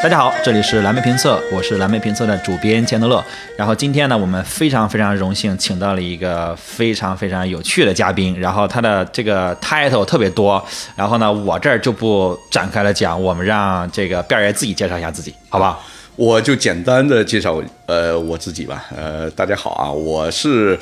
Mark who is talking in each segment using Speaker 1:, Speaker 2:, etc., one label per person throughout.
Speaker 1: 大家好，这里是蓝莓评测，我是蓝莓评测的主编钱德勒。然后今天呢，我们非常非常荣幸请到了一个非常非常有趣的嘉宾，然后他的这个 title 特别多，然后呢，我这儿就不展开了讲，我们让这个辫儿爷自己介绍一下自己，好吧？
Speaker 2: 我就简单的介绍呃我自己吧，呃，大家好啊，我是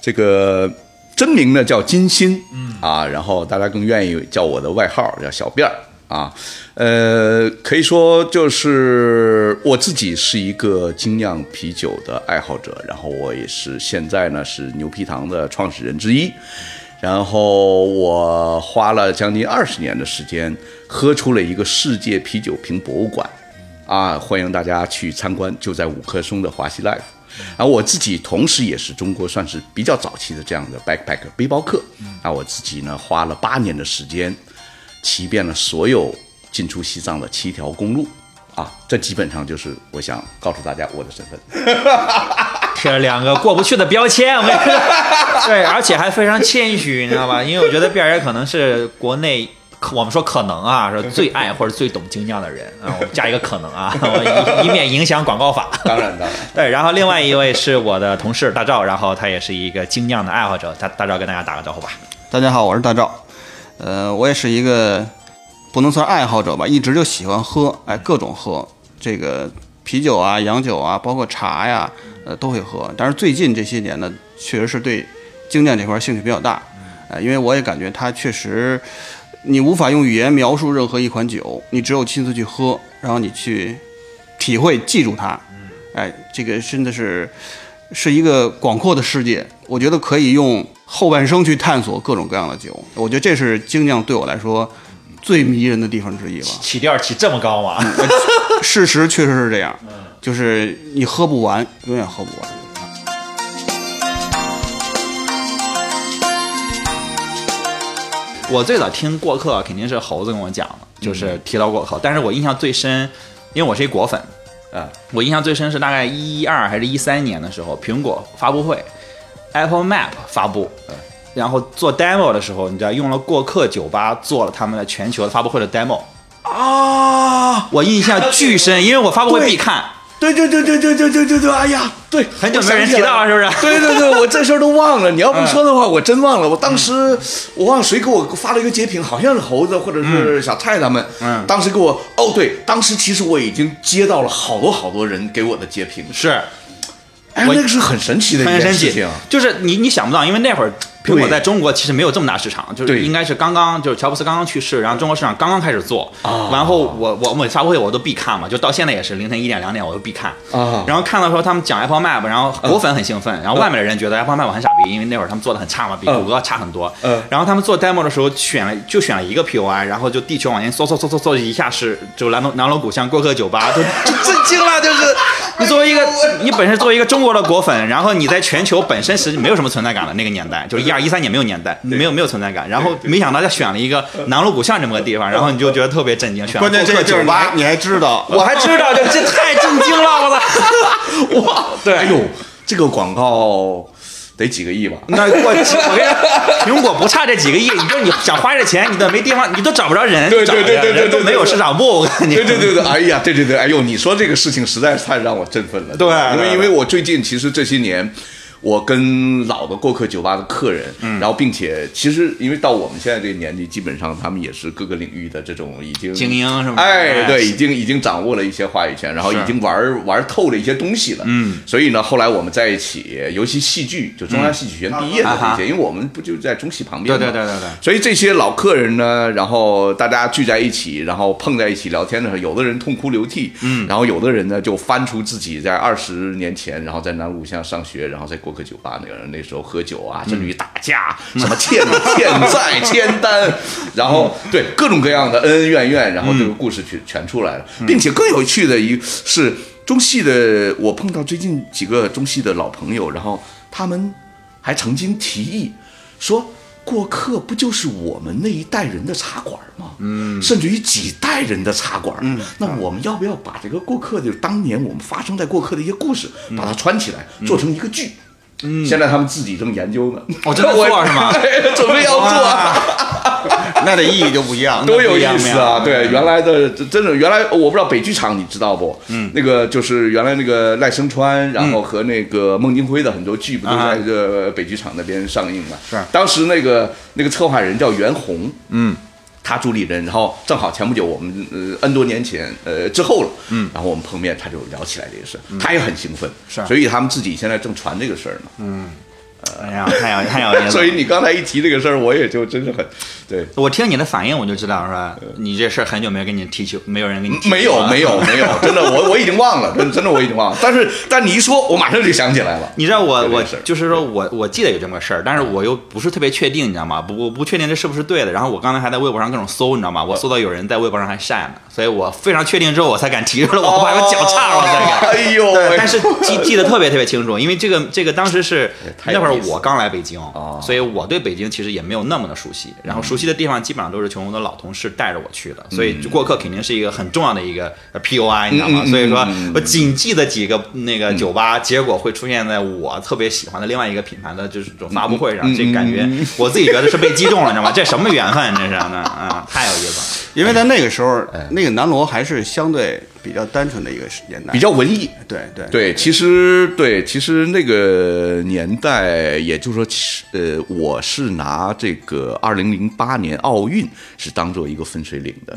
Speaker 2: 这个真名呢叫金鑫，嗯啊，然后大家更愿意叫我的外号叫小辫儿啊，呃，可以说就是我自己是一个精酿啤酒的爱好者，然后我也是现在呢是牛皮糖的创始人之一，然后我花了将近二十年的时间，喝出了一个世界啤酒瓶博物馆。啊，欢迎大家去参观，就在五棵松的华西 Life。啊，我自己同时也是中国算是比较早期的这样的 backpack 背包客。啊，我自己呢花了八年的时间，骑遍了所有进出西藏的七条公路。啊，这基本上就是我想告诉大家我的身份。
Speaker 1: 贴了两个过不去的标签，我跟你说， 对，而且还非常谦虚，你知道吧？因为我觉得辫儿爷可能是国内。可我们说可能啊，是最爱或者最懂精酿的人啊，我们加一个可能啊， 我以以免影响广告法。
Speaker 2: 当然，当然。
Speaker 1: 对，然后另外一位是我的同事大赵，然后他也是一个精酿的爱好者，大大赵跟大家打个招呼吧。
Speaker 3: 大家好，我是大赵，呃，我也是一个不能算爱好者吧，一直就喜欢喝，哎，各种喝，这个啤酒啊、洋酒啊，包括茶呀，呃，都会喝。但是最近这些年呢，确实是对精酿这块兴趣比较大，呃，因为我也感觉它确实，你无法用语言描述任何一款酒，你只有亲自去喝，然后你去体会、记住它，哎，这个真的是是一个广阔的世界，我觉得可以用后半生去探索各种各样的酒。我觉得这是精酿对我来说最迷人的地方之一吧。
Speaker 1: 起调起这么高吗？
Speaker 3: 事实确实是这样，就是你喝不完，永远喝不完。
Speaker 1: 我最早听过客肯定是猴子跟我讲的，就是提到过客，但是我印象最深，因为我是一果粉，呃
Speaker 2: 啊，
Speaker 1: 我印象最深是大概一二还是一三年的时候，苹果发布会，Apple Map 发布，呃然后做 demo 的时候，你知道用了过客酒吧做了他们的全球发布会的 demo，
Speaker 2: 啊，
Speaker 1: 我印象巨深，因为我发布会必看，
Speaker 2: 对对对对对对对对对，哎呀，对，很
Speaker 1: 很久没人提到了，是嗯不是？
Speaker 2: 对对对，我这事儿都忘了。你要不说的话，我真忘了。我当时我忘了谁给我发了一个截屏，好像是猴子或者是小蔡他们。
Speaker 1: 嗯
Speaker 2: 当时给我哦，对，当时其实我已经接到了好多好多人给我的截屏。
Speaker 1: 是。
Speaker 2: 哎，
Speaker 1: 我
Speaker 2: 那个是很神奇的一
Speaker 1: 很神
Speaker 2: 件事
Speaker 1: 奇
Speaker 2: 情。，
Speaker 1: 就是你你想不到，因为那会儿苹果
Speaker 2: 对
Speaker 1: 在中国其实没有这么大市场，就是
Speaker 2: 对
Speaker 1: 应该是刚刚就是乔布斯刚刚去世，然后中国市场刚刚开始做，
Speaker 2: 啊
Speaker 1: 然后我我每次发布会我都必看嘛，就到现在也是凌晨一点两点我都必看
Speaker 2: 啊嗯
Speaker 1: 然后看到时候他们讲 Apple Map，然后果粉很兴奋，然后外面的人觉得 Apple Map 很傻逼，因为那会儿他们做的很差嘛，比
Speaker 2: 嗯
Speaker 1: 谷歌差很多
Speaker 2: 嗯，
Speaker 1: 然后他们做 demo 的时候选了就选了一个 POI，然后就地球往前搜搜搜搜搜一下是就南锣南锣鼓巷过客酒吧，就就震惊了，就是。你作为一个，你本身作为一个中国的果粉，然后你在全球本身是没有什么存在感的那个年代，就是一二一三年没有年代，没有没有存在感。然后没想到他选了一个南锣鼓巷这么个地方，然后你就觉得特别震惊。选了
Speaker 3: 关键这
Speaker 1: 个
Speaker 3: 个就是
Speaker 1: 酒
Speaker 3: 你
Speaker 1: 吧
Speaker 3: 还，你还知道，
Speaker 1: 我还知道，这这太震惊了，我操！哇，对，
Speaker 2: 哎呦，这个广告得几个亿吧？
Speaker 1: 那 我我跟你说，苹果不差这几个亿，你说你想花这钱，你都没地方，你都找不着人，
Speaker 2: 对对
Speaker 1: 找不着
Speaker 2: 对对对
Speaker 1: 人都
Speaker 2: 对
Speaker 1: 没有市场部，我看你。
Speaker 2: 对对对对，哎呀，对对对，哎呦，你说这个事情实在是太让我振奋了。
Speaker 1: 对
Speaker 2: 因
Speaker 1: 对
Speaker 2: 为因为我最近其实这些年，我跟老的过客酒吧的客人，然后并且其实因为到我们现在这个年纪，基本上他们也是各个领域的这种已经
Speaker 1: 精英是吗哎，
Speaker 2: 哎对，已经已经掌握了一些话语权，然后
Speaker 1: 是
Speaker 2: 已经玩玩透了一些东西了。嗯，所以呢，后来我们在一起，尤其戏剧，就中央戏剧学院毕业的
Speaker 1: 啊
Speaker 2: 这
Speaker 1: 哈
Speaker 2: 些，因为我们不就在中戏旁边
Speaker 1: 对
Speaker 2: 嘛。
Speaker 1: 对对对对。
Speaker 2: 所以这些老客人呢，然后大家聚在一起，然后碰在一起聊天的时候，有的人痛哭流涕，嗯，然后有的人呢就翻出自己在二十年前，然后在南五巷上学，然后在过客酒吧那个那时候喝酒
Speaker 1: 嗯
Speaker 2: 啊，甚至于打架，什么欠欠债、签单，然后对各种各样的恩恩怨怨，然后这个故事全全出来了，
Speaker 1: 嗯
Speaker 2: 并且更有趣的一是中戏的，我碰到最近几个中戏的老朋友，然后他们还曾经提议说，过客不就是我们那一代人的茶馆吗？嗯，甚至于几代人的茶馆。嗯，那我们要不要把这个过客的当年我们发生在过客的一些故事，把它串起来，做成一个剧？
Speaker 1: 啊
Speaker 2: 嗯，现在他们自己正研究呢。
Speaker 1: 哦真的做是吗
Speaker 2: 啊对准备要做。
Speaker 3: 那的意义就不一样。
Speaker 2: 多有意
Speaker 1: 不一
Speaker 2: 思啊！
Speaker 1: 样
Speaker 2: 对，原来的真的原来我不知道北剧场你知道不？嗯，那个就是原来那个赖声川，然后和那个孟京辉的很多剧不都
Speaker 1: 啊
Speaker 2: 在这个北剧场那边上映嘛？
Speaker 1: 是
Speaker 2: 当时那个那个策划人叫袁弘，
Speaker 1: 嗯，
Speaker 2: 他主理人，然后正好前不久我们呃 N 多年前呃之后了，嗯，然后我们碰面，他就聊起来这个事儿，他也很兴奋，
Speaker 1: 是
Speaker 2: 所以他们自己现在正传这个事儿呢。
Speaker 1: 哎呀，太有太有意思了。
Speaker 2: 所以你刚才一提这个事儿，我也就真是很对。
Speaker 1: 我听你的反应，我就知道是吧？你这事儿很久没跟你提起，没有人跟你提
Speaker 2: 呃没
Speaker 1: 过
Speaker 2: 有
Speaker 1: 了
Speaker 2: 没有没 有，真的我我已经忘了，真真的我已经忘了。但是但你一说，我马上就想起来了。
Speaker 1: 你知道我
Speaker 2: 有这
Speaker 1: 我
Speaker 2: 个事儿
Speaker 1: 就是说我我记得有这么个事儿，但是我又不是特别确定，你知道吗？不我不确定这是不是对的。然后我刚才还在微博上各种搜，你知道吗？
Speaker 2: 嗯
Speaker 1: 我搜到有人在微博上还晒呢，所以我非常确定之后我才敢提出来，我把我脚岔了我才敢。
Speaker 2: 哦哎呦，
Speaker 1: 对， 但是记记得特别特别清楚，因为这个这个当时是
Speaker 2: 太有
Speaker 1: 那会儿
Speaker 2: 意思
Speaker 1: 我刚来北京
Speaker 2: 哦，嗯
Speaker 1: 所以我对北京其实也没有那么的熟悉。然后熟悉的地方基本上都是琼龙的老同事带着我去的，所以就过客肯定是一个很重要的一个呃 POI，你知道吗？
Speaker 2: 嗯嗯
Speaker 1: 所以说呃
Speaker 2: 嗯嗯
Speaker 1: 我仅记得几个那个酒吧，结果会出现在我特别喜欢的另外一个品牌的就是这种发布会上，
Speaker 2: 嗯嗯
Speaker 1: 这个感觉
Speaker 2: 嗯
Speaker 1: 我自己觉得是被击中了，你知道吗？这什么缘分，这是呢啊，太有意思了。
Speaker 3: 因为在那个时候，那个南锣还是相对比较单纯的一个年代，
Speaker 2: 比较文艺。
Speaker 3: 对对
Speaker 2: 对，其实对，其实那个年代，也就是说，其呃，我是拿这个二零零八年奥运是当做一个分水岭的，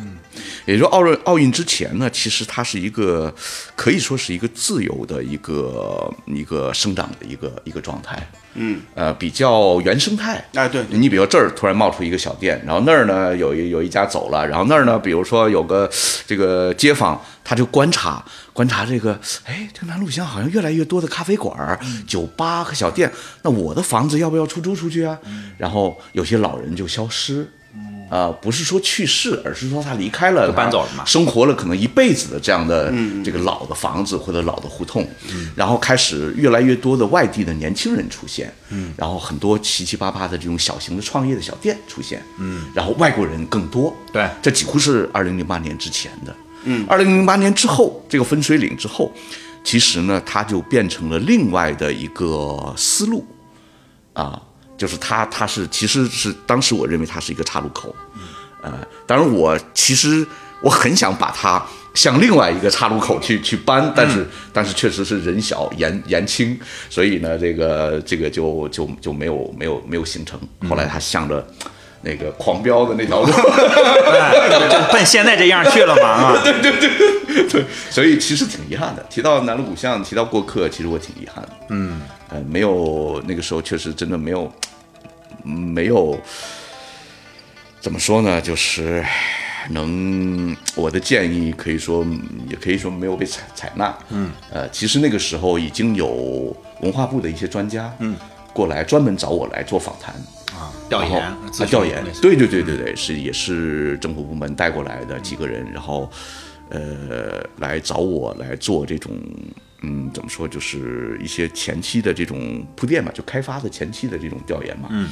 Speaker 2: 也就是说，奥运奥运之前呢，其实它是一个可以说是一个自由的一个一个生长的一个一个状态，嗯，呃，比较原生态，
Speaker 1: 啊
Speaker 3: 哎对对
Speaker 2: 你比如这儿突然冒出一个小店，然后那儿呢有一有一家走了，然后那儿呢，比如说有个这个街坊，他就观察观察这个，哎，这个南路乡好像越来越多的咖啡馆儿、
Speaker 1: 嗯
Speaker 2: 酒吧和小店，那我的房子要不要出租出去啊？
Speaker 1: 嗯
Speaker 2: 然后有些老人就消失。啊、不是说去世，而是说他离开了，
Speaker 1: 就搬走了嘛
Speaker 2: 生活了可能一辈子的这样的这个老的房子或者老的胡同，然后开始越来越多的外地的年轻人出现，然后很多七七八八的这种小型的创业的小店出现，然后外国人更多，
Speaker 1: 对
Speaker 2: 这几乎是二零零八年之前的，嗯，二零零八年之后这个分水岭之后，其实呢它就变成了另外的一个思路，啊，就是它它是其实是当时我认为它是一个岔路口，呃，当然我其实我很想把它向另外一个岔路口去去搬，但是、但是确实是人小言言轻，所以呢，这个这个就就就没有没有没有形成。后来它向着那个狂飙的那条路，
Speaker 1: 哎就就奔现在这样去了嘛啊！
Speaker 2: 对，所以其实挺遗憾的。提到南锣鼓巷，提到过客，其实我挺遗憾的。嗯，呃，没有那个时候确实真的没有，嗯没有怎么说呢，就是能我的建议可以说嗯也可以说没有被采采纳。嗯，呃，其实那个时候已经有文化部的一些专家，嗯，过来专门找我来做访谈。
Speaker 1: 调研
Speaker 2: 然后
Speaker 1: 咨
Speaker 2: 啊，
Speaker 1: 询
Speaker 2: 调研
Speaker 1: 类似，
Speaker 2: 对对对对对，是也是政府部门带过来的几个人，然后呃来找我来做这种嗯怎么说，就是一些前期的这种铺垫嘛，就开发的前期的这种调研嘛，嗯，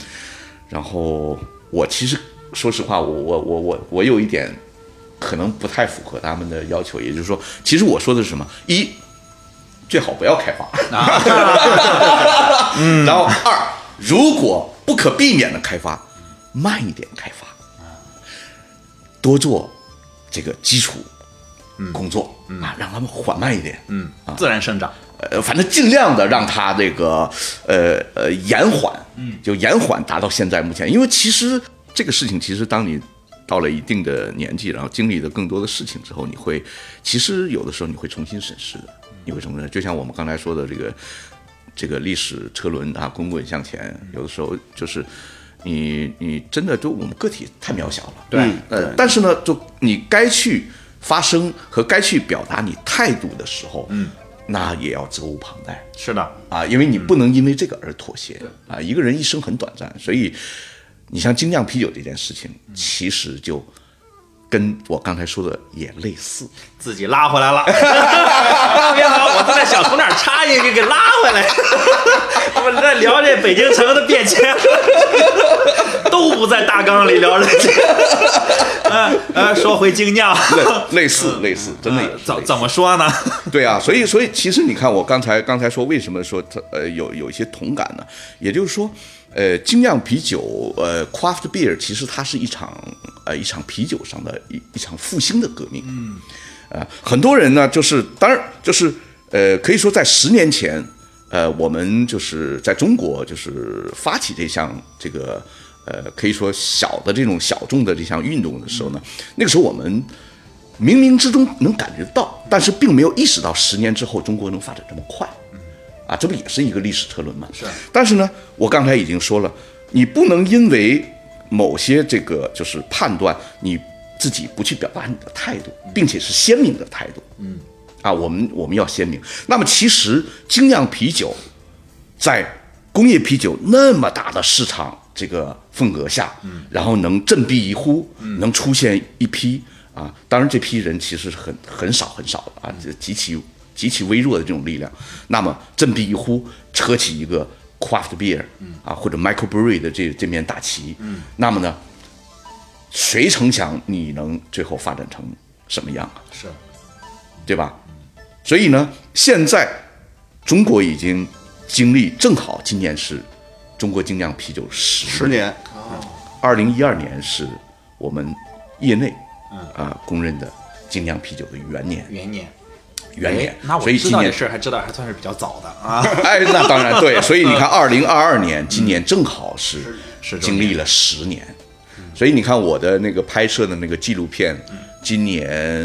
Speaker 2: 然后我其实说实话，我我我我我有一点可能不太符合他们的要求，也就是说，其实我说的是什么？一最好不要开发，嗯，然后二，如果不可避免的开发，慢一点开发，多做这个基础工作、啊，让他们缓慢一点，
Speaker 1: 嗯，自然生长。
Speaker 2: 呃，反正尽量的让它这个呃呃延缓，嗯，就延缓达到现在目前，因为其实这个事情，其实当你到了一定的年纪，然后经历了更多的事情之后，你会其实有的时候你会重新审视的，你会重新，就像我们刚才说的这个这个历史车轮啊滚滚向前，有的时候就是你你真的就我们个体太渺小了，
Speaker 1: 对
Speaker 2: 嗯呃，但是呢，就你该去发声和该去表达你态度的时候，嗯，那也要责无旁贷
Speaker 1: 是的，
Speaker 2: 啊，因为你不能因为这个而妥协、啊。一个人一生很短暂，所以你像精酿啤酒这件事情，其实就跟我刚才说的也类似。
Speaker 1: 自己拉回来 了。别好，我正在想从哪儿插进去给拉 回来。我们在聊这北京城的变迁，都不在大纲里聊这 个。呃呃，说回精酿，
Speaker 2: 类类似类似，真的也
Speaker 1: 呃
Speaker 2: 是
Speaker 1: 怎
Speaker 2: 类似
Speaker 1: 怎么说呢？
Speaker 2: 对啊，所以所以其实你看，我刚才刚才说为什么说它呃有有一些同感呢？也就是说，呃，精酿啤酒呃 craft beer 其实它是一场呃一场啤酒上的一一场复兴的革命。嗯，呃，很多人呢，就是当然就是呃，可以说在十年前，呃，我们就是在中国就是发起这项这个呃可以说小的这种小众的这项运动的时候呢，那个时候我们。冥冥之中能感觉到，但是并没有意识到十年之后中国能发展这么快，啊，这不也是一个历史车轮吗？是。啊但是呢，我刚才已经说了，你不能因为某些这个就是判断你自己不去表达你的态度，并且是鲜明的态度。嗯。啊，我们我们要鲜明。那么其实精酿啤酒在工业啤酒那么大的市场这个份额下，嗯，然后能振臂一呼，能出现一批啊，当然这批人其实是很很少很少的啊，这极其极其微弱的这种力量，那么振臂一呼，扯起一个 craft beer，啊或者 microbrewery 的这这面大旗，嗯，那么呢，谁成想你能最后发展成什么样啊？
Speaker 1: 是，
Speaker 2: 对吧？所以呢，现在中国已经经历，正好今年是中国精酿啤酒十
Speaker 3: 十年，
Speaker 2: 二零一二年是我们业内
Speaker 1: 嗯
Speaker 2: 啊、公认的精酿啤酒的元年，
Speaker 1: 元年。
Speaker 2: 元年
Speaker 1: 哎。那我
Speaker 2: 所以
Speaker 1: 知
Speaker 2: 今
Speaker 1: 道
Speaker 2: 年
Speaker 1: 这事儿，还知道还算是比较早的啊。
Speaker 2: 哎，那当然对，所以你看，二零二二年今年正好是
Speaker 1: 嗯是
Speaker 2: 经历了十年，所以你看我的那个拍摄的那个纪录片，今年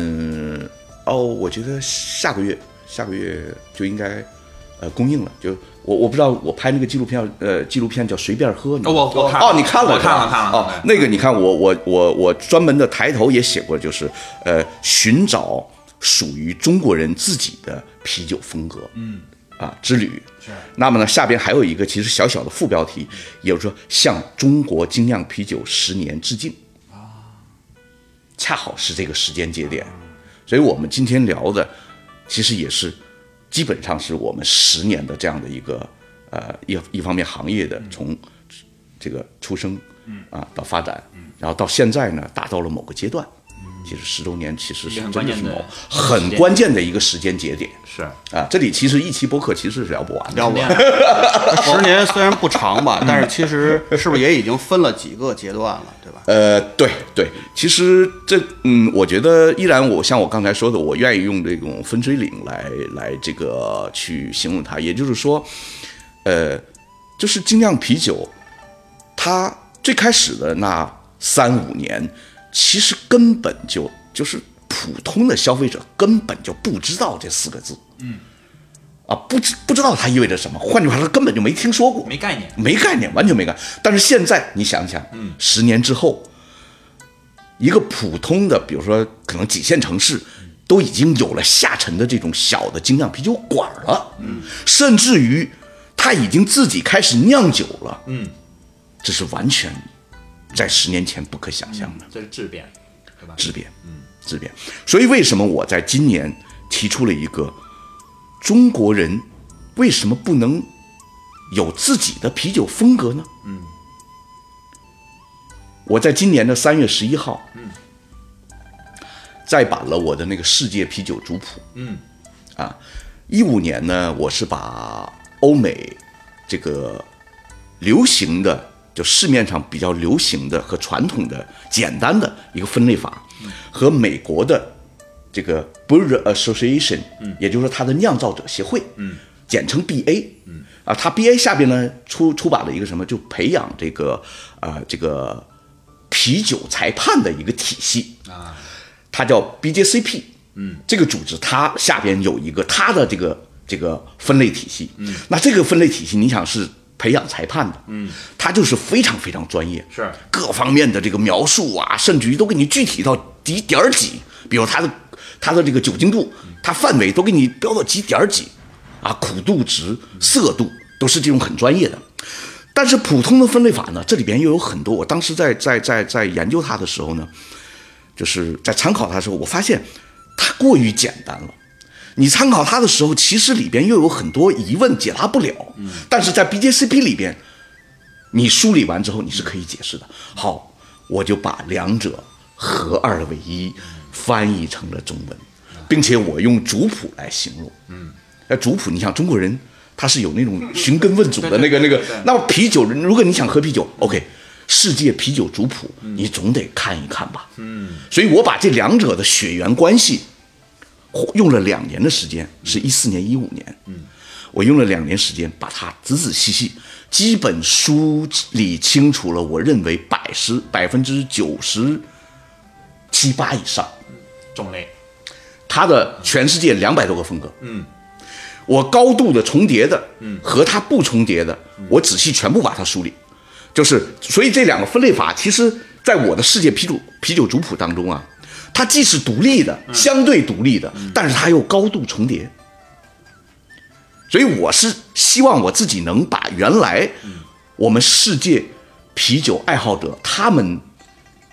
Speaker 2: 哦，我觉得下个月下个月就应该呃公映了，就。我我不知道，我拍那个纪录片要，呃，纪录片叫《随便喝》，你
Speaker 1: 哦我我看了
Speaker 2: 哦，你看了
Speaker 1: 我
Speaker 2: 是吧，
Speaker 1: 看了看了
Speaker 2: 哦，那个你看，我我我我专门的抬头也写过，就是呃，寻找属于中国人自己的啤酒风格，嗯，啊之旅。那么呢，下边还有一个其实小小的副标题，也就是说向中国精酿啤酒十年致敬。恰好是这个时间节点，所以我们今天聊的，其实也是基本上是我们十年的这样的一个呃一一方面行业的从这个出生啊到发展，然后到现在呢达到了某个阶段，其实十周年其实
Speaker 1: 一
Speaker 2: 是
Speaker 1: 个很
Speaker 2: 真的
Speaker 1: 关键
Speaker 2: 是
Speaker 1: 的
Speaker 2: 某
Speaker 1: 时间
Speaker 2: 很关键的一个时间节点。
Speaker 1: 是，
Speaker 2: 啊，这里其实一期播客其实是聊不完的，
Speaker 3: 聊不完。 十年虽然不长吧，但是其实是不是也已经分了几个阶段了，对吧？
Speaker 2: 呃，对对，其实这嗯，我觉得依然我像我刚才说的，我愿意用这种分水岭来来这个去形容它，也就是说，呃，就是精酿啤酒，它最开始的那三五年，其实根本就就是普通的消费者根本就不知道这四个字，嗯，啊，不知不知道它意味着什么，换句话说，根本就没听说过，
Speaker 1: 没概念。
Speaker 2: 没概念，完全没概念。但是现在你想想，嗯，十年之后，一个普通的，比如说可能几线城市，都已经有了下沉的这种小的精酿啤酒馆了，嗯，甚至于他已经自己开始酿酒了，嗯，这是完全在十年前不可想象的。
Speaker 1: 这是质变，对吧？
Speaker 2: 质变，嗯，质变。所以为什么我在今年提出了一个中国人为什么不能有自己的啤酒风格呢？嗯，我在今年的三月十一号，嗯，再版了我的那个世界啤酒族谱，嗯，啊，一五年呢，我是把欧美这个流行的，就市面上比较流行的和传统的简单的一个分类法，和美国的这个 Brewer Association，、也就是说它的酿造者协会，简称 BA，啊，它 BA 下边呢出出版了一个什么，就培养这个呃这个啤酒裁判的一个体系啊，它叫 BJCP，嗯，这个组织它下边有一个它的这个这个分类体系，嗯，那这个分类体系你想是培养裁判的，嗯，它就是非常非常专业，
Speaker 1: 是
Speaker 2: 各方面的这个描述啊，甚至于都给你具体到几点儿几，比如它的它的这个酒精度，它范围都给你标到几点儿几，啊，苦度值、涩度都是这种很专业的。但是普通的分类法呢，这里边又有很多。我当时在在在在研究它的时候呢，就是在参考它的时候，我发现它过于简单了。你参考它的时候，其实里边又有很多疑问解答不了。但是在 BJCP 里边，你梳理完之后，你是可以解释的。好，我就把两者合二为一，翻译成了中文，并且我用族谱来形容。嗯，那族谱，你想中国人他是有那种寻根问祖的那个那个，那么啤酒，如果你想喝啤酒，OK。世界啤酒族谱，你总得看一看吧。嗯，所以我把这两者的血缘关系用了两年的时间，是一四年一五年，嗯，我用了两年时间把它仔仔细细、基本梳理清楚了，我认为百十百分之九十七八以上，
Speaker 1: 种类，
Speaker 2: 它的全世界两百多个风格，
Speaker 1: 嗯，
Speaker 2: 我高度的重叠的，嗯，和它不重叠的，我仔细全部把它梳理，就是所以这两个分类法，其实在我的世界啤酒啤酒族谱当中啊，它既是独立的，相对独立的，但是它又高度重叠。所以我是希望我自己能把原来我们世界啤酒爱好者他们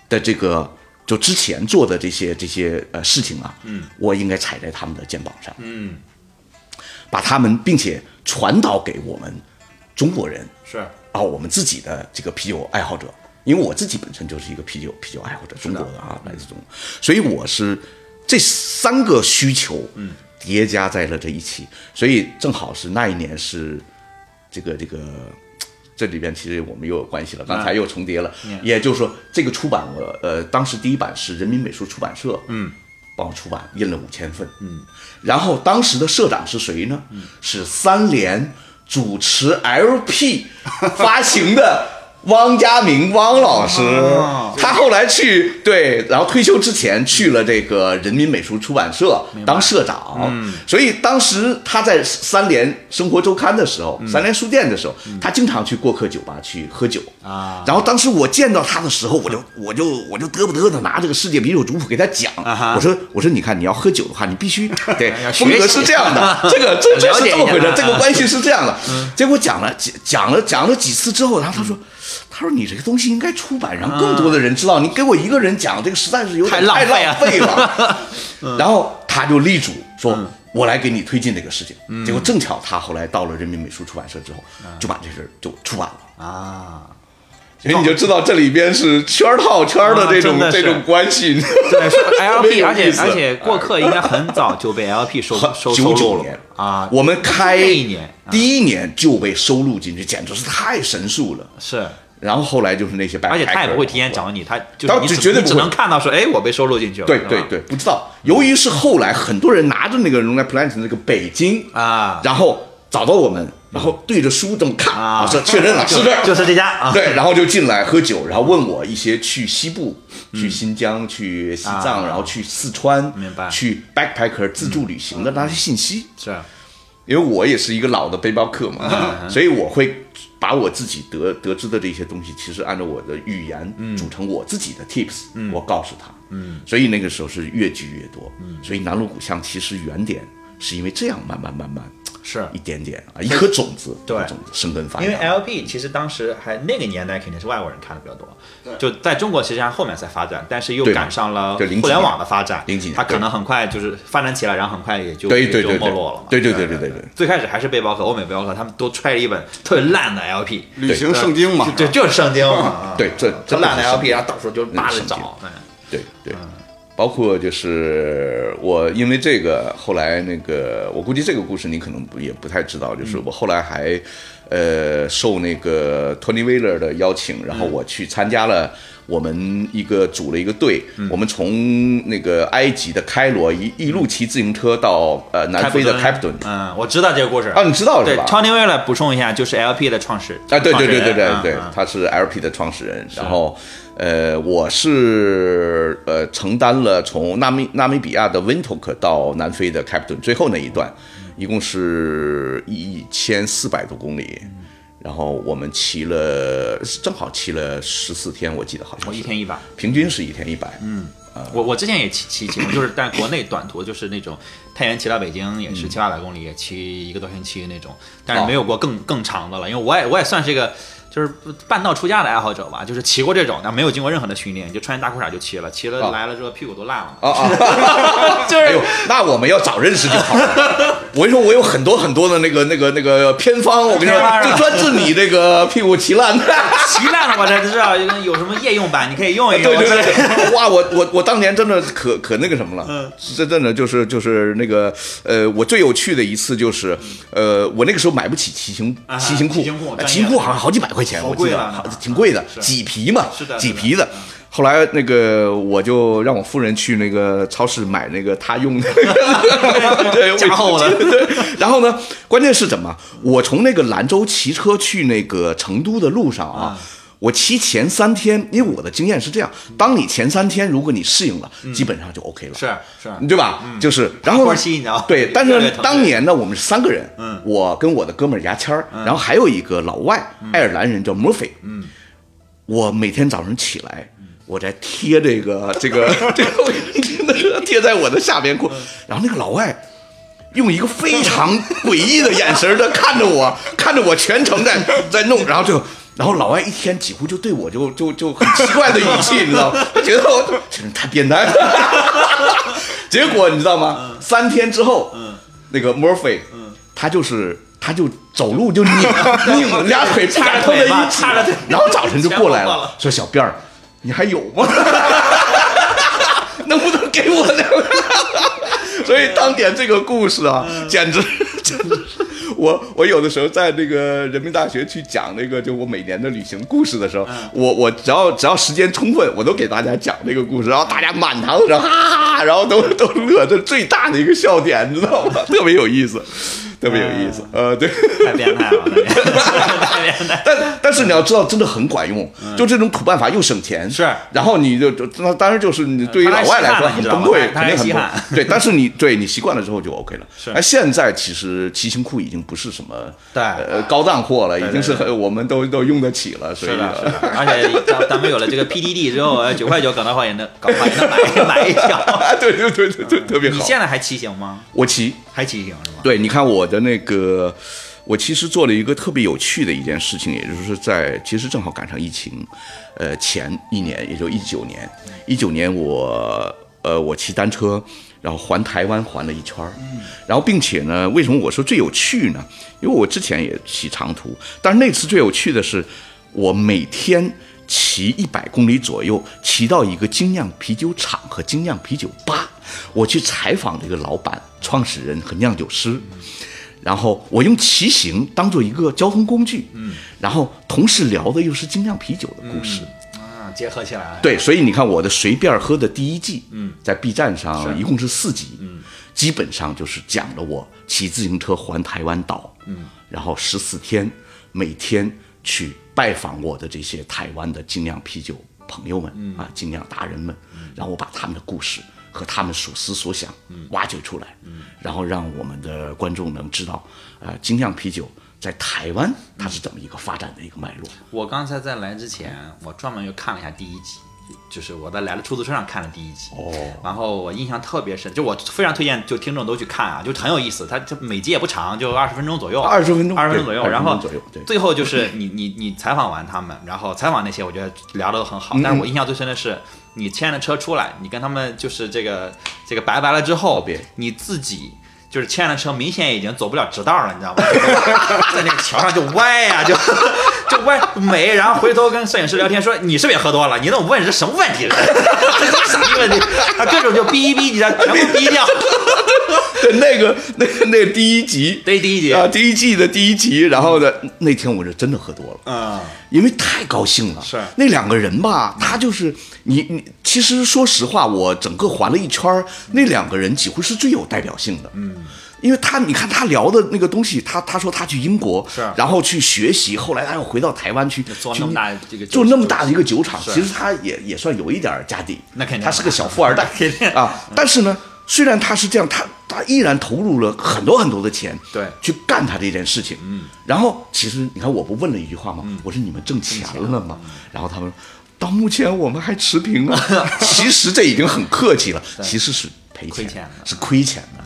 Speaker 2: 的这个就之前做的这些这些呃事情啊，嗯，我应该踩在他们的肩膀上，
Speaker 1: 嗯，
Speaker 2: 把他们并且传导给我们中国人，
Speaker 1: 是
Speaker 2: 啊，我们自己的这个啤酒爱好者，因为我自己本身就是一个啤酒啤酒爱好者，中国的啊，来自中国，所以我是这三个需求，嗯，叠加在了这一起，所以正好是那一年是这个这个。这里边其实我们又有关系了，刚才又重叠了，也就是说，这个出版我呃，当时第一版是人民美术出版社，嗯，帮我出版，印了五千份，嗯，然后当时的社长是谁呢？是三联主持 LP 发行的汪家明汪老师，他后来去对，然后退休之前去了这个人民美术出版社当社长，啊
Speaker 1: 嗯
Speaker 2: 所以当时他在三联生活周刊的时
Speaker 1: 嗯
Speaker 2: 候，三联书店的时候，他经常去过客酒吧去喝酒
Speaker 1: 啊。
Speaker 2: 然后当时我见到他的时候，我就我就我就嘚不嘚的拿这个世界啤酒族谱给他讲，
Speaker 1: 啊哈
Speaker 2: 我说我说你看你要喝酒的话，你必须对
Speaker 1: 要学
Speaker 2: 风格
Speaker 1: 习
Speaker 2: 是这样的， 这个这这
Speaker 1: 了
Speaker 2: 是
Speaker 1: 解
Speaker 2: 这么
Speaker 1: 一
Speaker 2: 回
Speaker 1: 下嗯
Speaker 2: 事
Speaker 1: 啊，
Speaker 2: 这个关系是这样的。结果讲了讲讲了讲了几次之后，然后他说。他说：“你这个东西应该出版，让更多的人知道。你给我一个人讲，这个实在是有点
Speaker 1: 嗯太浪
Speaker 2: 太
Speaker 1: 费
Speaker 2: 浪
Speaker 1: 啊
Speaker 2: 费了。
Speaker 1: 嗯
Speaker 2: 然后他就力主说：“我来给你推进这个事情。”
Speaker 1: 嗯
Speaker 2: 结果正巧他后来到了人民美术出版社之后，就把这事儿就出版了。
Speaker 1: 啊，
Speaker 2: 所以你就知道这里边是圈儿套圈儿的这种、
Speaker 1: 啊真的
Speaker 2: 这
Speaker 1: 是
Speaker 2: 种关 系。
Speaker 1: 对， 是
Speaker 2: 别
Speaker 1: LP，
Speaker 2: 有
Speaker 1: 而且
Speaker 2: 意思哎
Speaker 1: 而且过客应该很早就被 LP 收收收
Speaker 2: 九九
Speaker 1: 录
Speaker 2: 年
Speaker 1: 了啊，
Speaker 2: 我们开
Speaker 1: 那一年啊
Speaker 2: 第一年就被收录进去，简直是太神速了。
Speaker 1: 是，
Speaker 2: 然后后来就是那些白，
Speaker 1: 而且他也不会提前找你，他就是
Speaker 2: 当
Speaker 1: 你只
Speaker 2: 绝对
Speaker 1: 你
Speaker 2: 不
Speaker 1: 只
Speaker 2: 会
Speaker 1: 能看到说，哎，我被收录进去了，
Speaker 2: 对
Speaker 1: 是吧
Speaker 2: 对对，不知
Speaker 1: 嗯
Speaker 2: 道。由于是后来很多人拿着那个 Running Plant 那个北京，
Speaker 1: 啊
Speaker 2: 然后找到我们，然后对着书这么看，
Speaker 1: 啊
Speaker 2: 啊，说确认了是这儿，
Speaker 1: 就是这家啊，
Speaker 2: 对，然后就进来喝酒，然后问我一些去西部、去新疆、去西
Speaker 1: 啊
Speaker 2: 藏，然后去四川，
Speaker 1: 明白嗯
Speaker 2: 去 backpacker 自助旅行的那些信息。
Speaker 1: 是
Speaker 2: 因为我也是一个老的背包客嘛，
Speaker 1: 嗯
Speaker 2: 所以我会把我自己得得知的这些东西，其实按照我的语言
Speaker 1: 嗯
Speaker 2: 组成我自己的 tips，、我告诉他。嗯，所以那个时候是越聚越多。嗯，所以南锣鼓巷其实原点是因为这样慢慢慢慢
Speaker 1: 是
Speaker 2: 一点点啊，一颗种子，
Speaker 1: 嗯对
Speaker 2: 一颗种子生根发芽。
Speaker 1: 因为 LP 其实当时还那个年代肯定是外国人看的比较多，就在中国其实上后面才发展，但是又
Speaker 2: 对
Speaker 1: 赶上了
Speaker 2: 对零几年
Speaker 1: 互联网的发展，
Speaker 2: 零几年
Speaker 1: 它可能很快就是发展起来，然后很快也就
Speaker 2: 对对
Speaker 1: 也就
Speaker 2: 对对
Speaker 1: 没落了嘛。
Speaker 2: 对对对对对对
Speaker 1: 最开始还是背包客，欧美背包客，他们都揣着一本特别烂的 LP，
Speaker 2: 嗯
Speaker 3: 旅行圣经嘛，啊
Speaker 1: 对，就是圣经嘛。
Speaker 2: 对这
Speaker 1: 特
Speaker 2: 真的
Speaker 1: 烂
Speaker 2: 是
Speaker 1: 的
Speaker 2: 圣经嗯
Speaker 1: LP，然后到处就扒着
Speaker 2: 啊
Speaker 1: 找。哎
Speaker 2: 对对，包括就是我因为这个后来那个，我估计这个故事你可能不也不太知道，就是
Speaker 1: 嗯
Speaker 2: 我后来还呃受那个 Tony Wheeler 的邀请，然后
Speaker 1: 嗯
Speaker 2: 我去参加了。我们一个组了一个队，
Speaker 1: 嗯
Speaker 2: 我们从那个埃及的开罗一一路骑自行车到呃南非的开普敦
Speaker 1: 哎嗯，我知道这个故事。
Speaker 2: 啊，你知道是
Speaker 1: 对
Speaker 2: 吧？
Speaker 1: ，Tony Wheeler 补充一下，就是 LP 的创始
Speaker 2: 啊，对对对
Speaker 1: 创
Speaker 2: 对
Speaker 1: 始人
Speaker 2: 对
Speaker 1: 嗯
Speaker 2: 对
Speaker 1: 嗯，
Speaker 2: 他是 LP 的创始人，然后，呃，我是呃承担了从纳米纳米比亚的温托克到南非的开普敦最后那一段，
Speaker 1: 嗯
Speaker 2: 一共是一千四百多公里，
Speaker 1: 嗯
Speaker 2: 然后我们骑了正好骑了十四天，我记得好像
Speaker 1: 我哦
Speaker 2: 是
Speaker 1: 一天一把。
Speaker 2: 平均是一天一百，嗯，
Speaker 1: 我我之前也骑骑骑过，就是但国内短途就是那种太原骑到北京也是
Speaker 2: 嗯
Speaker 1: 七八百公里，也骑一个多星期那种，但
Speaker 2: 哦
Speaker 1: 是没有过更更长的了，因为我也我也算是一个就是半道出家的爱好者吧，就是骑过这种，但没有经过任何的训练，就穿大裤衩就骑了，骑
Speaker 2: 哦
Speaker 1: 了来了之后屁股都烂了嘛，
Speaker 2: 啊啊，
Speaker 1: 就
Speaker 2: 哎
Speaker 1: 是
Speaker 2: 呦，那我们要早认识就好了，我跟你说，我有很多很多的那个那个那个偏方，我跟你说
Speaker 1: 偏方，啊是吧
Speaker 2: 就专治你这个屁股骑烂的。
Speaker 1: 奇烂了我才知道有什么夜用版，你可以用一用。
Speaker 2: 对对对， 哇！我我我当年真的可可那个什么了，
Speaker 1: 嗯
Speaker 2: 真真的就是就是那个呃，我最有趣的一次就是呃，我那个时候买不起骑行
Speaker 1: 啊
Speaker 2: 骑行裤，
Speaker 1: 骑行裤
Speaker 2: 呃骑行
Speaker 1: 专业
Speaker 2: 裤
Speaker 1: 的
Speaker 2: 好像好几百块钱，
Speaker 1: 好
Speaker 2: 我记
Speaker 1: 贵
Speaker 2: 得
Speaker 1: 了
Speaker 2: 好
Speaker 1: 那
Speaker 2: 挺贵的，
Speaker 1: 是
Speaker 2: 麂皮嘛
Speaker 1: 是的，是
Speaker 2: 麂
Speaker 1: 的
Speaker 2: 皮的。后来那个我就让我夫人去那个超市买那个她用的， 对
Speaker 1: 加厚的
Speaker 2: 对。 然后呢，关键是什么？我从那个兰州骑车去那个成都的路上啊。我骑前三天，因为我的经验是这样：当你前三天，如果你适应了，基本上就 OK 了，
Speaker 1: 嗯是啊嗯是
Speaker 2: 对吧？就是，然后
Speaker 1: 花
Speaker 2: 呢
Speaker 1: 期你啊知道吗
Speaker 2: 对， 但是
Speaker 1: 对
Speaker 2: 呢
Speaker 1: 对对
Speaker 2: 当年呢，我们是三个人，
Speaker 1: 嗯
Speaker 2: 我跟我的哥们儿牙签儿，然后还有一个老外，
Speaker 1: 嗯
Speaker 2: 爱尔兰人叫 Murphy，嗯，我每天早上起来，
Speaker 1: 嗯
Speaker 2: 我在贴这个这 个这个真的贴在我的下
Speaker 1: 嗯
Speaker 2: 边裤，然后那个老外用一个非常诡异的眼神儿在看着我， 看着我全程在在弄，然后就。然后老外一天几乎就对我就就就很奇怪的语气，你知道吗？他觉得我这人太变态了。 结果你知道吗？三天之后，那个 Murphy，他就是他就走路就拧拧俩腿
Speaker 1: 叉着
Speaker 2: 碰
Speaker 1: 腿
Speaker 2: 在
Speaker 1: 嘛
Speaker 2: 一起
Speaker 1: 嗯叉着腿，
Speaker 2: 然后早晨就
Speaker 1: 全部
Speaker 2: 过来
Speaker 1: 过
Speaker 2: 了
Speaker 1: 了，
Speaker 2: 说小辫儿，你还有吗？ 能不能给我两个？ 所以当年这个故事啊，简直真的是我我有的时候在那个人民大学去讲那个就我每年的旅行故事的时候，我我只要只要时间充分，我都给大家讲这个故事，然后大家满堂的时候哈哈哈，然后都都乐，这是最大的一个笑点，你知道吗？特别有意思，特别有意思，呃，对。
Speaker 1: 太变态了，太变态。
Speaker 2: 但但是你要知道，真的很管用，就这种土办法又省钱，
Speaker 1: 嗯是
Speaker 2: 然后你就就那当然就是你对于
Speaker 1: 他来
Speaker 2: 老外来
Speaker 1: 稀罕
Speaker 2: 说
Speaker 1: 了
Speaker 2: 很
Speaker 1: 你知道
Speaker 2: 崩
Speaker 1: 吗
Speaker 2: 溃，
Speaker 1: 他
Speaker 2: 肯
Speaker 1: 来
Speaker 2: 定很
Speaker 1: 稀
Speaker 2: 崩
Speaker 1: 罕
Speaker 2: 溃。对，但是你对你习惯了之后就 OK 了。
Speaker 1: 是
Speaker 2: 而现在其实骑行裤已经不是什么
Speaker 1: 对
Speaker 2: 呃高档货了，已经是
Speaker 1: 对对
Speaker 2: 很我们都都用得起了，所以
Speaker 1: 是的，是的，而且咱咱们有了这个 PDD 之后，呃九块九搞的话也能搞的话也能买买一条。
Speaker 2: 啊，对对对对对，特别
Speaker 1: 嗯你
Speaker 2: 好。
Speaker 1: 现在还骑行吗？
Speaker 2: 我骑，
Speaker 1: 还骑行是吗？
Speaker 2: 对，你看我的那个，我其实做了一个特别有趣的一件事情，也就是在其实正好赶上疫情，呃，前一年，也就一九年，一九年我呃我骑单车，然后环台湾环了一圈儿，然后并且呢，为什么我说最有趣呢？因为我之前也骑长途，但是那次最有趣的是，我每天。骑一百公里左右，骑到一个精酿啤酒厂和精酿啤酒吧，我去采访这个老板、创始人和酿酒师，然后我用骑行当做一个交通工具，嗯，然后同时聊的又是精酿啤酒的故事，
Speaker 1: 啊，结合起来了。
Speaker 2: 对，所以你看我的随便喝的第一季，嗯，在 B 站上一共是四集，嗯，基本上就是讲了我骑自行车环台湾岛，嗯，然后十四天，每天去拜访我的这些台湾的精酿啤酒朋友们、啊，精酿达人们，然后我把他们的故事和他们所思所想挖掘出来，嗯，然后让我们的观众能知道，呃，精酿啤酒。在台湾，它是怎么一个发展的一个脉络？
Speaker 1: 我刚才在来之前，我专门又看了一下第一集，就是我在来的出租车上看了第一集。
Speaker 2: 哦
Speaker 1: 然后我印象特别深，就我非常推荐，就听众都去看啊，就很有意思。它它每集也不长，就二十分钟左右，
Speaker 2: 20分钟
Speaker 1: 哦二十分钟左右。
Speaker 2: 对
Speaker 1: 然后
Speaker 2: 20分钟左右对
Speaker 1: 最后就是你你你采访完他们，然后采访那些我觉得聊得都很好，
Speaker 2: 嗯
Speaker 1: 但是我印象最深的是。你牵着车出来，你跟他们就是这个这个拜拜了之后
Speaker 2: 别，
Speaker 1: 你自己就是牵着车，明显已经走不了直道了，你知道吗？ 在那个桥上就歪呀、就就歪美，然后回头跟摄影师聊天说：“你是不是也喝多了？你怎么问这什么问题？ 这都什么问题？”他各种就逼一逼，你知道，全部逼 掉。
Speaker 2: 对， 那个那个那个第一集，
Speaker 1: 这是第一集
Speaker 2: 啊，第一季的第一集，然后呢，那天我是真的喝多了，
Speaker 1: 嗯，
Speaker 2: 因为太高兴了。
Speaker 1: 是
Speaker 2: 那两个人吧，他就是你你，其实说实话，我整个环了一圈儿，那两个人几乎是最有代表性的。嗯。因为他，你看他聊的那个东西，他他说他去英国，
Speaker 1: 是
Speaker 2: 然后去学习，后来他又回到台湾去，
Speaker 1: 做
Speaker 2: 去
Speaker 1: 那么大这个
Speaker 2: 做那么大的一个酒厂，
Speaker 1: 是
Speaker 2: 其实他也也算有一点儿家底，
Speaker 1: 那肯定
Speaker 2: 他是个小富二代
Speaker 1: 肯定
Speaker 2: 啊。但是呢，虽然他是这样，他他依然投入了很多很多的钱，
Speaker 1: 对
Speaker 2: 去干他这件事情。嗯，然后其实你看，我不问了一句话吗？我说你们挣钱了吗？然后他们说，到目前我们还持平呢。其实这已经很客气了，其实是赔
Speaker 1: 亏钱
Speaker 2: 钱
Speaker 1: 的
Speaker 2: 是亏钱的。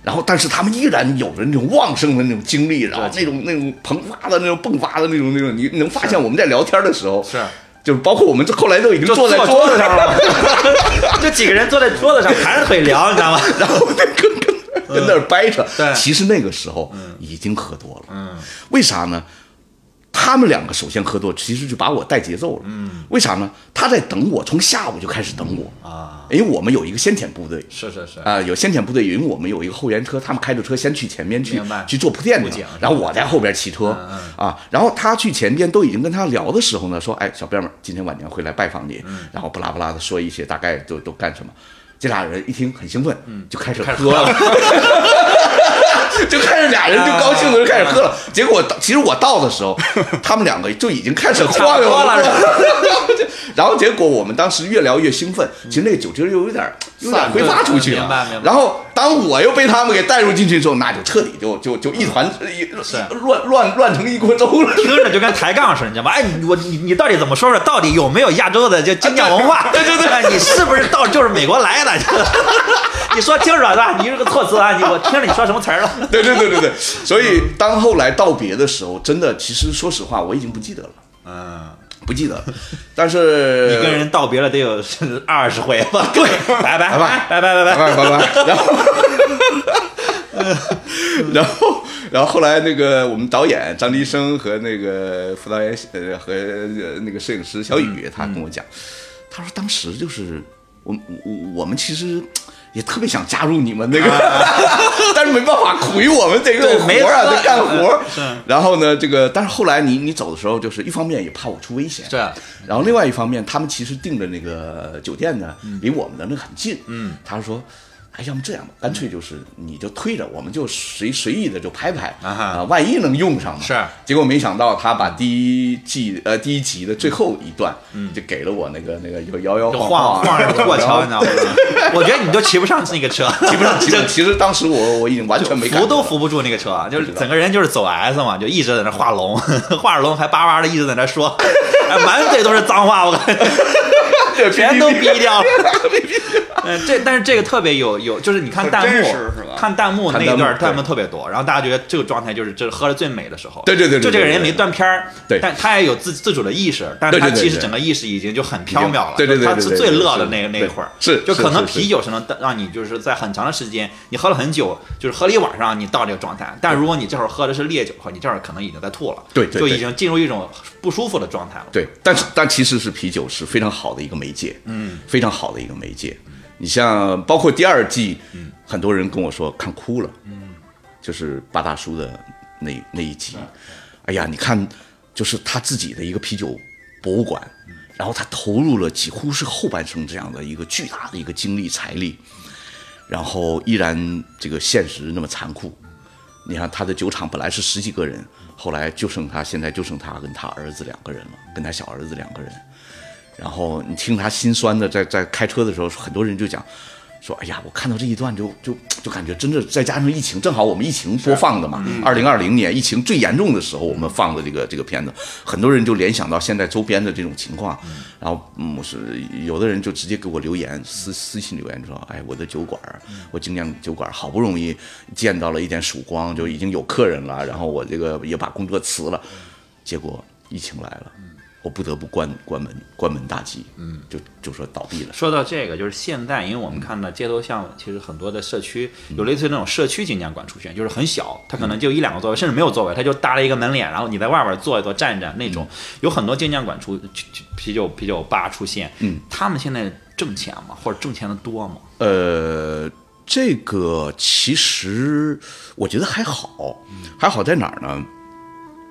Speaker 2: 然后，但是他们依然有着那种旺盛的那种精力，然后那种那种膨发的那种迸发的那种那种，你能发现我们在聊天的时候
Speaker 1: 是
Speaker 2: 就是包括我们这后来都已经
Speaker 1: 就
Speaker 2: 坐在
Speaker 1: 桌
Speaker 2: 子
Speaker 1: 上
Speaker 2: 了，
Speaker 1: 了，就几个人坐在桌子上盘着腿聊，你知道吗？
Speaker 2: 然后那个 跟那儿掰扯。
Speaker 1: 对
Speaker 2: 其实那个时候已经喝多了。嗯，为啥呢？他们两个首先喝多，其实就把我带节奏了。嗯，为啥呢？他在等我，从下午就开始等我
Speaker 1: 啊，
Speaker 2: 因为我们有一个先遣部队。
Speaker 1: 是是是，
Speaker 2: 啊、有先遣部队，因为我们有一个后援车，他们开着车先去前面去
Speaker 1: 明白
Speaker 2: 去做铺垫
Speaker 1: 布
Speaker 2: 的
Speaker 1: 景，嗯
Speaker 2: 然后我在后边骑车、啊，然后他去前边都已经跟他聊的时候呢，说，哎，小辫们，今天晚年会来拜访你，
Speaker 1: 嗯
Speaker 2: 然后不拉不拉的说一些大概都都干什么，这俩人一听很兴奋，
Speaker 1: 嗯
Speaker 2: 就开始喝了。 就开始俩人就高兴的就开始
Speaker 1: 啊
Speaker 2: 喝了，结果到其实我到的 时候，他们两个就已经开始晃悠
Speaker 1: 差不多了是
Speaker 2: 然后结果我们当时越聊越兴奋，其实那个酒劲儿又有点儿有点儿挥发出去了。
Speaker 1: 明白明白
Speaker 2: 然后当我又被他们给带入进去之后，那就彻底就就就一团
Speaker 1: 嗯
Speaker 2: 一乱乱乱成一锅粥了。
Speaker 1: 听着就跟抬杠似的，你知道吗？哎，你我你你到底怎么说说？到底有没有亚洲的这精酿文化？啊对对对，你是不是到就是美国来的？ 你说清楚了是吧？你这个措辞啊，你我听着你说什么词儿了？
Speaker 2: 对对对对对，所以
Speaker 1: 嗯
Speaker 2: 当后来道别的时候，真的，其实说实话，我已经不记得了，
Speaker 1: 嗯，
Speaker 2: 不记得了。但是
Speaker 1: 你跟人道别了得有 二十回吧？对，拜拜拜拜拜拜。
Speaker 2: 拜拜拜拜。然后， 然后，然后后来那个我们导演张黎生和那个副导演呃和呃那个摄影师小雨，他跟我讲，他说当时就是我我我们其实。也特别想加入你们那个， 但是没办法，苦于我们这个
Speaker 1: 对
Speaker 2: 活
Speaker 1: 没
Speaker 2: 儿啊，
Speaker 1: 辙
Speaker 2: 得干活儿
Speaker 1: 是。
Speaker 2: 然后呢，这个但是后来你你走的时候，就是一方面也怕我出危险，
Speaker 1: 是
Speaker 2: 然后另外一方面，他们其实订的那个酒店呢，
Speaker 1: 嗯
Speaker 2: 离我们的那个很近。嗯，他说，哎，要么这样吧，干脆就是你就推着，我们就随随意的就拍拍
Speaker 1: 啊哈
Speaker 2: 啊，万一能用上嘛。
Speaker 1: 是啊
Speaker 2: 结果没想到他把第一季呃第一集的最后一段，就给了我那个那个摇摇
Speaker 1: 嗯就
Speaker 2: 晃
Speaker 1: 晃晃着过桥，你知道 吗？我觉得你都骑不上那个车，
Speaker 2: 骑不上，骑不上。 其实当时我我已经完全没感
Speaker 1: 扶
Speaker 2: 觉
Speaker 1: 都
Speaker 2: 了
Speaker 1: 扶不住那个车，啊就是整个人就是走 S 嘛，就一直在那画龙， 画着龙还叭叭的一直在那说， 哎，满嘴都是脏话，我感觉
Speaker 2: 对
Speaker 1: 全都逼掉了。
Speaker 2: 哔哔哔
Speaker 1: 嗯，这但是这个特别有有，就是你看弹
Speaker 3: 很
Speaker 1: 幕
Speaker 3: 真实是吧
Speaker 1: 看弹幕那
Speaker 2: 看
Speaker 1: 一
Speaker 2: 弹幕
Speaker 1: 段
Speaker 2: 对
Speaker 1: 弹幕特别多，然后大家觉得这个状态就是这是喝的最美的时候。
Speaker 2: 对对对对
Speaker 1: 就这个
Speaker 2: 对对
Speaker 1: 人没断片儿，
Speaker 2: 对
Speaker 1: 但他也有自自主的意识，但是
Speaker 2: 对
Speaker 1: 他
Speaker 2: 对对
Speaker 1: 其实
Speaker 2: 对
Speaker 1: 整个意识已经就很缥缈了，
Speaker 2: 对对对对
Speaker 1: 他
Speaker 2: 对
Speaker 1: 是
Speaker 2: 对
Speaker 1: 最
Speaker 2: 对
Speaker 1: 乐的
Speaker 2: 是
Speaker 1: 那那
Speaker 2: 对
Speaker 1: 会儿，
Speaker 2: 是
Speaker 1: 就是可能
Speaker 2: 是是
Speaker 1: 啤酒是能让你就是在很长的时间，你喝了很久，就是喝了一晚上，你到这个状态，但如果你这会儿喝的是烈酒的话，你这会儿可能已经在吐了，
Speaker 2: 对
Speaker 1: 就
Speaker 2: 对对
Speaker 1: 已经进入一种不舒服的状态了。
Speaker 2: 对，但是但其实是啤酒是非常好的一个媒介，嗯，非常好的一个媒介。你像包括第二季，很多人跟我说看哭了，嗯，就是八大叔的那那一集，哎呀，你看，就是他自己的一个啤酒博物馆，然后他投入了几乎是后半生这样的一个巨大的一个精力财力，然后依然这个现实那么残酷。你看他的酒厂本来是十几个人，后来就剩他，现在就剩他跟他儿子两个人了，跟他小儿子两个人。然后你听他心酸的，在在开车的时候，很多人就讲说：“哎呀，我看到这一段就就就感觉真的，再加上疫情，正好我们疫情播放的嘛，二零二零年疫情最严重的时候，我们放的这个这个片子，很多人就联想到现在周边的这种情况。然后，嗯，我是有的人就直接给我留言，私私信留言说：‘哎，我的酒馆儿，我精酿酒馆儿好不容易见到了一点曙光，就已经有客人了，然后我这个也把工作辞了，结果疫情来了。’我不得不关关门关门大吉，嗯，就就说倒闭了。
Speaker 1: 说到这个，就是现在，因为我们看到街头巷尾，其实很多的社区有类似于那种社区景酿馆出现，就是很小，它可能就一两个座位，甚至没有座位，它就搭了一个门脸，然后你在外边坐一坐、站一站那种。有很多精酿馆出去去啤酒啤酒吧出现，嗯，他们现在挣钱吗？或者挣钱的多吗？
Speaker 2: 呃，这个其实我觉得还好，还好在哪儿呢？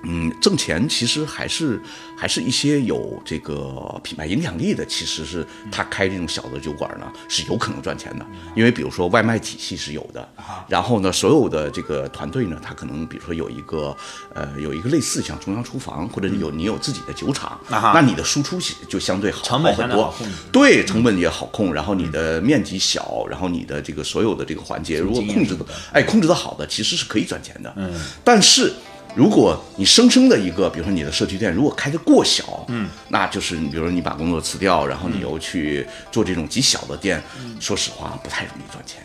Speaker 2: 嗯，挣钱其实还是还是一些有这个品牌影响力的，其实是
Speaker 1: 嗯
Speaker 2: 他开这种小的酒馆呢是有可能赚钱的，因为比如说外卖体系是有的，
Speaker 1: 啊
Speaker 2: 然后呢，所有的这个团队呢，他可能比如说有一个呃有一个类似像中央厨房，或者是有你有自己的酒厂，
Speaker 1: 嗯啊哈
Speaker 2: 那你的输出其就相对好
Speaker 1: 成本
Speaker 2: 好
Speaker 1: 相
Speaker 2: 很
Speaker 1: 对
Speaker 2: 多，
Speaker 1: 好控制
Speaker 2: 对，成本也好控，然后你的面积小，然后你的这个所有的这个环节，如果控制的，哎，控制的好的，其实是可以赚钱的。嗯，但是如果你生生的一个，比如说你的社区店如果开得过小，嗯，那就是你比如说你把工作辞掉，然后你又去做这种极小的店，说实话不太容易赚钱。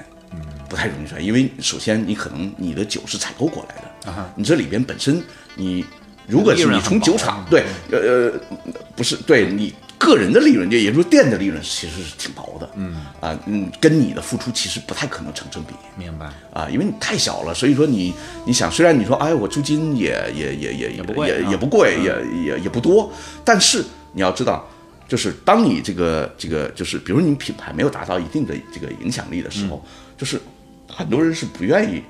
Speaker 2: 不太容易赚，因为首先你可能你的酒是采购过来的，
Speaker 1: 啊
Speaker 2: 你这里边本身你如果是
Speaker 1: 利润
Speaker 2: 你
Speaker 1: 很
Speaker 2: 从
Speaker 1: 薄
Speaker 2: 酒厂对呃呃不是对你个人的利润，就也就是店的利润，其实是挺薄的。嗯啊，嗯，跟你的付出其实不太可能成正比。
Speaker 1: 明白。
Speaker 2: 啊，因为你太小了，所以说你你想，虽然你说哎，我租金也也也也也
Speaker 1: 不贵
Speaker 2: 也
Speaker 1: 啊
Speaker 2: 也不贵，也也也不多，但是你要知道，就是当你这个这个就是，比如你品牌没有达到一定的这个影响力的时候，
Speaker 1: 嗯
Speaker 2: 就是很多人是不愿意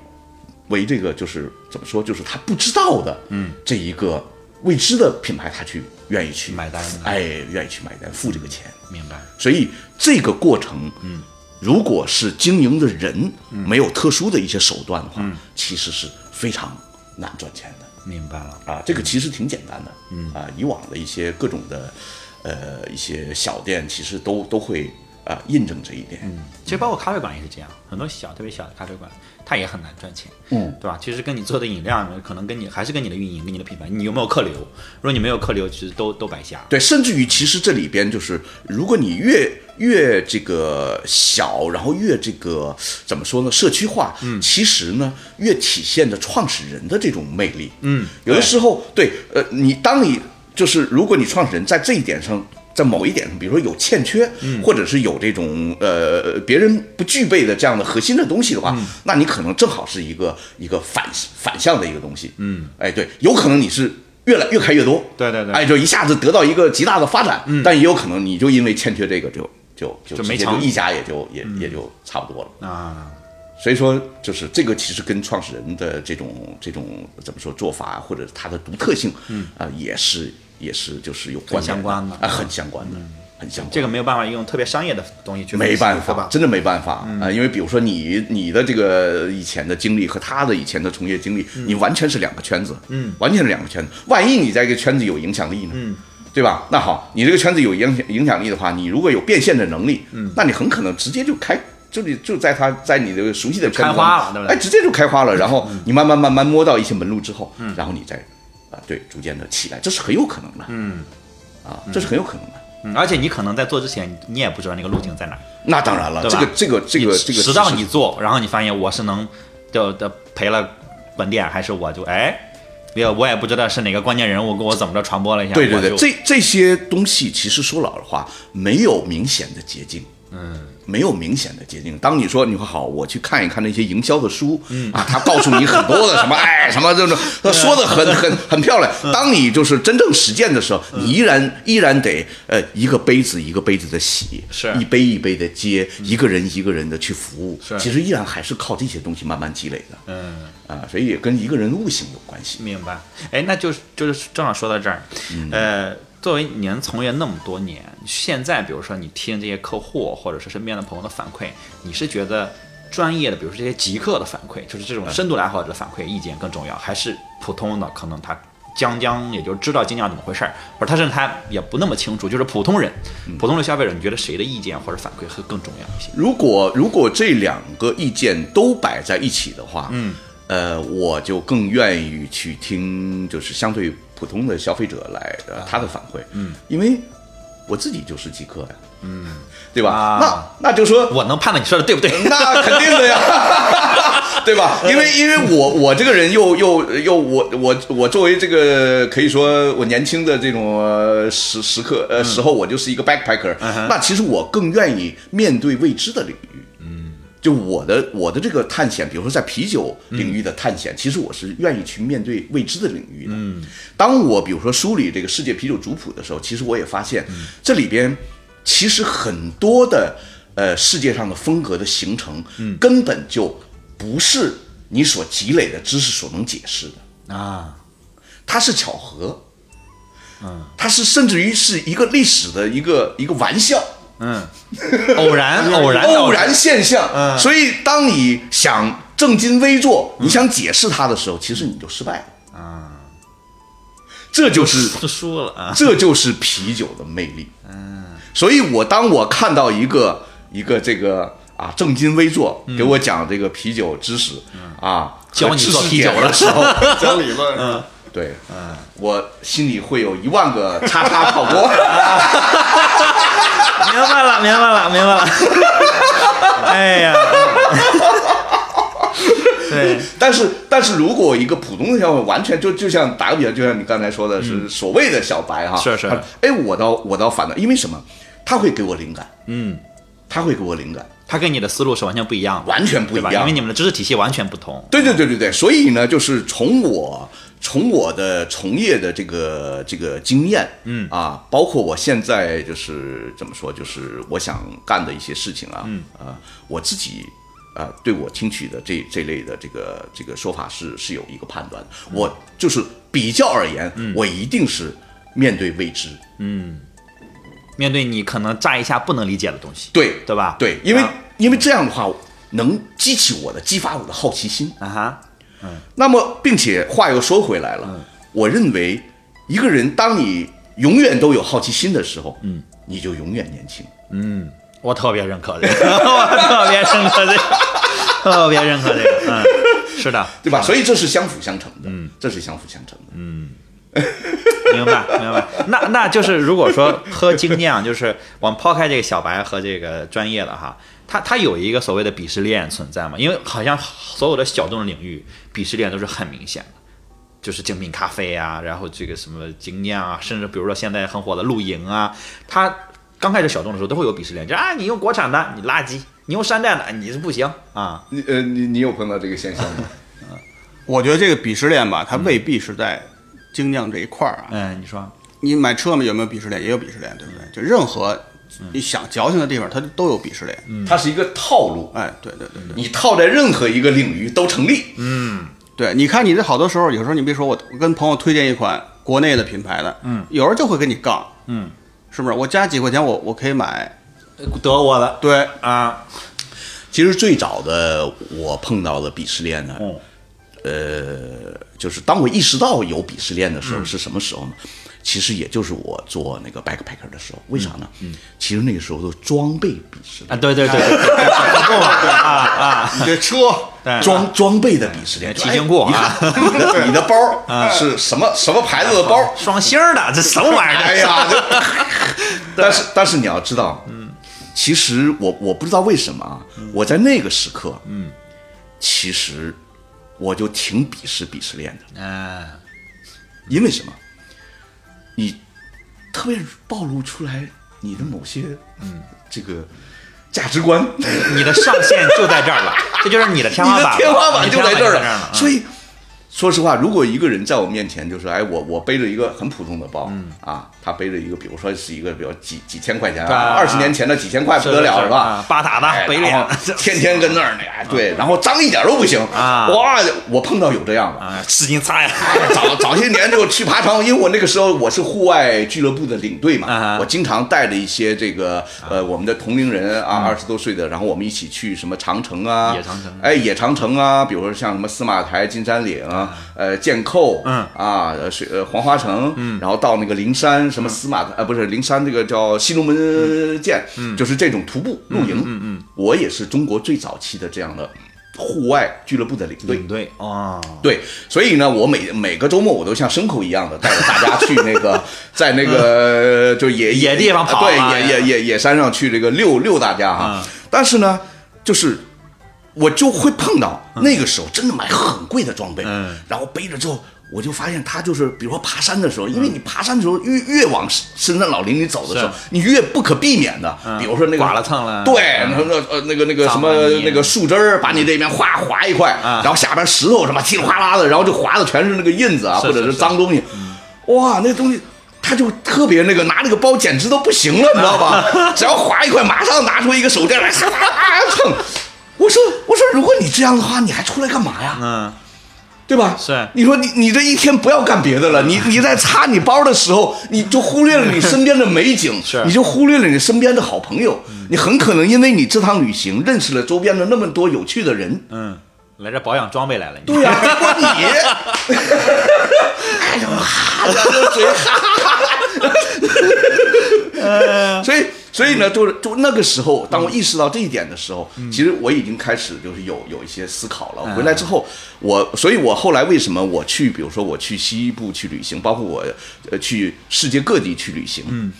Speaker 2: 为这个就是怎么说，就是他不知道的，嗯，这一个未知的品牌，他去愿意去
Speaker 1: 买单
Speaker 2: 哎，愿意去买单，付这个钱，
Speaker 1: 明白，
Speaker 2: 所以这个过程，嗯，如果是经营的人没有特殊的一些手段的话，其实是非常难赚钱的
Speaker 1: 明白了。
Speaker 2: 啊。这个其实挺简单的，嗯啊，以往的一些各种的，呃，一些小店其实都都会啊印证这一点。
Speaker 1: 其实包括咖啡馆也是这样，很多小特别小的咖啡馆，它也很难赚钱，
Speaker 2: 嗯，
Speaker 1: 对吧？其实跟你做的饮料，可能跟你还是跟你的运营、跟你的品牌，你有没有客流？如果你没有客流，其实都都白瞎。
Speaker 2: 对，甚至于其实这里边就是，如果你越越这个小，然后越这个怎么说呢，社区化，嗯，其实呢越体现着创始人的这种魅力，嗯，有的时候对，呃，你当你就是如果你创始人在这一点上。在某一点上，比如说有欠缺，或者是有这种呃别人不具备的这样的核心的东西的话，那你可能正好是一个一个反反向的一个东西。嗯，哎，对，有可能你是越来越开越多，
Speaker 1: 对对对
Speaker 2: 哎，就一下子得到一个极大的发展，但也有可能你就因为欠缺这个就就
Speaker 1: 嗯就
Speaker 2: 就直
Speaker 1: 没嗯
Speaker 2: 接就
Speaker 1: 成
Speaker 2: 一家也就也、也就差不多了。
Speaker 1: 啊，
Speaker 2: 所以说，就是这个其实跟创始人的这种这种怎么说做法或者他的独特性，嗯啊、也是也是就是有关联
Speaker 1: 相关的嗯
Speaker 2: 啊，很相关的，很相关。
Speaker 1: 这个没有办法用特别商业的东西去分析
Speaker 2: 没办法，
Speaker 1: 对吧？嗯
Speaker 2: 真的没办法啊、因为比如说你你的这个以前的经历和他的以前的从业经历，
Speaker 1: 嗯
Speaker 2: 你完全是两个圈子，嗯，完全是两个圈子。万一你在这个圈子有影响力呢，嗯，对吧？那好，你这个圈子有影响影响力的话，你如果有变现的能力，嗯，那你很可能直接就开。就你就在他在你的熟悉的圈子
Speaker 1: 开
Speaker 2: 上
Speaker 1: 花了对不对嗯
Speaker 2: 哎，直接就开花了。然后你慢慢慢慢摸到一些门路之后，然后你再啊，对，逐渐的起来，这是很有可能的。嗯，啊，这是很有可能的。
Speaker 1: 嗯，而且你可能在做之前，你也不知道那个路径在哪儿，
Speaker 2: 那当然了，
Speaker 1: 对
Speaker 2: 这
Speaker 1: 吧
Speaker 2: 个这个这个
Speaker 1: 你
Speaker 2: 这个，
Speaker 1: 直到你做，然后你发现我是能就的赔了本店，还是我就哎，也我也不知道是哪个关键人物给我怎么着传播了一下，
Speaker 2: 对对
Speaker 1: 我
Speaker 2: 对，
Speaker 1: 就
Speaker 2: 这这些东西其实说老实话，没有明显的捷径。嗯，没有明显的捷径。当你说你说好，我去看一看那些营销的书，嗯啊，他告诉你很多的 什么哎什么这种，他说的很
Speaker 1: 嗯
Speaker 2: 很很漂亮。当你就是真正实践的时候，你依然依然得呃一个杯子一个杯子的洗，
Speaker 1: 是嗯
Speaker 2: 一杯一杯的接，一个人一个人的去服务
Speaker 1: 是，
Speaker 2: 其实依然还是靠这些东西慢慢积累的。
Speaker 1: 嗯。
Speaker 2: 啊，所以也跟一个人悟性有关系。
Speaker 1: 明白，哎，那就是就是正好说到这儿，呃，作为您从业那么多年，现在比如说你听这些客户或者是身边的朋友的反馈，你是觉得专业的，比如说这些极客的反馈，就是这种深度爱好者的反馈意见更重要，还是普通的？可能他将将也就知道将将怎么回事儿，或者他甚至他也不那么清楚，就是普通人，普通的消费者，你觉得谁的意见或者反馈会更重要一些？
Speaker 2: 如果如果这两个意见都摆在一起的话，嗯，呃，我就更愿意去听，就是相对普通的消费者来呃他的反馈，嗯，因为我自己就是极客呀，嗯，对吧？
Speaker 1: 啊
Speaker 2: 那那就说
Speaker 1: 我能判断你说的对不对？
Speaker 2: 那肯定的呀， 对吧？因为因为我我这个人又又又我我我作为这个可以说我年轻的这种呃时时刻呃时候，我就是一个 backpacker、那其实我更愿意面对未知的领域。嗯，就我的我的这个探险，比如说在啤酒领域的探险，其实我是愿意去面对未知的领域的。嗯，当我比如说梳理这个世界啤酒族谱的时候，其实我也发现、这里边其实很多的呃世界上的风格的形成，嗯，根本就不是你所积累的知识所能解释的，
Speaker 1: 啊，
Speaker 2: 它是巧合，嗯，它是甚至于是一个历史的一个一个玩笑，
Speaker 1: 嗯，偶然偶然
Speaker 2: 偶
Speaker 1: 偶
Speaker 2: 然现象。
Speaker 1: 嗯
Speaker 2: 所以，当你想正襟危坐，你想解释它的时候，其实你就失败了。啊，
Speaker 1: 嗯
Speaker 2: 这就是
Speaker 1: 就输了啊。
Speaker 2: 这就是啤酒的魅力。嗯，所以我当我看到一个一个这个啊正襟危坐给我讲这个啤酒知识、啊，
Speaker 1: 嗯教你
Speaker 2: 和知识
Speaker 1: 做啤酒
Speaker 2: 点
Speaker 1: 了
Speaker 2: 的时 候，
Speaker 3: 讲理论，
Speaker 2: 对，嗯，我心里会有一万个叉叉跑过。
Speaker 1: 明白了，明白 了，明白了。哎呀，对，
Speaker 2: 但是但是如果一个普通的消费，完全就就像打个比方，就像你刚才说的是所谓的小白哈，
Speaker 1: 嗯是是啊
Speaker 2: 他哎，我倒我倒反倒，因为什么？他会给我灵感，
Speaker 1: 嗯，
Speaker 2: 他会给我灵感，
Speaker 1: 他跟你的思路是完全不一样的，
Speaker 2: 完全不一
Speaker 1: 对吧
Speaker 2: 样
Speaker 1: 因为你们的知识体系完全不同。
Speaker 2: 对对对对对，所以呢，就是从我从我的从业的这个这个经验，嗯啊，包括我现在就是怎么说，就是我想干的一些事情啊，嗯啊，我自己。啊，对我听取的这这类的这个这个说法是是有一个判断的，我就是比较而言，我一定是面对未知，
Speaker 1: 面对你可能乍一下不能理解的东西，
Speaker 2: 对
Speaker 1: 对吧？
Speaker 2: 对，因为
Speaker 1: 啊
Speaker 2: 因为这样的话能激起我的激发我的好奇心，
Speaker 1: 啊哈，
Speaker 2: 那么，并且话又说回来了，我认为一个人当你永远都有好奇心的时候，嗯，你就永远年轻。
Speaker 1: 我特别认可这个， 我特别认可这个，特别认可这个，嗯，是的，
Speaker 2: 对吧？所以这是相辅相成的，嗯，这是相辅相成的，嗯，
Speaker 1: 明白，明白。那那就是如果说喝精酿，就是我们抛开这个小白和这个专业的哈，它它有一个所谓的鄙视链存在嘛？因为好像所有的小众领域鄙视链都是很明显的，就是精品咖啡啊，然后这个什么精酿啊，甚至比如说现在很火的露营啊，它刚开始小众的时候都会有鄙视链，就是啊你用国产的你垃圾，你用山寨的你是不行啊。
Speaker 2: 你呃，你你有碰到这个现象吗？
Speaker 3: 我觉得这个鄙视链吧，它未必是在精酿这一块儿啊。
Speaker 1: 嗯，你说
Speaker 3: 你买车嘛，有没有鄙视链？也有鄙视链，对不对？就任何你想矫情的地方，它都有鄙视链。
Speaker 2: 它是一个套路，
Speaker 3: 哎，对对对对
Speaker 2: 你套在任何一个领域都成立，嗯，
Speaker 3: 对，你看你这好多时候，有时候你别说我，我跟朋友推荐一款国内的品牌的，嗯，有人就会跟你杠，
Speaker 1: 嗯，
Speaker 3: 是不是？我加几块钱我，我可以买，
Speaker 1: 德国的
Speaker 3: 对，
Speaker 1: 啊，
Speaker 2: 其实最早的我碰到的鄙视链呢，
Speaker 1: 嗯
Speaker 2: 呃，就是当我意识到有鄙视链的时候，是什么时候呢？其实也就是我做那个 backpacker 的时候，为啥呢？嗯，其实那个时候的装备鄙视
Speaker 1: 啊，
Speaker 2: 链，
Speaker 1: 对对对对对，够了啊啊，
Speaker 3: 你这车，
Speaker 1: 对
Speaker 2: 装装备的鄙视链，
Speaker 1: 骑行裤
Speaker 2: 哎
Speaker 1: 啊
Speaker 2: 你看 你的包是什么什么牌子的包？
Speaker 1: 双星儿的，这什么 玩意儿？
Speaker 2: 哎呀， 这但是但是你要知道，嗯，其实我我不知道为什么啊，我在那个时刻，嗯，其实我就挺鄙视鄙视链的，啊
Speaker 1: 嗯，
Speaker 2: 因为什么？你特别暴露出来你的某些嗯这个价值观，你
Speaker 1: 你的上限就在这 儿了，这就是你的天花板
Speaker 2: 的
Speaker 1: 了，
Speaker 2: 天花板就在
Speaker 1: 你的天花板就
Speaker 2: 这儿
Speaker 1: 了啊
Speaker 2: 了。。所
Speaker 1: 以
Speaker 2: 以说实话，如果一个人在我面前就是哎，我我背着一个很普通的包，
Speaker 1: 嗯
Speaker 2: 啊，他背着一个，比如说是一个，比如几几千块钱啊，
Speaker 1: 啊
Speaker 2: 二十年前的几千块不得了是吧？
Speaker 1: 巴塔
Speaker 2: 哎
Speaker 1: 的啊北
Speaker 2: 然
Speaker 1: 脸
Speaker 2: 后， 天天跟那儿那哎对，然后脏一点都不行
Speaker 1: 啊
Speaker 2: 哇，我碰到有这样的，
Speaker 1: 啊，使劲擦呀！
Speaker 2: 早早些年就去爬长，因为我那个时候我是户外俱乐部的领队
Speaker 1: 啊
Speaker 2: 嘛，我经常带着一些这个呃我们的同龄人啊，二十多岁的，然后我们一起去什么长城啊，
Speaker 1: 野长城
Speaker 2: 哎野长城啊，比如说像什么司马台、金山岭啊，呃箭扣，
Speaker 1: 嗯
Speaker 2: 啊呃水呃黄花城，嗯，然后到那个灵山什么司马呃不是灵山这个叫西龙门涧，就是这种徒步露营，嗯嗯，我也是中国最早期的这样的户外俱乐部的领队，
Speaker 1: 领队哦，
Speaker 2: 对，所以呢，我每每个周末我都像牲口一样的带着大家去那 个，在那个就野
Speaker 1: 嗯
Speaker 2: 呃
Speaker 1: 野地方跑啊
Speaker 2: 对，
Speaker 1: 哎
Speaker 2: 野
Speaker 1: 呀嗯
Speaker 2: 野野野山上去这个遛遛大家哈、但是呢，就是我就会碰到那个时候真的买很贵的装备，
Speaker 1: 嗯
Speaker 2: 然后背着之后。我就发现他就是，比如说爬山的时候，因为你爬山的时候越越往深深山老林里走的时候
Speaker 1: 是，
Speaker 2: 你越不可避免的，比如说那个
Speaker 1: 刮了蹭了
Speaker 2: 对，
Speaker 1: 嗯
Speaker 2: 然后那呃那个那个什
Speaker 1: 脏
Speaker 2: 么
Speaker 1: 了你
Speaker 2: 那个树枝儿把你这边哗划一块，
Speaker 1: 啊
Speaker 2: 然后下边石头什么噼里哗啦的，然后就划的全是那个印子啊，
Speaker 1: 是
Speaker 2: 或者
Speaker 1: 是
Speaker 2: 是
Speaker 1: 是嗯
Speaker 2: 脏东西。哇，那东西他就特别那个，拿那个包简直都不行了，你知 道吧？只要划一块，马上拿出一个手电来，哈哈哈蹭。我说我说，如果你这样的话，你还出来干嘛呀？
Speaker 1: 嗯，
Speaker 2: 对吧？
Speaker 1: 是
Speaker 2: 你说你你这一天不要干别的了，你你在擦你包的时候，你就忽略了你身边的美景，
Speaker 1: 是
Speaker 2: 你就忽略了你身边的好朋友，你很可能因为你这趟旅行认识了周边的那么多有趣的人。
Speaker 1: 嗯，来这保养装备来了，你
Speaker 2: 对呀、啊，关你， 哎呦，哈，然后嘴哈哈哈，所以。所以呢，就是就那个时候，当我意识到这一点的时候，其实我已经开始就是有有一些思考了。回来之后，我，所以我后来为什么我去，比如说我去西部去旅行，包括我呃去世界各地去旅行，嗯，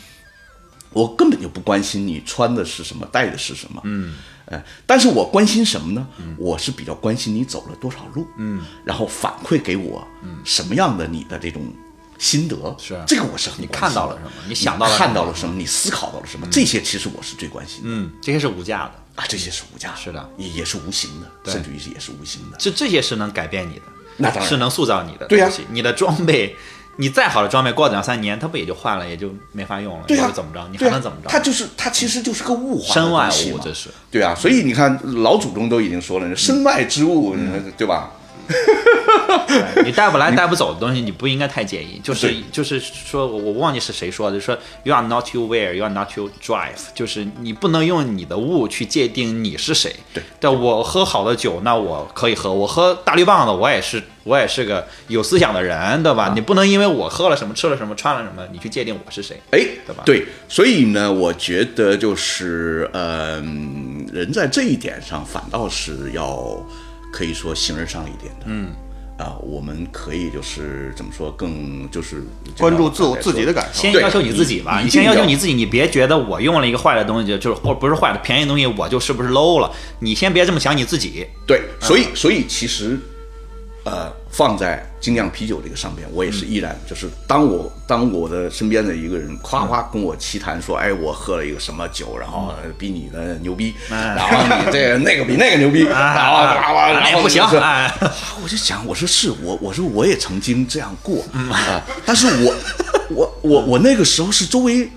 Speaker 2: 我根本就不关心你穿的是什么，戴的是什么，嗯，呃，但是我关心什么呢？我是比较关心你走了多少路，嗯，然后反馈给我，嗯，什么样的你的这种心得，
Speaker 1: 是啊
Speaker 2: 这个我是很
Speaker 1: 你
Speaker 2: 关
Speaker 1: 看
Speaker 2: 心
Speaker 1: 到
Speaker 2: 的
Speaker 1: 了什么你想到了什
Speaker 2: 看
Speaker 1: 么
Speaker 2: 到了什么，你思考到了什么，这些其实我是最关心的，
Speaker 1: 嗯，这些是无价的，
Speaker 2: 啊，这些是无价的，
Speaker 1: 是的
Speaker 2: 也也是无形的，甚至于是也是无形的。
Speaker 1: 这这些是能改变你的，
Speaker 2: 那当然
Speaker 1: 是能塑造你的。
Speaker 2: 对呀
Speaker 1: 西，你的装备，你再好的装备，过两三年它不也就换了，也就没法用了，
Speaker 2: 对呀、啊
Speaker 1: 又怎么着？你
Speaker 2: 对
Speaker 1: 还
Speaker 2: 呀
Speaker 1: 能怎么着？
Speaker 2: 它就是它，其实就是个物化的
Speaker 1: 身外
Speaker 2: 东西
Speaker 1: 物
Speaker 2: 嘛，
Speaker 1: 这是。嗯
Speaker 2: 对啊，所以你看老祖宗都已经说了，身外之物，对吧？
Speaker 1: 你带不来、带不走的东西，你不应该太介意。就是
Speaker 2: 对
Speaker 1: 就是说，我我忘记是谁说的，说 you are not you wear, you are not you drive，就是你不能用你的物去界定你是谁。
Speaker 2: 对，
Speaker 1: 但我喝好的酒，那我可以喝；我喝大绿棒子，我也是我也是个有思想的人，对
Speaker 2: 啊
Speaker 1: 吧？你不能因为我喝了什么、吃了什么、穿了什么，你去界定我是谁。
Speaker 2: 哎，
Speaker 1: 对吧
Speaker 2: 对，所以呢，我觉得就是，呃，嗯人在这一点上反倒是要可以说形而上一点的，嗯，啊，我们可以就是怎么说，更就是
Speaker 3: 关注自我
Speaker 2: 就像我刚才说
Speaker 3: 自己的感受。
Speaker 1: 先
Speaker 2: 对
Speaker 1: 要求你自己吧，
Speaker 2: 你
Speaker 1: 你
Speaker 2: 一定
Speaker 1: 先要求
Speaker 2: 要
Speaker 1: 你自己，你别觉得我用了一个坏的东西就就是或不是坏的便宜的东西，我就是不是 low 了。你先别这么想你自己，
Speaker 2: 对，
Speaker 1: 嗯
Speaker 2: 所以所以其实，呃，放在精酿啤酒这个上边，我也
Speaker 1: 嗯
Speaker 2: 是依然就是当我当我的身边的一个人夸
Speaker 1: 嗯
Speaker 2: 夸跟我奇谈说，哎，我喝了一个什么酒，然后呃比你的牛逼，
Speaker 1: 嗯
Speaker 2: 然后你这个那个比那个牛 逼，然后然后啊然
Speaker 1: 哎
Speaker 2: 后
Speaker 1: 不行
Speaker 2: 就是
Speaker 1: 哎
Speaker 2: 啊我就想，我说是我，我说我也曾经这样过
Speaker 1: 嗯
Speaker 2: 啊，但是我我我我那个时候是周围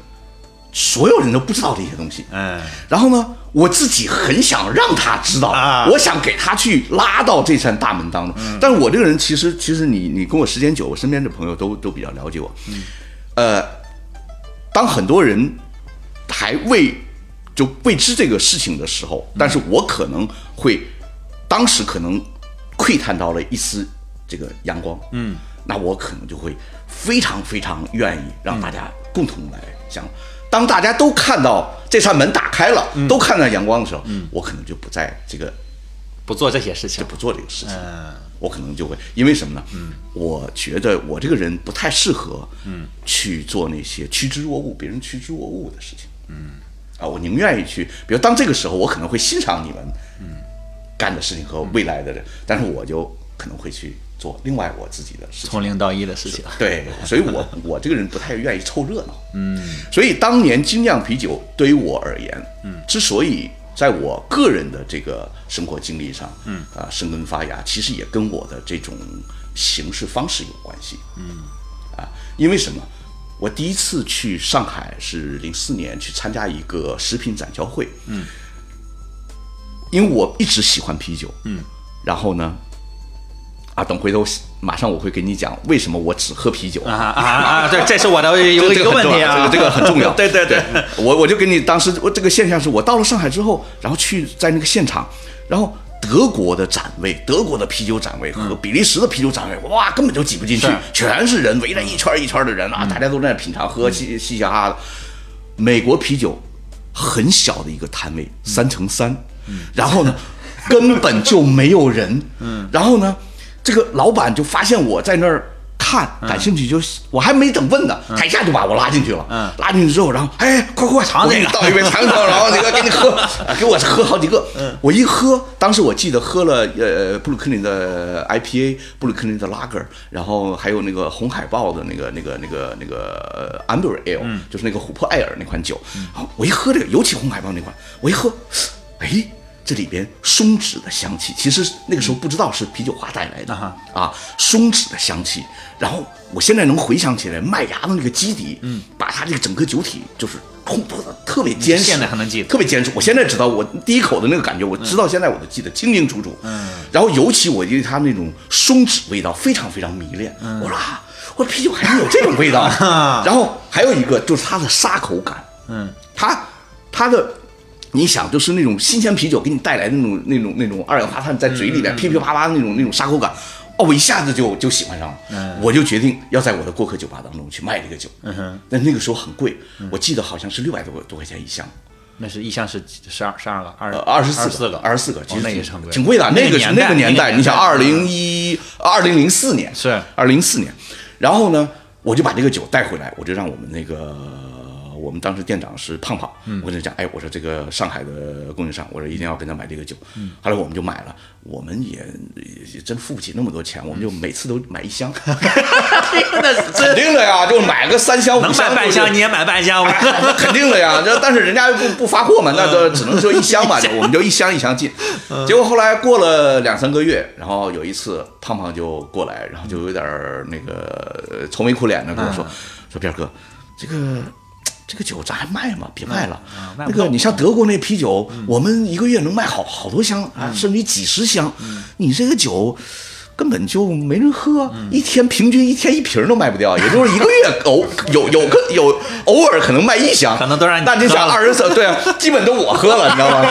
Speaker 2: 所有人都不知道这些 东西，
Speaker 1: 嗯。
Speaker 2: 然后呢，我自己很想让他知道，
Speaker 1: 啊
Speaker 2: 我想给他去拉到这扇大门当中。但是我这个人其实，其实你你跟我时间久，我身边的朋友都都比较了解我。呃，当很多人还未就未知这个事情的时候，但是我可能会当时可能窥探到了一丝这个阳光，嗯，那我可能就会非常非常愿意让大家共同来想。当大家都看到这扇门打开了，都看到阳光的时候，我可能就不在这个
Speaker 1: 不做这些事情
Speaker 2: 就。不做这个事情。
Speaker 1: 嗯，
Speaker 2: 我可能就会因为什么呢？嗯，我觉得我这个人不太适合，嗯，去做那些趋之若鹜、别人趋之若鹜的事情。嗯，啊，我宁愿意去，比如当这个时候，我可能会欣赏你们，嗯，干的事情和未来的人，但是我就可能会去做另外我自己的事情。
Speaker 1: 从零到一的事情。
Speaker 2: 对，所以我 我这个人不太愿意凑热闹。嗯，所以当年精酿啤酒对于我而言，嗯，之所以在我个人的这个生活经历上，嗯啊、生根发芽，其实也跟我的这种行事方式有关系。嗯，啊，因为什么？我第一次去上海是零四年去参加一个食品展销会。嗯，因为我一直喜欢啤酒。嗯，然后呢？啊，等回头马上我会给你讲为什么我只喝啤酒
Speaker 1: 啊啊啊！对，这是 我的有一
Speaker 2: 这
Speaker 1: 个问题啊，。
Speaker 2: 这个很重要
Speaker 1: 对对对，
Speaker 2: 我我就跟你当时我这个现象是我到了上海之后，然后去在那个现场，然后德国的展位、德国的啤酒展位和比利时的啤酒展位，哇，根本就挤不进
Speaker 1: 嗯
Speaker 2: 去
Speaker 1: 是，嗯
Speaker 2: 全是人围着一圈一圈的人啊，大家都在那品尝喝，嘻嘻嘻哈哈的。美国啤酒很小的一个摊位，三乘三，然后呢，根本就没有人，嗯，然后呢，这个老板就发现我在那儿看，感兴趣就，我还没等问呢，他一下就把我拉进去了，
Speaker 1: 嗯
Speaker 2: 拉进去之后，然后哎，快快快，
Speaker 1: 尝
Speaker 2: 我
Speaker 1: 这
Speaker 2: 给
Speaker 1: 个
Speaker 2: 你倒一杯尝一尝，然后这个给你喝，啊给我喝好几个，我一喝，当时我记得喝了呃布鲁克林的 IPA，布鲁克林的拉格，然后还有那个红海豹的那个那个那个那个呃 Amber Ale，、就是那个琥珀艾尔那款酒，啊我一喝这个，尤其红海豹那款，我一喝，哎。这里边松脂的香气，其实那个时候不知道是啤酒花带来的
Speaker 1: 啊哈
Speaker 2: 啊，松脂的香气。然后我现在能回想起来，麦芽的那个基底，嗯，把它这个整个酒体就是烘托的特别坚
Speaker 1: 嗯
Speaker 2: 实，
Speaker 1: 现在还能记得
Speaker 2: 特别坚实。我现在知道我第一口的那个感觉，我知道现在我都记得清清楚楚。嗯，然后尤其我对它那种松脂味道非常非常迷恋。我说啊，我说啤酒还能有这种味道。然后还有一个就是它的沙口感，
Speaker 1: 嗯，
Speaker 2: 它它的。你想，就是那种新鲜啤酒给你带来的那种、那种、那种二氧化碳在嘴里面噼噼啪啪的那种、那种沙口感，哦，我一下子就就喜欢上了，我就决定要在我的过客酒吧当中去卖这个酒。但那个时候很贵，我记得好像是六百多多块钱一箱。
Speaker 1: 那是意向是十二十二个二
Speaker 2: 呃，二十
Speaker 1: 四
Speaker 2: 四
Speaker 1: 个
Speaker 2: 二十四个，其
Speaker 1: 哦
Speaker 2: 实
Speaker 1: 那也是很贵，
Speaker 2: 挺贵的。啊那
Speaker 1: 个
Speaker 2: 个是那
Speaker 1: 个
Speaker 2: 个年代，
Speaker 1: 代，啊
Speaker 2: 你想，二零一二零零四年
Speaker 1: 是
Speaker 2: 二零四年，然后呢，我就把这个酒带回来，我就让我们那个我们当时店长是胖胖，
Speaker 1: 嗯
Speaker 2: 我跟他讲，哎，我说这个上海的供应商，我说一定要跟他买这个酒。
Speaker 1: 嗯
Speaker 2: 后来我们就买了，我们也也真付不起那么多钱，我们就每次都买 一箱，肯定的呀，就买个三箱五
Speaker 1: 能
Speaker 2: 箱
Speaker 1: 买半
Speaker 2: 就
Speaker 1: 箱
Speaker 2: 是
Speaker 1: 你也买半箱，
Speaker 2: 那肯定的呀，这但是人家又不不发货嘛，那就只能说嗯 一箱嗯嘛，就我们就一箱一箱进。结果后来过了两三个月，然后有一次胖胖就过来，然后就有点儿那个呃愁眉苦脸的跟我说：“说彪哥，这个这个酒咱还卖吗？别卖了。
Speaker 1: 卖
Speaker 2: 那
Speaker 1: 不
Speaker 2: 个
Speaker 1: 动嗯
Speaker 2: 你像德国那啤酒，我们一个月能卖好好多箱啊，甚至于几十箱。
Speaker 1: 嗯
Speaker 2: 你这个酒。”根本就没人喝，
Speaker 1: 嗯
Speaker 2: 一天平均一天一瓶都卖不掉，也就是一个 月偶有有个有偶尔可能卖一箱，
Speaker 1: 可能都让你
Speaker 2: 那你
Speaker 1: 喝
Speaker 2: 想
Speaker 1: 了
Speaker 2: 二十四对啊，基本都我喝了，你知道 吗？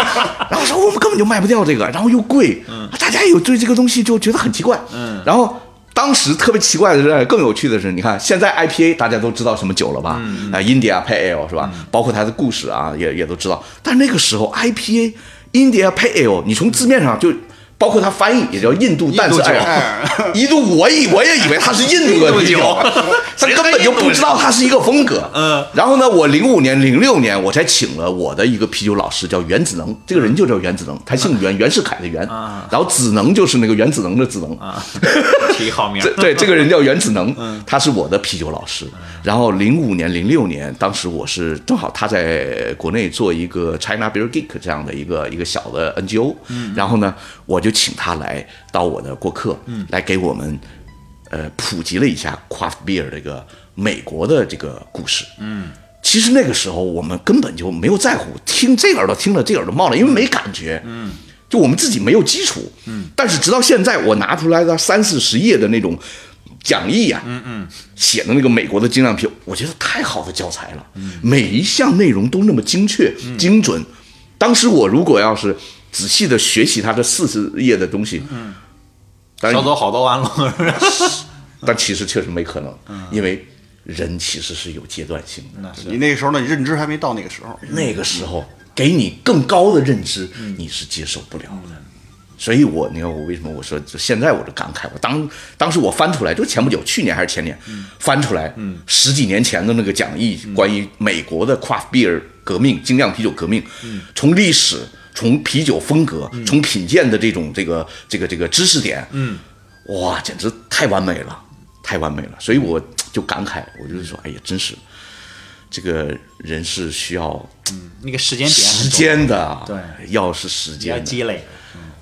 Speaker 2: 然后说我们根本就卖不掉这个，然后又贵，大家有对这个东西就觉得很奇怪，嗯，然后。当时特别奇怪的是，更有趣的是，你看现在 IPA 大家都知道什么酒了吧？啊，India Pale Ale 是吧？包括它的故事啊，也也都知道。但那个时候 IPA India Pale Ale，你哦从字面上就包括它翻译也叫印度淡色艾尔，一度我以我也以为它是印度的啤
Speaker 1: 印
Speaker 2: 酒
Speaker 1: 度，
Speaker 2: 他根本就不知道它是一个风格。嗯，然后呢，我零五年、零六年我才请了我的一个啤酒老师，叫袁子能，这个人就叫袁子能，他姓袁，袁世凯的袁，然后子能就是那个袁子能的子能。
Speaker 1: 起好名
Speaker 2: 这对这个人叫袁子能，他是我的啤酒老师。然后零五年、零六年，当时我是正好他在国内做一个 China Beer Geek 这样的一个一个小的 NGO，然后呢，我就请他来到我的过客，来给我们呃普及了一下 craft beer 这个美国的这个故事。嗯。其实那个时候我们根本就没有在乎，听这耳朵听了，这耳朵冒了，因为没感觉。嗯，就我们自己没有基础。嗯，但是直到现在，我拿出来的三四十页的那种讲义呀、嗯嗯，写的那个美国的精酿啤酒，我觉得太好的教材了。每一项内容都那么精确、精准。当时我如果要是仔细的学习它这四十页的东西，嗯，当然
Speaker 1: 少走好多弯路。
Speaker 2: 但其实确实没可能，因为人其实是有阶段性的。
Speaker 3: 你那个时候呢，你认知还没到那个时候。
Speaker 2: 那个时候给你更高的认知，你是接受不了的。所以我，你看我为什么我说就现在我就感慨，我当当时我翻出来，就前不久，去年还是前年，翻出来，十几年前的那个讲义，关于美国的 craft beer 革命、精酿啤酒革命，从历史、从啤酒风格、从品鉴的这种这个这个这个知识点，嗯，哇，简直太完美了，太完美了。所以我就感慨，我就是说，哎呀，真是这个人是需要
Speaker 1: 那个时间点很
Speaker 2: 时
Speaker 1: 重要，
Speaker 2: 间的，啊
Speaker 1: 对，
Speaker 2: 要是时
Speaker 1: 要
Speaker 2: 间的，
Speaker 1: 积累。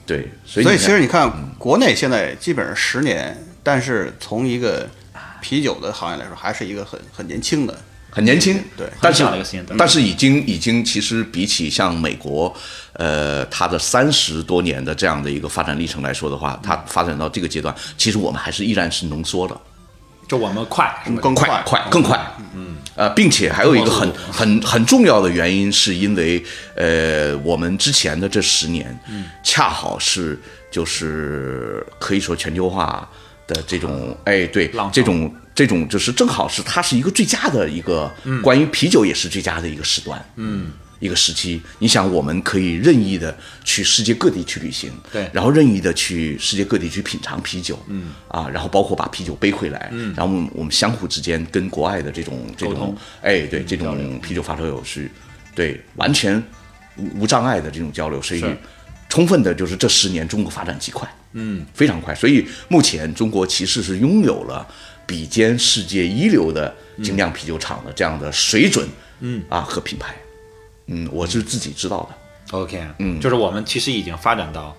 Speaker 2: 对，所以
Speaker 3: 所
Speaker 2: 你
Speaker 3: 以其
Speaker 2: 看
Speaker 3: 实你看，国内现在基本上十年，但是从一个啤酒的行业来说，还是一个很很年轻的。
Speaker 2: 很年轻，
Speaker 3: 对
Speaker 2: 但是
Speaker 1: 很小的一个时间段
Speaker 2: 但是已经已经其实比起像美国，呃，它的三十多年的这样的一个发展历程来说的话，它发展到这个阶段，其实我们还是依然是浓缩的，
Speaker 1: 就我们快，是吧
Speaker 3: 更
Speaker 2: 快
Speaker 3: 快
Speaker 2: 快更快，嗯，呃，并且还有一个很很很重要的原因，是因为呃，我们之前的这十年，嗯，恰好是就是可以说全球化的这种，哎，对
Speaker 1: 浪潮，
Speaker 2: 这种这种就是正好是它是一个最佳的一个，关于啤酒也是最佳的一个时段，嗯。一个时期，你想，我们可以任意的去世界各地去旅行，
Speaker 1: 对
Speaker 2: 然后任意的去世界各地去品尝啤酒，嗯，啊，然后包括把啤酒背回来，嗯，然后我们我们相互之间跟国外的这种这种
Speaker 1: 通，
Speaker 2: 哎，对，这种啤酒发烧友是，对，完全无无障碍的这种交流，所以
Speaker 1: 是
Speaker 2: 充分的就是这十年中国发展极快，嗯，非常快，所以目前中国其实是拥有了比肩世界一流的精酿啤酒厂的这样的水准，嗯，啊和品牌，嗯，我是自己知道的。
Speaker 1: OK，嗯，就是我们其实已经发展到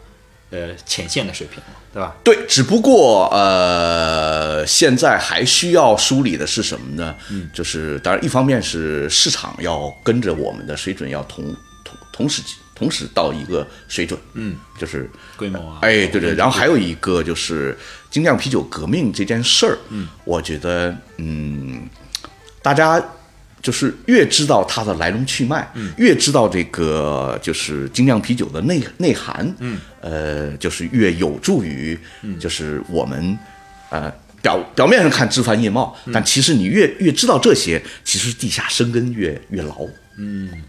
Speaker 1: 呃前线的水平了，对吧？
Speaker 2: 对，只不过呃，现在还需要梳理的是什么呢？嗯，就是当然，一方面是市场要跟着我们的水准要同同同时同时到一个水准，嗯，就是
Speaker 1: 规模啊，
Speaker 2: 哎，对对，然后还有一个就是精酿啤酒革命这件事儿，嗯，我觉得，嗯，大家就是越知道它的来龙去脉，嗯，越知道这个就是精酿啤酒的内内涵，嗯，呃，就是越有助于，就是我们，呃。表表面上看枝繁叶茂，但其实你越越知道这些，其实地下生根越越牢。嗯，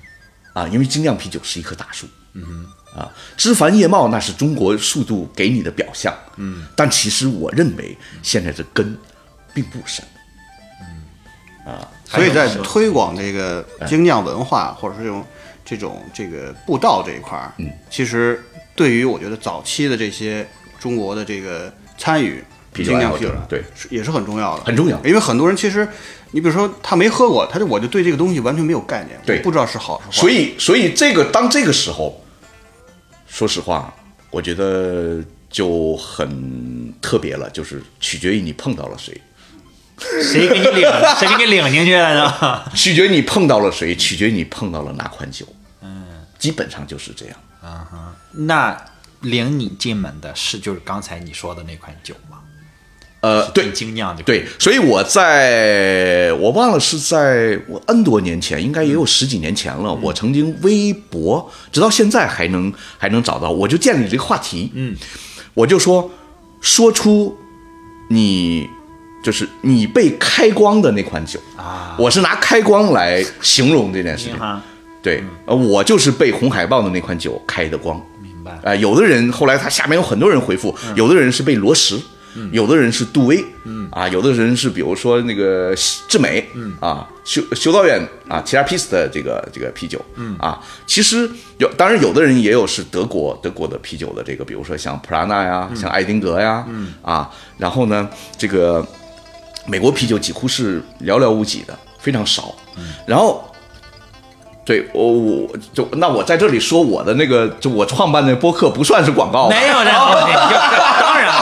Speaker 2: 啊，因为精酿啤酒是一棵大树。啊，枝繁叶茂那是中国速度给你的表象，嗯，但其实我认为现在这根并不深，嗯，啊，
Speaker 1: 还
Speaker 3: 所
Speaker 1: 有
Speaker 3: 以在
Speaker 1: 是吧
Speaker 3: 推广这个精酿文化，或者是这种这种这个步道这一块儿，嗯，其实对于我觉得早期的这些中国的这个参与
Speaker 2: 啤酒
Speaker 3: 精
Speaker 2: 爱
Speaker 3: 酿
Speaker 2: 好
Speaker 3: 啤酒
Speaker 2: 者，对
Speaker 3: 是，也是很重要的，
Speaker 2: 很重要
Speaker 3: 因为很多人其实，你比如说他没喝过，他就我就对这个东西完全没有概念，
Speaker 2: 对
Speaker 3: 我不知道是好是坏，
Speaker 2: 所以，所以这个当这个时候，说实话，我觉得就很特别了，就是取决于你碰到了 谁，
Speaker 1: 谁给你 领，谁给你领进去的呢？
Speaker 2: 取决于你碰到了谁，取决于你碰到了哪款酒。嗯，基本上就是这样。
Speaker 1: 那领你进门的是就是刚才你说的那款酒吗？
Speaker 2: 呃，对
Speaker 1: 很，精酿的，
Speaker 2: 对，所以我在我忘了是在我 N 多年前，应该也有十几年前了。我曾经微博，直到现在还能还能找到，我就建立这个话题。嗯，我就说说出你就是你被开光的那款酒啊，我是拿开光来形容这件事情。
Speaker 1: 啊，
Speaker 2: 对，呃，我就是被红海豹的那款酒开的光。
Speaker 1: 明白。
Speaker 2: 哎，有的人后来他下面有很多人回复，有的人是被罗什，有的人是杜威，嗯啊，有的人是比如说那个智美，嗯啊，修修道院啊，其他 p i s 的这个这个啤酒，嗯啊，其实有，当然有的人也有是德国德国的啤酒的这个，比如说像普拉纳呀，像爱丁格呀，嗯啊，然后呢，这个美国啤酒几乎是寥寥无几的，非常少，
Speaker 1: 嗯
Speaker 2: 然后对我我就那我在这里说我的那个，就我创办的播客不算是广告啊，
Speaker 1: 没有这种东西，当然，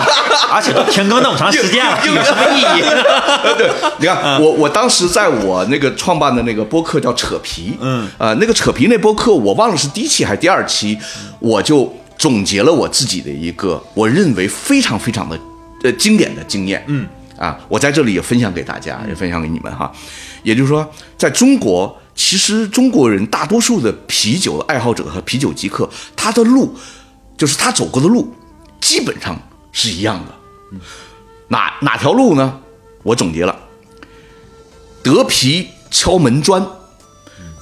Speaker 1: 而且都停更那么长时间了，有什么意义？
Speaker 2: 对，你看我我当时在我那个创办的那个播客叫扯皮，嗯，呃，那个扯皮那播客我忘了是第一期还是第二期，我就总结了我自己的一个我认为非常非常的呃经典的经验，嗯，啊，我在这里也分享给大家，也分享给你们哈，也就是说，在中国。其实中国人大多数的啤酒爱好者和啤酒极客，他的路，就是他走过的路，基本上是一样的。哪哪条路呢？我总结了：德皮敲门砖，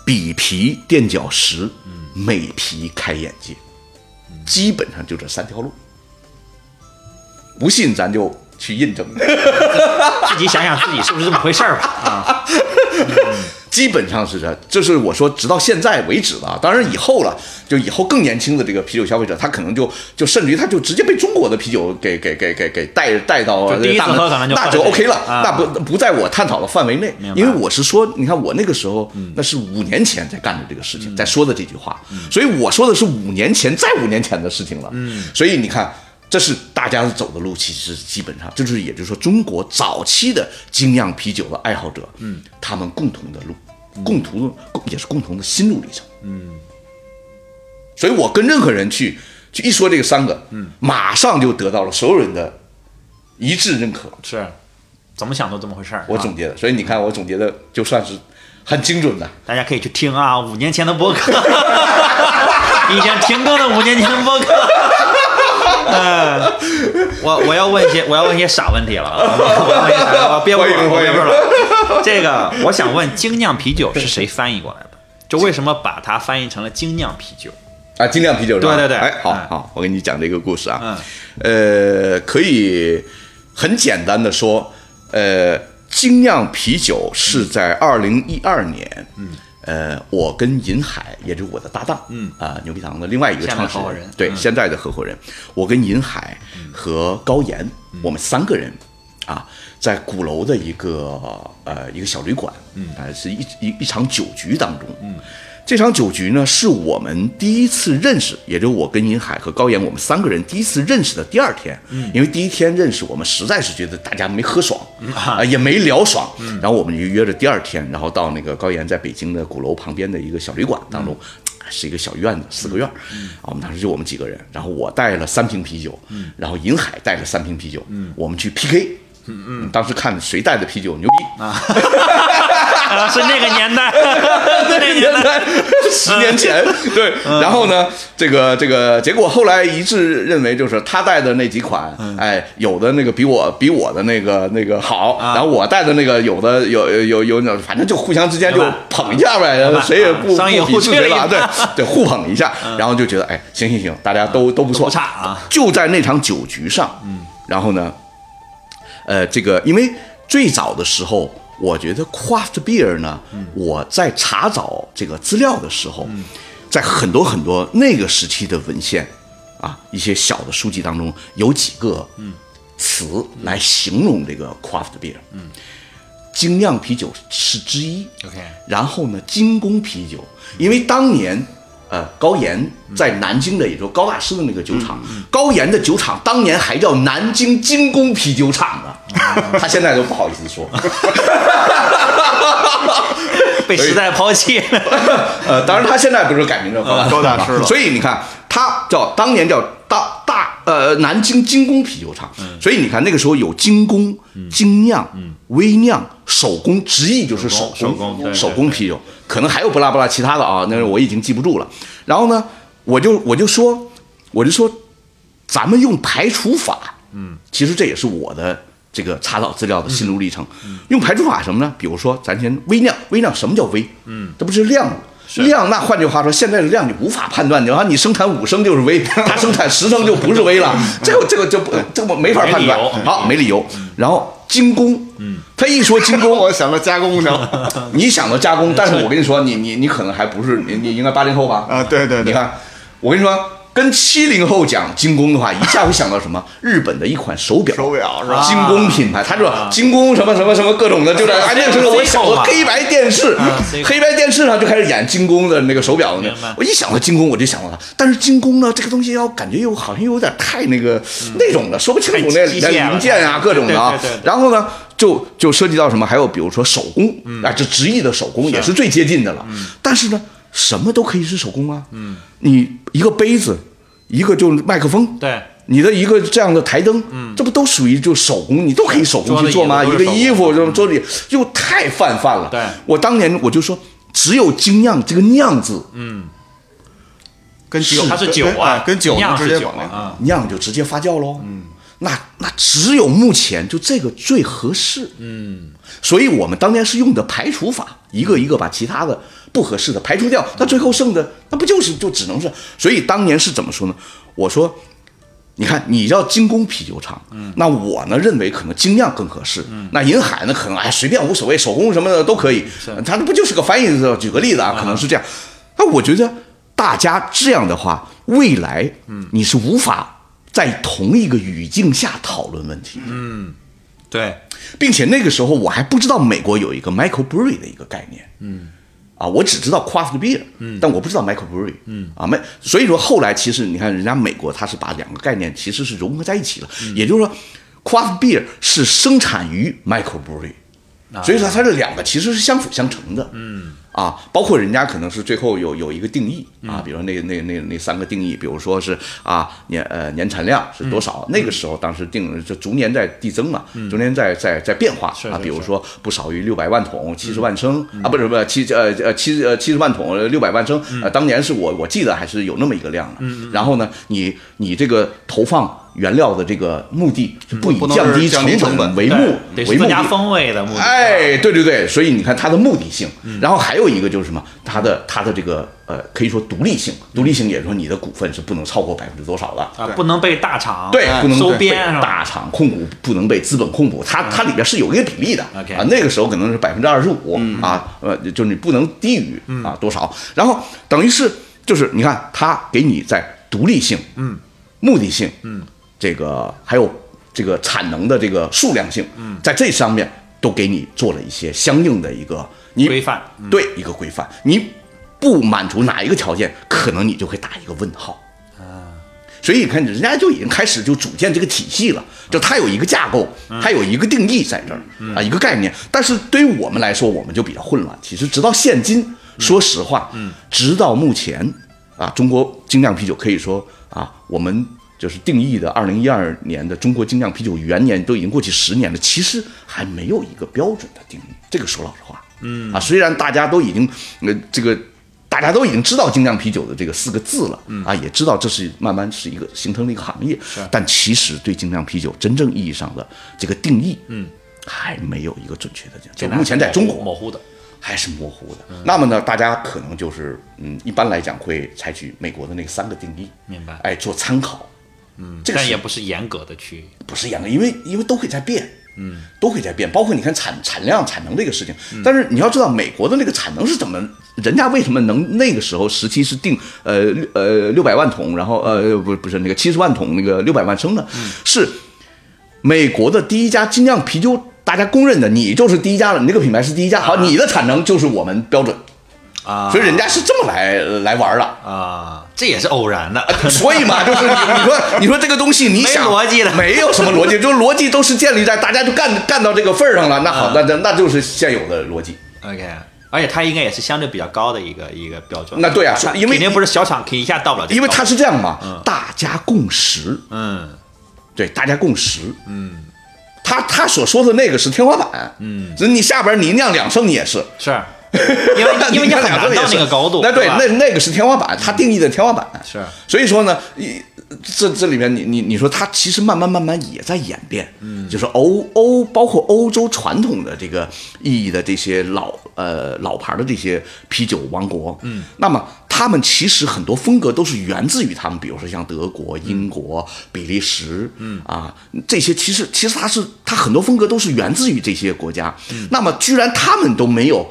Speaker 2: 比皮垫脚石，美皮开眼界。基本上就这三条路。不信咱就去印证，
Speaker 1: 自己想想自己是不是这么回事儿吧？啊，
Speaker 2: 基本上是这，这是我说直到现在为止的啊。当然以后了，就以后更年轻的这个啤酒消费者，他可能就就甚至于他就直接被中国的啤酒给给给给给带带到
Speaker 1: 就第一次
Speaker 2: 大门
Speaker 1: 喝可能就
Speaker 2: 那
Speaker 1: 喝
Speaker 2: 就
Speaker 1: 这个
Speaker 2: OK 了，
Speaker 1: 啊
Speaker 2: 那不不在我探讨的范围内，
Speaker 1: 明白
Speaker 2: 因为我是说，你看我那个时候，那是五年前在干的这个事情，在说的这句话，所以我说的是五年前再五年前的事情了。嗯，所以你看，这是大家走的路，其实基本上，这就是也就是说，中国早期的精酿啤酒的爱好者，嗯，他们共同的路，共同的共也是共同的心路历程。嗯，所以我跟任何人去去一说这个三个，嗯，马上就得到了所有人的一致认可。
Speaker 1: 是，怎么想都这么回事儿。
Speaker 2: 我
Speaker 1: 啊
Speaker 2: 总结的，所以你看我总结的就算是很精准的。
Speaker 1: 大家可以去听啊，五年前的播客， 已经停更的五年前的播客。 呃，我我要问一些我要问一些傻问题了，啊 我要问一些傻我憋不住
Speaker 2: 欢
Speaker 1: 了，
Speaker 2: 迎
Speaker 1: 我
Speaker 2: 欢
Speaker 1: 憋
Speaker 2: 迎
Speaker 1: 不住了。这个我想问，精酿啤酒是谁翻译过来的？就为什么把它翻译成了精酿啤酒？
Speaker 2: 啊，精酿啤酒是吧？
Speaker 1: 对对对
Speaker 2: 哎，好
Speaker 1: 嗯
Speaker 2: 好，我给你讲这个故事啊，呃，可以很简单的说，呃，精酿啤酒是在二零一二年，嗯，呃，我跟银海，也就是我的搭档，嗯啊，牛皮糖的另外一个
Speaker 1: 现在
Speaker 2: 创
Speaker 1: 的
Speaker 2: 始
Speaker 1: 合伙人
Speaker 2: 对，现在的合伙人，我跟银海和高岩，
Speaker 1: 嗯
Speaker 2: 我们三个人啊，在鼓楼的一个呃一个小旅馆，嗯，啊，是一一一场酒局当中，嗯，这场酒局呢是我们第一次认识，也就是我跟银海和高岩我们三个人第一次认识的第二天，嗯，因为第一天认识我们实在是觉得大家没喝爽， 啊，也没聊爽，然后我们就约着第二天，然后到那个高岩在北京的鼓楼旁边的一个小旅馆当中。是一个小院子，四个院儿、啊。我们当时就我们几个人，然后我带了三瓶啤酒，然后银海带了三瓶啤酒，我们去 PK。嗯嗯，当时看谁带的啤酒牛逼啊！
Speaker 1: 啊，是那个年 代，是那个年代。嗯
Speaker 2: 十年前，对。然后呢，这个这个结果后来一致认为就是他带的那几款，
Speaker 1: 嗯
Speaker 2: 哎，有的那个比我比我的那个那个好，
Speaker 1: 啊
Speaker 2: 然后我带的那个有的有有有有，反正就互相之间就
Speaker 1: 明白啊
Speaker 2: 捧一下呗，谁也不
Speaker 1: 商业
Speaker 2: 不
Speaker 1: 互
Speaker 2: 鄙视
Speaker 1: 吹
Speaker 2: 谁
Speaker 1: 了
Speaker 2: 吧，
Speaker 1: 一
Speaker 2: 对
Speaker 1: 把
Speaker 2: 对，互捧一下，然后就觉得哎，行行行，大家都都不错，
Speaker 1: 嗯不差啊。
Speaker 2: 就在那场酒局上，嗯，然后呢，呃，这个因为最早的时候，我觉得 craft beer 呢，
Speaker 1: 嗯
Speaker 2: 我在查找这个资料的时候，在很多很多那个时期的文献啊，一些小的书籍当中有几个
Speaker 1: 嗯
Speaker 2: 词来形容这个 craft beer，嗯，精酿啤酒是之一
Speaker 1: OK
Speaker 2: 然后呢，精工啤酒，因为当年。呃，高岩在南京的，也就是高大师的那个酒厂，
Speaker 1: 嗯
Speaker 2: 高岩的酒厂当年还叫南京精工啤酒厂
Speaker 1: 嗯
Speaker 2: 呢，他现在都不好意思说。
Speaker 1: 被时代抛弃了。
Speaker 2: 呃，当然他现在不是改名叫
Speaker 1: 呃
Speaker 2: 高
Speaker 3: 高大师了
Speaker 2: 所以你看他叫当年叫大大呃南京精工啤酒厂，
Speaker 1: 嗯
Speaker 2: 所以你看那个时候有精工、精酿、微酿、手工，直译就是手工
Speaker 1: 手工对对
Speaker 2: 手工啤酒，可能还有不拉不拉其他的啊，那是我已经记不住了。然后呢，我就我就说我就说，咱们用排除法，嗯，其实这也是我的这个查找资料的心路历程。用排除法什么呢？比如说，咱先微量，微量什么叫微？嗯，这不是量吗？量，那换句话说，现在的量你无法判断，你说啊你生产五升就是 微，他生产十升就不是微了，这个这个就不这个嗯没法判
Speaker 1: 没理
Speaker 2: 断
Speaker 1: 由，
Speaker 2: 好没理由。然后精工，嗯，他一说精工，
Speaker 3: 我想到加工去了。
Speaker 2: 你想到加工，但是我跟你说，你你你可能还不是你你应该八零后吧？
Speaker 3: 啊对对对
Speaker 2: 你看，我跟你说，跟七零后讲精工的话，一下会想到什么？日本的一款手表，
Speaker 3: 手表是吧
Speaker 2: 精工品牌，他说
Speaker 1: 啊
Speaker 2: 精工什么什么什么各种的，就是哎，那个时候我想
Speaker 1: Seiko
Speaker 2: 到
Speaker 1: 嘛
Speaker 2: 黑白电视
Speaker 1: 啊，，Seiko
Speaker 2: 黑白电视上就开始演精工的那个手表了
Speaker 1: 明白
Speaker 2: 我一想到精工，我就想到它，但是精工呢，这个东西要感觉又好像有点太那个嗯那种的，说不清楚那
Speaker 1: 嗯太机械了
Speaker 2: 零件啊各种的啊
Speaker 1: 对对对对。
Speaker 2: 然后呢，就就涉及到什么，还有比如说手工，
Speaker 1: 嗯
Speaker 2: 啊，这直译的手工也是最接近的了。但是呢，什么都可以是手工啊。嗯，你一个杯子，一个就是麦克风，
Speaker 1: 对，
Speaker 2: 你的一个这样的台灯，嗯，这不都属于就手工，你都可以手工去嗯做吗？
Speaker 1: 桌
Speaker 2: 一
Speaker 1: 子椅子都
Speaker 2: 个
Speaker 1: 是
Speaker 2: 衣服这种桌子又太泛泛了。
Speaker 1: 对
Speaker 2: 我当年我就说，只有精酿这个酿字，
Speaker 3: 跟酒，
Speaker 1: 它是酒
Speaker 3: 跟
Speaker 1: 啊
Speaker 3: 哎跟酒
Speaker 1: 酿
Speaker 3: 直
Speaker 1: 是
Speaker 3: 接
Speaker 1: 酒
Speaker 3: 绑定
Speaker 1: 啊
Speaker 2: 酿就直接发酵喽。嗯，那那只有目前就这个最合适。嗯，所以我们当年是用的排除法，一个一个把其他的不合适的排除掉，那最后剩的那不就是就只能是？所以当年是怎么说呢？我说。你看，你要精工啤酒厂，嗯，那我呢认为可能精酿更合适，嗯，那银海呢可能哎随便无所谓，手工什么的都可以，它不就是个翻译的？举个例子啊，可能是这样。那我觉得大家这样的话，未来，嗯，你是无法在同一个语境下讨论问题，嗯，
Speaker 1: 对，
Speaker 2: 并且那个时候我还不知道美国有一个 Michael Brewery 的一个概念，嗯，啊，我只知道 craft beer，嗯，但我不知道 Michael Brewery，嗯，啊，没，所以说后来其实你看人家美国它是把两个概念其实是融合在一起了，也就是说 craft beer 是生产于 Michael Brewery，所以说它这两个其实是相辅相成的，嗯。啊，包括人家可能是最后有有一个定义啊，比如说那那那那三个定义，比如说是啊年呃年产量是多少，那个时候当时定就逐年在递增嘛，逐年在在在变化啊，比如说不少于六百万桶、七十万升啊，不是不是七呃呃七呃七十万桶六百万升，呃当年是我我记得还是有那么一个量的，然后呢，你你这个投放原料的这个目的是不以
Speaker 3: 不能
Speaker 2: 降低
Speaker 3: 是降低
Speaker 2: 成
Speaker 3: 成
Speaker 2: 本
Speaker 3: 本
Speaker 2: 为
Speaker 1: 对
Speaker 2: 目
Speaker 1: 得
Speaker 2: 为
Speaker 1: 是
Speaker 2: 目
Speaker 1: 增
Speaker 2: 的
Speaker 1: 加。风味的目的。嗯
Speaker 2: 哎，对对对，所以你看它的目的性，然后还有一个就是什么，它的它的这个呃，可以说独立性，独立性也就是说你的股份是不能超过百分之多少的。
Speaker 1: 啊，不能被大厂
Speaker 2: 对，不能
Speaker 1: 收
Speaker 2: 被
Speaker 1: 编是吧？嗯
Speaker 2: 大厂控股，不能被资本控股，它它里边是有一个比例的
Speaker 1: OK 嗯
Speaker 2: 啊，那个时候可能是百分之二十五啊，呃，就是你不能低于啊多少，然后等于是就是你看它给你在独立性，嗯，目的性，嗯，这个还有这个产能的这个数量性，嗯，在这上面都给你做了一些相应的一个你
Speaker 1: 规范，嗯
Speaker 2: 对一个规范，你不满足哪一个条件，可能你就会打一个问号。所以你看，人家就已经开始就组建这个体系了，就它有一个架构，它有一个定义在这儿啊，一个概念。但是对于我们来说，我们就比较混乱。其实直到现今，说实话，直到目前啊，中国精酿啤酒可以说啊，我们就是定义的二零一二年的中国精酿啤酒元年都已经过去十年了，其实还没有一个标准的定义。这个说老实话，嗯啊，虽然大家都已经呃这个大家都已经知道精酿啤酒的这个四个字了，
Speaker 1: 嗯
Speaker 2: 啊，也知道这是慢慢是一个形成了一个行业，但其实对精酿啤酒真正意义上的这个定义，嗯，还没有一个准确的定义，就目前在中国
Speaker 1: 模糊嗯的，
Speaker 2: 还是模糊的。那么呢，大家可能就是嗯，一般来讲会采取美国的那三个定义，
Speaker 1: 明白
Speaker 2: 哎，做参考，嗯，这个
Speaker 1: 但
Speaker 2: 是
Speaker 1: 也不是严格的去
Speaker 2: 不是严格，因为因为都会在变。嗯，都会在变，包括你看产产量、产能这个事情。但是你要知道，美国的那个产能是怎么，人家为什么能那个时候时期是定呃呃六百万桶，然后呃不不是那个七十万桶那个六百万升呢？是美国的第一家精酿啤酒，大家公认的，你就是第一家了，你这个品牌是第一家，好，你的产能就是我们标准，
Speaker 1: 啊
Speaker 2: 所以人家是这么来来玩儿的。
Speaker 1: 啊，这也是偶 然的。
Speaker 2: 所以嘛，就是你你说你说这个东西，你想
Speaker 1: 没逻辑的
Speaker 2: 没有什么 逻辑，就逻辑都是建立在大家就干干到这个份儿上了。那好，那那那就是现有的逻辑。
Speaker 1: OK，而且它应该也是相对比较高的一个一个标准。
Speaker 2: 那对啊
Speaker 1: 它
Speaker 2: 因为
Speaker 1: 肯定不是小厂可以一下到不了这个
Speaker 2: 因为它
Speaker 1: 高度
Speaker 2: 是这样嘛，大家共识，
Speaker 1: 嗯
Speaker 2: 对，大家共识，嗯。他他所说的那个是天花板，嗯，你下边你酿两升你也是，
Speaker 1: 是，因为 因为你很难到那个高度，
Speaker 2: 那对，
Speaker 1: 吧
Speaker 2: 那那个是天花板，它定义的天花板
Speaker 1: 是
Speaker 2: 所以说呢，一这这里面你你你说它其实慢慢慢慢也在演变，嗯，就是欧欧包括欧洲传统的这个意义的这些老呃老牌的这些啤酒王国，嗯，那么他们其实很多风格都是源自于他们，比如说像德国、英国、比利时，嗯啊这些其实其实它是它很多风格都是源自于这些国家，嗯，那么居然他们都没有。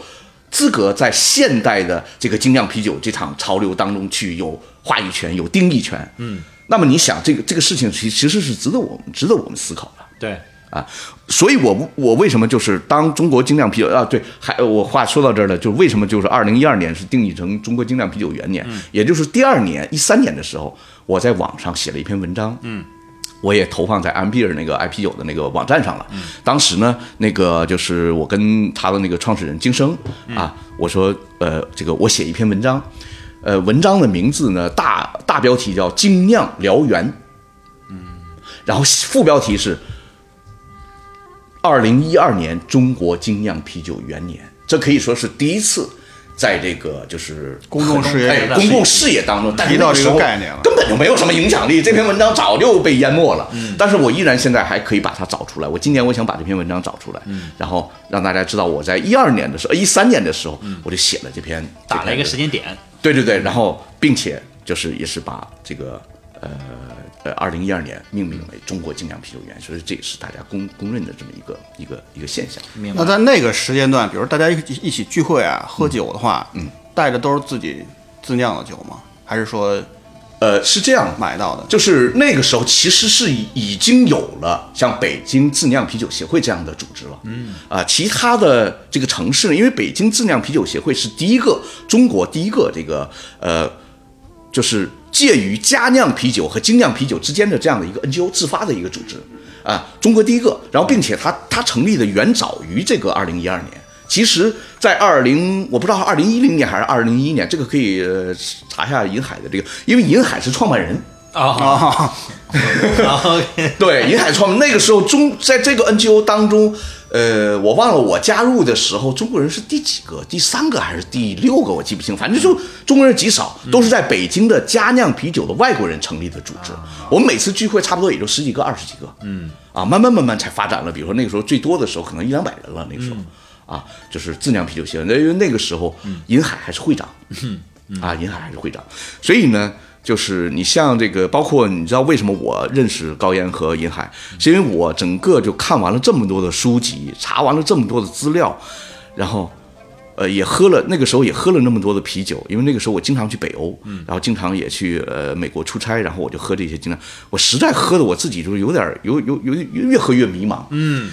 Speaker 2: 资格在现代的这个精酿啤酒这场潮流当中去有话语权、有定义权。嗯，那么你想，这个这个事情其其实是值得我们值得我们思考的
Speaker 1: 对，
Speaker 2: 啊。所以我我为什么就是当中国精酿啤酒啊？对，还我话说到这儿了，就是为什么就是二零一二年是定义成中国精酿啤酒元年，也就是第二年一三年的时候，我在网上写了一篇文章。嗯。我也投放在安比尔那个 IP 九的那个网站上了。当时呢，那个就是我跟他的那个创始人金生
Speaker 3: 嗯
Speaker 2: 啊，我说，呃，这个我写一篇文章，呃，文章的名字呢，大大标题叫《精酿燎原》，嗯，然后副标题是“二零一二年中国精酿啤酒元年”，这可以说是第一次。在这个就是
Speaker 3: 公众视野
Speaker 2: 哎公共视野当中，但是
Speaker 3: 提到
Speaker 2: 那
Speaker 3: 这
Speaker 2: 时
Speaker 3: 个
Speaker 2: 候
Speaker 3: 概念了
Speaker 2: 根本就没有什么影响力，这篇文章早就被淹没了。
Speaker 1: 嗯
Speaker 2: 但是我依然现在还可以把它找出来。我今年我想把这篇文章找出来，
Speaker 1: 嗯
Speaker 2: 然后让大家知道我在一二年的时候，一三年的时候，我就写了这篇，
Speaker 1: 打嗯了一个
Speaker 2: 这
Speaker 1: 时
Speaker 2: 篇
Speaker 1: 间点，
Speaker 2: 对对对，然后并且就是也是把这个呃呃二零一二年命名为中国精酿啤酒园，所以这也是大家公公认的这么一个一个一个现象。
Speaker 1: 明白
Speaker 3: 那？在那个时间段，比如大家一一起聚会啊、喝酒的话，嗯，带的都是自己自酿的酒吗？还是说
Speaker 2: 呃，是这样的。
Speaker 3: 买到的？
Speaker 2: 就是那个时候，其实是已已经有了像北京自酿啤酒协会这样的组织了。嗯啊、其他的这个城市呢，因为北京自酿啤酒协会是第一个中国第一个这个呃，就是介于佳酿啤酒和精酿啤酒之间的这样的一个 NGO 自发的一个组织啊，中国第一个。然后，并且它它成立的远早于这个二零一二年。其实，在二零我不知道二零一零年还是二零一一年，这个可以呃查一下银海的这个，因为银海是创办人，
Speaker 1: 啊
Speaker 3: 啊，
Speaker 4: 嗯
Speaker 1: 哦
Speaker 4: 哦
Speaker 1: ，OK，
Speaker 2: 对，银海创那个时候中在这个 NGO 当中，呃，我忘了我加入的时候中国人是第几个，第三个还是第六个，我记不清，反正就中国人极少，都是在北京的佳酿啤酒的外国人成立的组织。我们每次聚会差不多也就十几个、二十几个，嗯，啊，慢慢慢慢才发展了，比如说那个时候最多的时候可能一两百人了，那个时候。啊，就是自酿啤酒协会，那因为那个时候银海还是会长，啊，银海还是会长。所以呢，就是你像这个，包括你知道为什么我认识高岩和银海，是因为我整个就看完了这么多的书籍，查完了这么多的资料，然后。呃，也喝了，那个时候也喝了那么多的啤酒，因为那个时候我经常去北欧，
Speaker 1: 嗯
Speaker 2: 然后经常也去呃美国出差，然后我就喝这些精酿，我实在喝的我自己就是有点儿有有有有越喝越迷茫，嗯，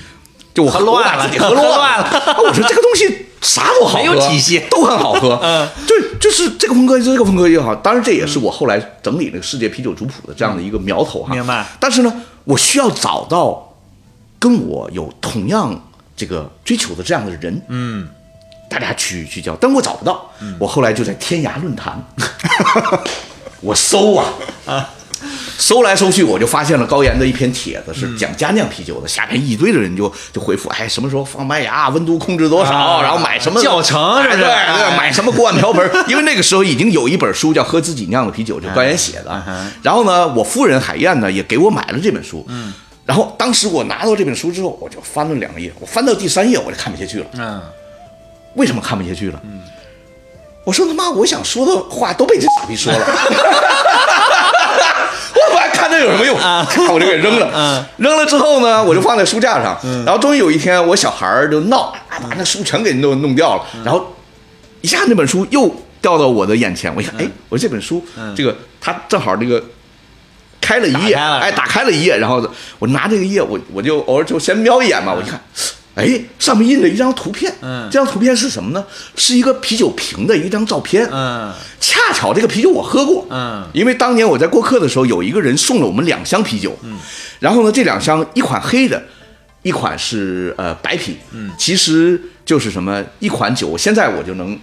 Speaker 2: 就我
Speaker 1: 喝乱了
Speaker 2: 我把自己
Speaker 1: 喝
Speaker 2: 喝
Speaker 1: 乱
Speaker 2: 乱
Speaker 1: 了
Speaker 2: 了，啊我说这个东西啥都好喝，
Speaker 1: 没有体系
Speaker 2: 都很好喝。嗯，对，就是这个风格，这个风格也好。当然，这也是我后来整理那个世界啤酒族谱的这样的一个苗头哈。
Speaker 1: 明白。
Speaker 2: 但是呢，我需要找到跟我有同样这个追求的这样的人。嗯。大家去去交，但我找不到。我后来就在天涯论坛，我搜啊搜来搜去，我就发现了高岩的一篇帖子，是讲佳酿啤酒的。下面一堆的人就就回复，哎，什么时候放麦芽，温度控制多少，
Speaker 1: 啊
Speaker 2: 然后买什么
Speaker 1: 教程是不是
Speaker 2: 哎对
Speaker 1: 哎
Speaker 2: 对，买什么锅碗瓢 盆儿。因为那个时候已经有一本书叫《喝自己酿的
Speaker 1: 嗯
Speaker 2: 啤酒》，就高岩写的。然后呢，我夫人海燕呢也给我买了这本书。嗯。然后当时我拿到这本书之后，我就翻了两页，我翻到第三页我就看不下去了。
Speaker 1: 嗯，
Speaker 2: 为什么看不下去了？ 我说他妈，我想说的话都被这傻逼说了。我来看这有什么用？咔 我就给扔了。扔了之后呢，我就放在书架上。然后终于有一天，我小孩儿就闹，啊把那书全给弄弄掉了。然后一下那本书又掉到我的眼前，我一看，哎，我说这本书，这个它正好这个开了一页，
Speaker 4: 打开了
Speaker 2: 哎，打开了一页，然后我拿这个页，我我就偶尔就先瞄一眼嘛，我一看。哎，上面印着一张图片，
Speaker 4: 嗯
Speaker 2: 这张图片是什么呢？是一个啤酒瓶的一张照片，
Speaker 4: 嗯
Speaker 2: 恰巧这个啤酒我喝过，
Speaker 4: 嗯
Speaker 2: 因为当年我在过客的时候，有一个人送了我们两箱啤酒，嗯，然后呢，这两箱一款黑的，一款是呃白啤，嗯，其实就是什么一款酒，现在我就能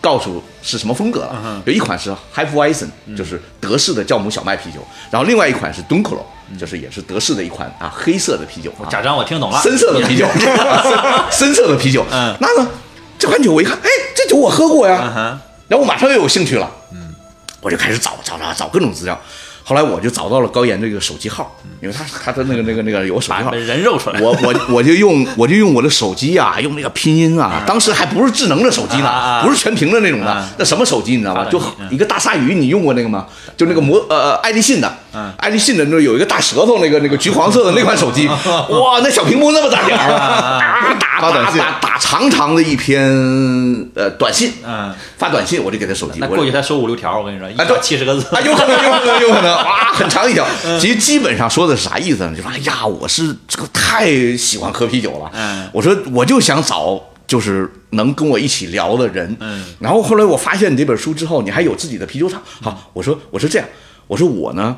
Speaker 2: 告诉是什么风格
Speaker 4: 嗯
Speaker 2: 了。有一款是 h e f w e i s e n 就是德式的酵母小麦啤酒，然后另外一款是 Dunklo，就是
Speaker 4: 嗯
Speaker 2: 也是德式的一款啊黑色的啤酒啊，
Speaker 4: 假装我听懂了，
Speaker 2: 深色的啤 酒，深深色的啤酒。
Speaker 4: 嗯
Speaker 2: 那呢，这款酒我一看，哎，这酒我喝过呀，
Speaker 4: 嗯哼
Speaker 2: 然后我马上又有兴趣了，嗯，我就开始找找找找各种资料。后来我就找到了高岩这个手机号，
Speaker 4: 嗯
Speaker 2: 因为他他的那个那个那个有手机号
Speaker 4: 把，人肉出来，
Speaker 2: 我我我就用我就用我的手机啊，用那个拼音啊，当时还不是智能的手机
Speaker 4: 啊啊
Speaker 2: 呢
Speaker 4: 啊，
Speaker 2: 不是全屏的那种
Speaker 4: 啊
Speaker 2: 的，那什么手机你知道吗
Speaker 4: 大？
Speaker 2: 就
Speaker 4: 耳机嗯
Speaker 2: 一个大鲨鱼，你用过那个吗？就那个魔呃爱立信的，
Speaker 4: 嗯
Speaker 2: 爱立信的那有一个大舌头那个那个橘黄色的那款手机，
Speaker 4: 啊
Speaker 2: 哇，那小屏幕那么大点儿，啊打
Speaker 5: 发
Speaker 2: 打
Speaker 5: 短
Speaker 2: 打
Speaker 5: 信
Speaker 2: 打打长长的一篇呃短信
Speaker 4: 嗯，
Speaker 2: 发短信我就给他手机，
Speaker 4: 那
Speaker 2: 我
Speaker 4: 过去才收五六条，我跟你说，一
Speaker 2: 啊
Speaker 4: 条
Speaker 2: 对
Speaker 4: 七十个字
Speaker 2: 啊，，有可能，有可能，有可能， 哇，很长一条。
Speaker 4: 嗯
Speaker 2: 其实基本上说的是啥意思呢？就说，哎呀，我是这个太喜欢喝啤酒了。
Speaker 4: 嗯
Speaker 2: 我说我就想找就是能跟我一起聊的人。
Speaker 4: 嗯，
Speaker 2: 然后后来我发现你这本书之后，你还有自己的啤酒厂。好，我说我说这样，我说我呢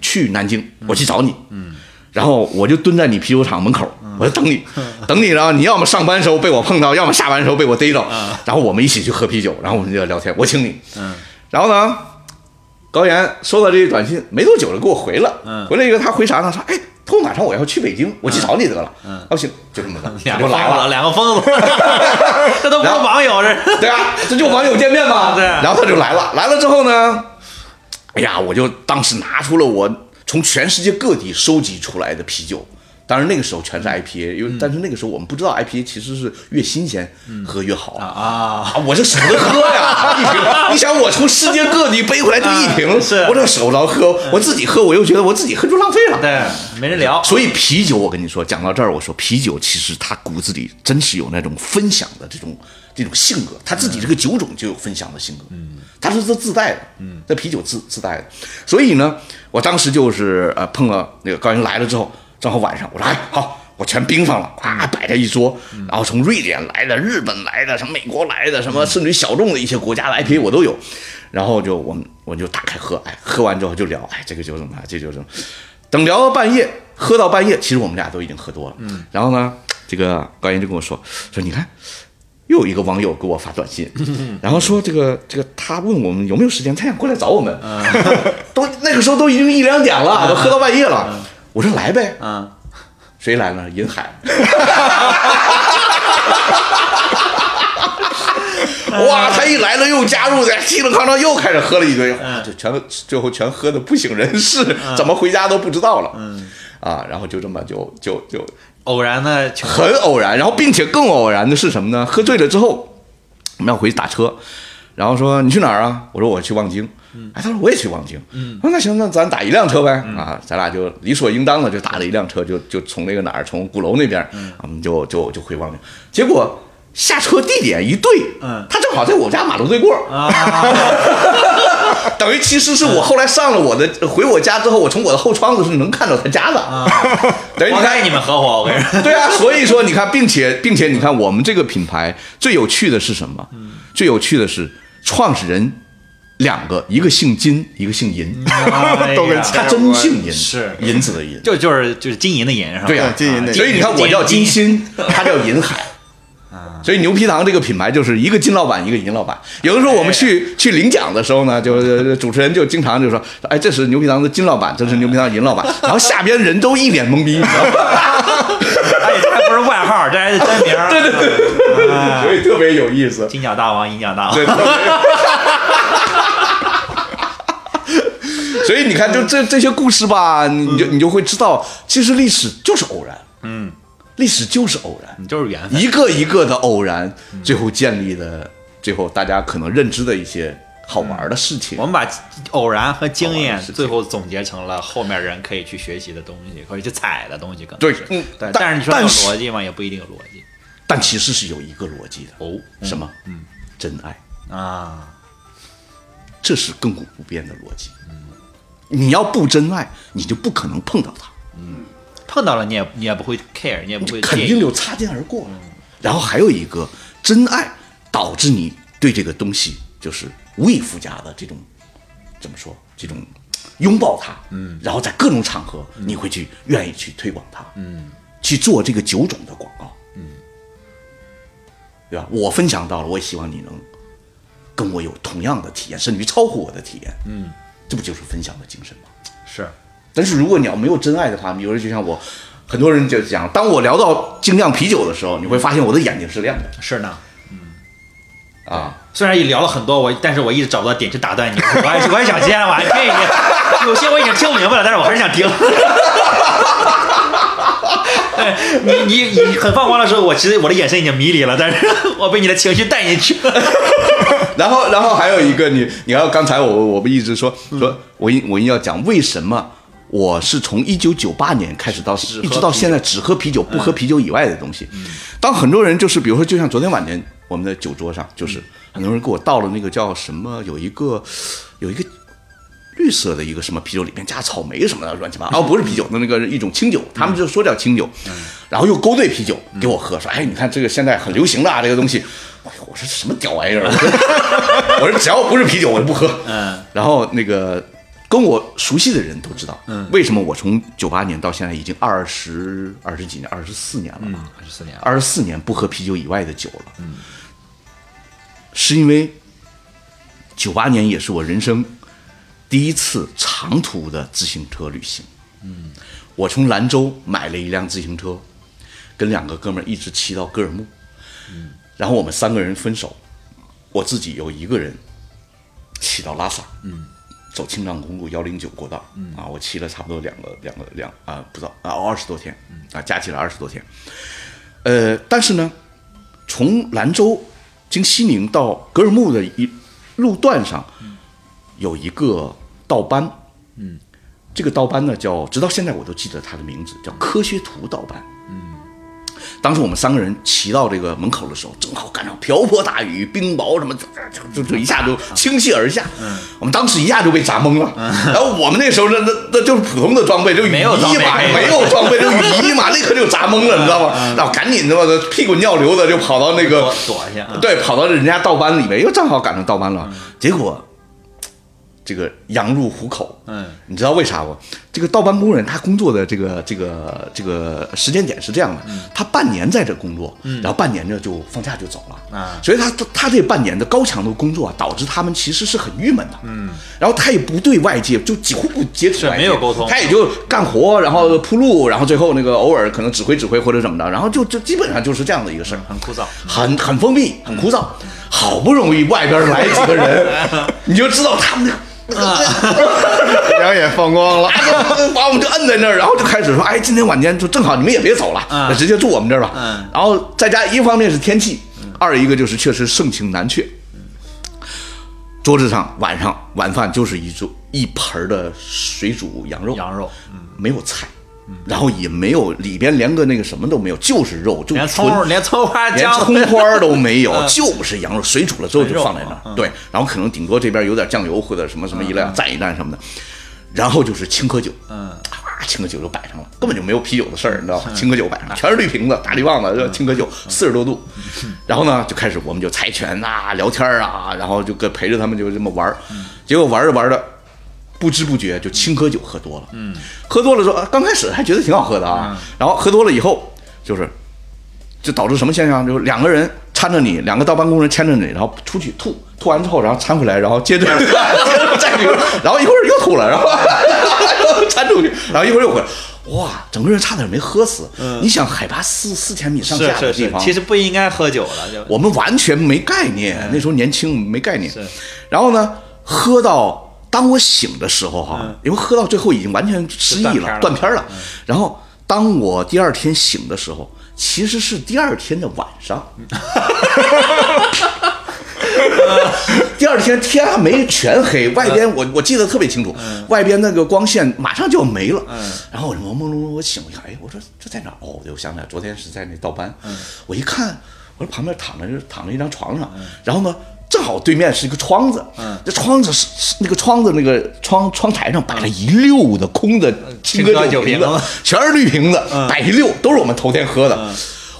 Speaker 2: 去南京，我去找你。嗯。然后我就蹲在你啤酒厂门口，
Speaker 4: 嗯
Speaker 2: 我就等你，等你，然后你要么上班的时候被我碰到，要么下班的时候被我逮着，然后我们一起去喝啤酒，然后我们就聊天，我请你，
Speaker 4: 嗯，
Speaker 2: 然后呢，高岩收到这些短信，没多久就给我回了。
Speaker 4: 嗯
Speaker 2: 回了一个他回啥呢？说哎，后马上我要去北京，我去找你得了。嗯，哦行，就这么的，
Speaker 4: 两
Speaker 2: 就
Speaker 4: 个
Speaker 2: 来
Speaker 4: 疯子，
Speaker 2: 了。
Speaker 4: 两个疯子， 这都不是网友，这是
Speaker 2: 对啊，这就网友见面 嘛。
Speaker 4: 对
Speaker 2: 然后他就来了，来了之后呢，哎呀，我就当时拿出了我从全世界各地收集出来的啤酒。当然那个时候全
Speaker 4: 嗯
Speaker 2: 是 IPA，因为、但是那个时候我们不知道 IPA 其实是越新鲜喝越好啊
Speaker 4: 嗯啊，
Speaker 2: 啊，我这舍不得喝呀，一瓶。你想，我从世界各地背回来就一瓶，
Speaker 4: 嗯是嗯
Speaker 2: 我这舍不得喝，我自己喝，我又觉得我自己喝就浪费了。
Speaker 4: 对，没人聊，
Speaker 2: 所以啤酒，我跟你说，讲到这儿，我说啤酒其实它骨子里真是有那种分享的这种这种性格，它自己这个酒种就有分享的性格，嗯，它是自自带的，嗯，这啤酒自自带的。所以呢，我当时就是呃碰到那个高云来了之后，正好晚上，我说哎好。我全冰上了，啊，摆在一桌，然后从瑞典来的、日本来的、什么美国来的、什么甚至于小众的一些国家的 IPA 我都有，然后就我们我就打开喝，哎，喝完之后就聊，哎，这个酒怎么样，这个酒怎么样，等聊到半夜，喝到半夜，其实我们俩都已经喝多了。嗯，然后呢，这个高岩就跟我说说，你看，又有一个网友给我发短信， 然后说这个这个他问我们有没有时间，他想过来找我们。 都那个时候都已经一两点了，都喝到半夜了。我说来呗，
Speaker 4: 嗯，
Speaker 2: 谁来了？银海。哇，他一来了又加入的，稀里哐当又开始喝了一堆，哇就全最后全喝的不省人事，怎么回家都不知道了。嗯，啊，然后就这么就就就
Speaker 4: 偶然的情 况
Speaker 2: 很偶然，然后并且更偶然的是什么呢？喝醉了之后，我们要回去打车，然后说你去哪儿啊？我说我去望京。哎，他说我也去望京。嗯，那行，那咱打一辆车呗。
Speaker 4: 嗯
Speaker 2: 啊，咱俩就理所应当的就打了一辆车，就就从那个哪儿，从鼓楼那边，
Speaker 4: 嗯
Speaker 2: 我们就就就回望京。结果下车地点一对，
Speaker 4: 嗯
Speaker 2: 他正好在我家马路对过。
Speaker 4: 啊， 嗯
Speaker 2: 等于其实是我后来上了我的回我家之后，我从我的后窗子是能看到他家的。
Speaker 4: 啊
Speaker 2: 等于
Speaker 4: 活
Speaker 2: 哎你看
Speaker 4: 该你们合伙，我跟 你说，
Speaker 2: 对啊，所以说你看，并且并且你看，我们这个品牌最有趣的是什么？最有趣的是创始人两个，一个姓金，一个姓银，
Speaker 5: 都跟
Speaker 4: 哎呀
Speaker 5: 钱
Speaker 2: 他真姓银，
Speaker 4: 是
Speaker 2: 银子的银。
Speaker 4: 就就是就是金银的银是吧？
Speaker 2: 对
Speaker 1: 啊
Speaker 2: 啊呀、
Speaker 5: 金银的银
Speaker 2: 所以你看，我叫金鑫，他叫银海。所以牛皮糖这个品牌就是一个金老板，一个银老板。有的时候我们去去领奖的时候呢，就是主持人就经常就说：“哎，这是牛皮糖的金老板，这是牛皮糖的银老板。”然后下边人都一脸懵逼，你知道吗？
Speaker 4: 哎，这还不是外号，这还是真名。 对对对，
Speaker 2: 所以特别有意思。
Speaker 4: 金角大王、银角大王，
Speaker 2: 对， 所以你看，就这这些故事吧，你你就你就会知道，其实历史就是偶然，嗯，历史就是偶然，
Speaker 4: 你就是缘分。
Speaker 2: 嗯一个一个的偶然，最后建立的，最后大家可能认知的一些好玩的事情
Speaker 1: 我。们把偶然和经
Speaker 2: 好玩
Speaker 1: 验
Speaker 2: 的事情
Speaker 1: 最后总结成了后面人可以去学习的东西，可以去采的东西，可能
Speaker 2: 对
Speaker 1: 是
Speaker 2: 嗯
Speaker 1: 对
Speaker 2: 但。
Speaker 1: 但是你说有
Speaker 2: 但是
Speaker 1: 逻辑吗？也不一定有逻辑
Speaker 2: 但其实是有一个逻辑的，
Speaker 1: 哦
Speaker 2: 什么？嗯，真爱，
Speaker 1: 啊。
Speaker 2: 这是亘古不变的逻辑。你要不真爱，你就不可能碰到他，
Speaker 1: 碰到了你也你也不会 care，你也不会
Speaker 2: 肯
Speaker 1: 介
Speaker 2: 定
Speaker 1: 意。
Speaker 2: 就擦肩而过了。然后还有一个，真爱导致你对这个东西就是无以复加的这种，怎么说？这种拥抱它，嗯，然后在各种场合，
Speaker 1: 嗯
Speaker 2: 你会去愿意去推广它，嗯，去做这个九种的广告，嗯，对吧？我分享到了，我也希望你能跟我有同样的体验，甚至于超乎我的体验，嗯，这不就是分享的精神吗？
Speaker 1: 是，
Speaker 2: 但是如果你要没有真爱的话，有人就像我，很多人就讲，当我聊到精酿啤酒的时候，你会发现我的眼睛是亮的
Speaker 1: 是呢。
Speaker 2: 啊。
Speaker 1: 虽然也聊了很多，我但是我一直找不到点去打断你，我还我还想接，我还听一听，有些我已经听明白了，但是我还是想听。对你你你很放光的时候，我其实我的眼神已经迷离了，但是 我被你的情绪带进去了。
Speaker 2: 然后，然后还有一个你，你看刚才我我们一直说说，我一我一定要讲为什么我是从一九九八年开始到
Speaker 1: 喝
Speaker 2: 一直到现在只喝啤酒嗯不喝啤酒以外的东西。当很多人就是比如说，就像昨天晚间我们的酒桌上，就是很多人给我倒了那个叫什么，有一个有一个绿色的一个什么啤酒，里面加草莓什么的，乱七八 糟。哦，不是啤酒，那那个一种清酒，他们就说叫清酒，然后又勾兑啤酒给我喝，说哎，你看这个现在很流行的啊，这个东西。哎呦，我说这什么屌玩意儿？我说只 要不是啤酒，我就不喝。
Speaker 1: 嗯，
Speaker 2: 然后那个跟我熟悉的人都知道，嗯，为什么我从九八年到现在已经二十二十几年，二十四年了吧？
Speaker 1: 二十四 年了，
Speaker 2: 二十四年不喝啤酒以外的酒了，嗯，是因为九八年也是我人生第一次长途的自行车旅行，嗯，我从兰州买了一辆自行车，跟两个哥们儿一直骑到格尔木，嗯，然后我们三个人分手，我自己有一个人骑到拉萨，嗯。走青藏公路幺零九国道，嗯、啊，我骑了差不多两个两个两啊，不知道啊，二十多天，啊，加起来二十多天，呃，但是呢，从兰州经西宁到格尔木的一路段上，有一个道班，嗯，这个道班呢叫，直到现在我都记得它的名字，叫科学图道班，嗯。当时我们三个人骑到这个门口的时候，正好赶上瓢泼大雨，冰雹什么，就就就就一下
Speaker 1: 啊
Speaker 2: 就倾泻而下。
Speaker 1: 嗯
Speaker 2: 我们当时一下就被砸懵了。然后我们那时候那那那就是普通的装备，就雨
Speaker 1: 没
Speaker 2: 衣
Speaker 1: 有装备
Speaker 2: 嘛，
Speaker 1: 没有
Speaker 2: 没有装备，就雨衣嘛，立刻就砸懵了，你知道吗？然后赶紧他妈的屁滚尿流的就跑到那个
Speaker 1: 啊躲躲一嗯下啊
Speaker 2: 对，跑到人家道班里面，又正好赶上道班了，结果这个羊入虎口。
Speaker 1: 嗯，
Speaker 2: 你知道为啥不？这个倒班工人他工作的这个这个这个时间点是这样的，
Speaker 1: 嗯
Speaker 2: 他半年在这工作，然后半年呢就放假就走了。
Speaker 1: 啊
Speaker 2: 所以他他他这半年的高强度工作啊，导致他们其实是很郁闷的。嗯，然后他也不对外界就几乎不接触
Speaker 1: 是
Speaker 2: 外界，
Speaker 1: 没有沟通
Speaker 2: 他也就干活，然后铺路，然后最后那个偶尔可能指挥指挥或者怎么着，然后就就基本上就是这样的一个事儿。
Speaker 1: 很枯燥。
Speaker 2: 很很封闭，很枯燥。好不容易外边来几个人，你就知道他们那个
Speaker 5: 两眼放光了。
Speaker 2: 那个，把我们就摁在那儿，然后就开始说：“哎，今天晚间就正好你们也别走了，
Speaker 1: 嗯
Speaker 2: 那直接住我们这儿吧。”然后再加一方面是天气，二一个就是确实盛情难却。桌子上晚上晚饭就是一桌一盆儿的水煮羊肉，
Speaker 1: 羊肉
Speaker 2: 没有菜，然后也没有里边连个那个什么都没有，就是肉，就
Speaker 1: 连
Speaker 2: 纯
Speaker 1: 葱连葱花
Speaker 2: 连
Speaker 1: 姜
Speaker 2: 葱花儿都没有， 就是羊肉水煮了之后就放在那
Speaker 1: 纯
Speaker 2: 儿，对，然后可能顶多这边有点酱油或者什么什么一料蘸一蘸什么的，然后就是青稞酒，嗯，啊，青稞酒就摆上了，根本就没有啤酒的事儿，你知道吗？青稞酒摆上，全是绿瓶子、大绿棒子，这青稞酒四十多度，然后呢就开始我们就猜拳啊、聊天儿啊，然后就跟陪着他们就这么玩儿，结果玩着玩着。不知不觉就青稞酒喝多了，嗯，喝多了之后，啊刚开始还觉得挺好喝
Speaker 1: 嗯
Speaker 2: 的啊，然后喝多了以后，就是就导致什么现象？就是两个人搀着你，两个倒班工人牵着你，然后出去吐，吐完之后，然后搀回来，然后接着 接着再比如，然后一会儿又吐了，然后 然后搀出去，然后一会儿又回来，哇，整个人差点没喝死。你想海拔四四千米上
Speaker 1: 是
Speaker 2: 下的
Speaker 1: 是嗯
Speaker 2: 地
Speaker 1: 是，
Speaker 2: 方，
Speaker 1: 其实不应该喝酒了，就
Speaker 2: 我们完全没概念，那时候年轻没概念
Speaker 1: 嗯是。
Speaker 2: 然后呢，喝到当我醒的时候哈、因为喝到最后已经完全失忆
Speaker 1: 嗯就断片了，嗯
Speaker 2: 了断片了。然后当我第二天醒的时候，其实是第二天的晚上。第二天天还没全黑，外
Speaker 4: 嗯
Speaker 2: 边我我记得特别清楚，外边那个光线马上就要没了。
Speaker 4: 嗯
Speaker 2: 然后我朦朦胧胧我醒了一下，哎，我说这在哪儿？哦，我就想起来昨天是在那倒班。
Speaker 4: 嗯
Speaker 2: 我一看，我说旁边躺着躺着一张床
Speaker 4: 嗯
Speaker 2: 上，然后呢。正好对面是一个窗子，这窗子是是那个窗子那个窗窗台上摆了一溜的空的
Speaker 4: 青
Speaker 2: 青稞
Speaker 4: 稞
Speaker 2: 酒
Speaker 4: 酒
Speaker 2: 瓶
Speaker 4: 瓶
Speaker 2: 子
Speaker 4: 子，嗯
Speaker 2: 全是绿瓶子，摆一溜，都是我们头天喝的。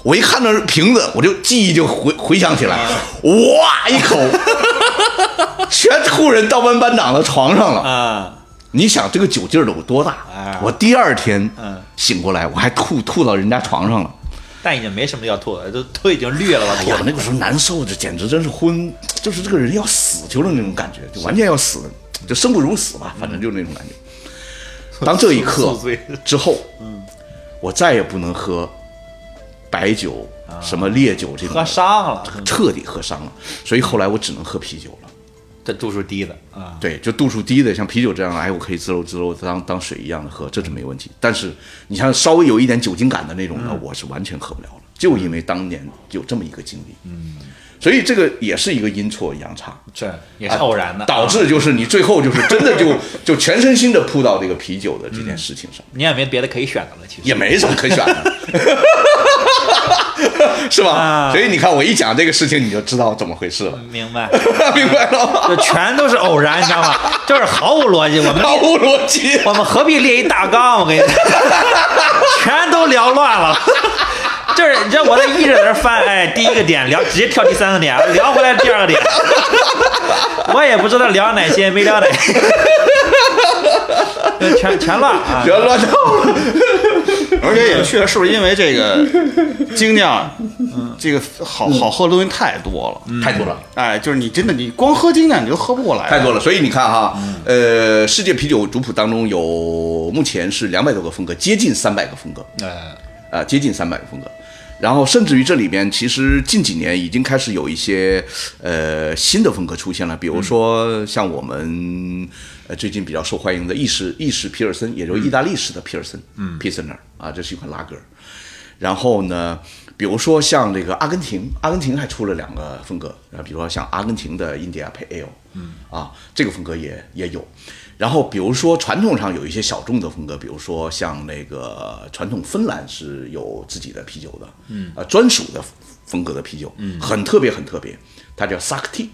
Speaker 2: 我一看到瓶子，我就记忆就回回想起来，
Speaker 4: 嗯
Speaker 2: 哇，一口全吐人倒班班长的床上了。
Speaker 4: 啊，
Speaker 2: 你想这个酒劲儿有多大？我第二天醒过来，我还吐吐到人家床上了。
Speaker 4: 但已经没什么要吐了，都都已经绿 了吧？
Speaker 2: 哎
Speaker 4: 吐
Speaker 2: 呀，那个时候难受的简直真是昏，就是这个人要死就是嗯那种感觉，就完全要死了，就生不如死吧，反正就是那种感觉。当这一刻
Speaker 1: 宿醉
Speaker 2: 之后，我再也不能喝白酒、什么烈酒这种
Speaker 4: 喝
Speaker 2: 的，
Speaker 4: 伤了，
Speaker 2: 彻底喝伤了。所以后来我只能喝啤酒了。
Speaker 1: 这度数低的，啊
Speaker 2: 对，就度数低的，像啤酒这样的，哎，我可以滋溜滋溜当当水一样的喝，这是没问题。但是你像稍微有一点酒精感的那种呢，我是完全喝不了了，就因为当年有这么一个经历，嗯，所以这个也是一个阴错阳差，
Speaker 4: 这也是偶
Speaker 1: 啊
Speaker 4: 然的。
Speaker 2: 导致就是你最后就是真的就就全身心的扑到这个啤酒的这件事情上，
Speaker 4: 你也没别的可以选的了，其实
Speaker 2: 也没什么可选的。是吧？
Speaker 4: 啊
Speaker 2: 所以你看，我一讲这个事情，你就知道怎么回事了，
Speaker 4: 明白，
Speaker 2: 明白了吗？
Speaker 4: 就全都是偶然，你知道吗？就是毫无逻辑。我们
Speaker 2: 毫无逻辑。
Speaker 4: 我们何必列一大纲？我跟你讲， 全都聊乱了。就是你知道我在一直在那翻，哎，第一个点聊，直接跳第三个点，聊回来第二个点，我也不知道聊哪些，没聊哪些，就全全乱啊！
Speaker 2: 别乱套了。
Speaker 3: 而且也确实是不是因为这个 精酿，这个好好喝的东西太多了。
Speaker 2: 嗯太多了，
Speaker 3: 哎，就是你真的你光喝精酿你就喝不过来，
Speaker 2: 太多了。所以你看哈，呃，世界啤酒族谱当中有目前是两百多个风格，接近三百个风格，
Speaker 1: 呃，
Speaker 2: 啊，接近三百个风格。然后，甚至于这里边，其实近几年已经开始有一些呃新的风格出现了，比如说像我们呃最近比较受欢迎的意式意式皮尔森，也就是意大利式的皮尔森，嗯 p i s n e r 啊，这是一款拉格。然后呢，比如说像这个阿根廷，阿根廷还出了两个风格，啊，比如说像阿根廷的印第安配 Ale，嗯，啊，这个风格也也有。然后比如说传统上有一些小众的风格，比如说像那个传统芬兰是有自己的啤酒的，嗯，啊，专属的风格的啤酒，嗯，很特别很特别，它叫 Sakti，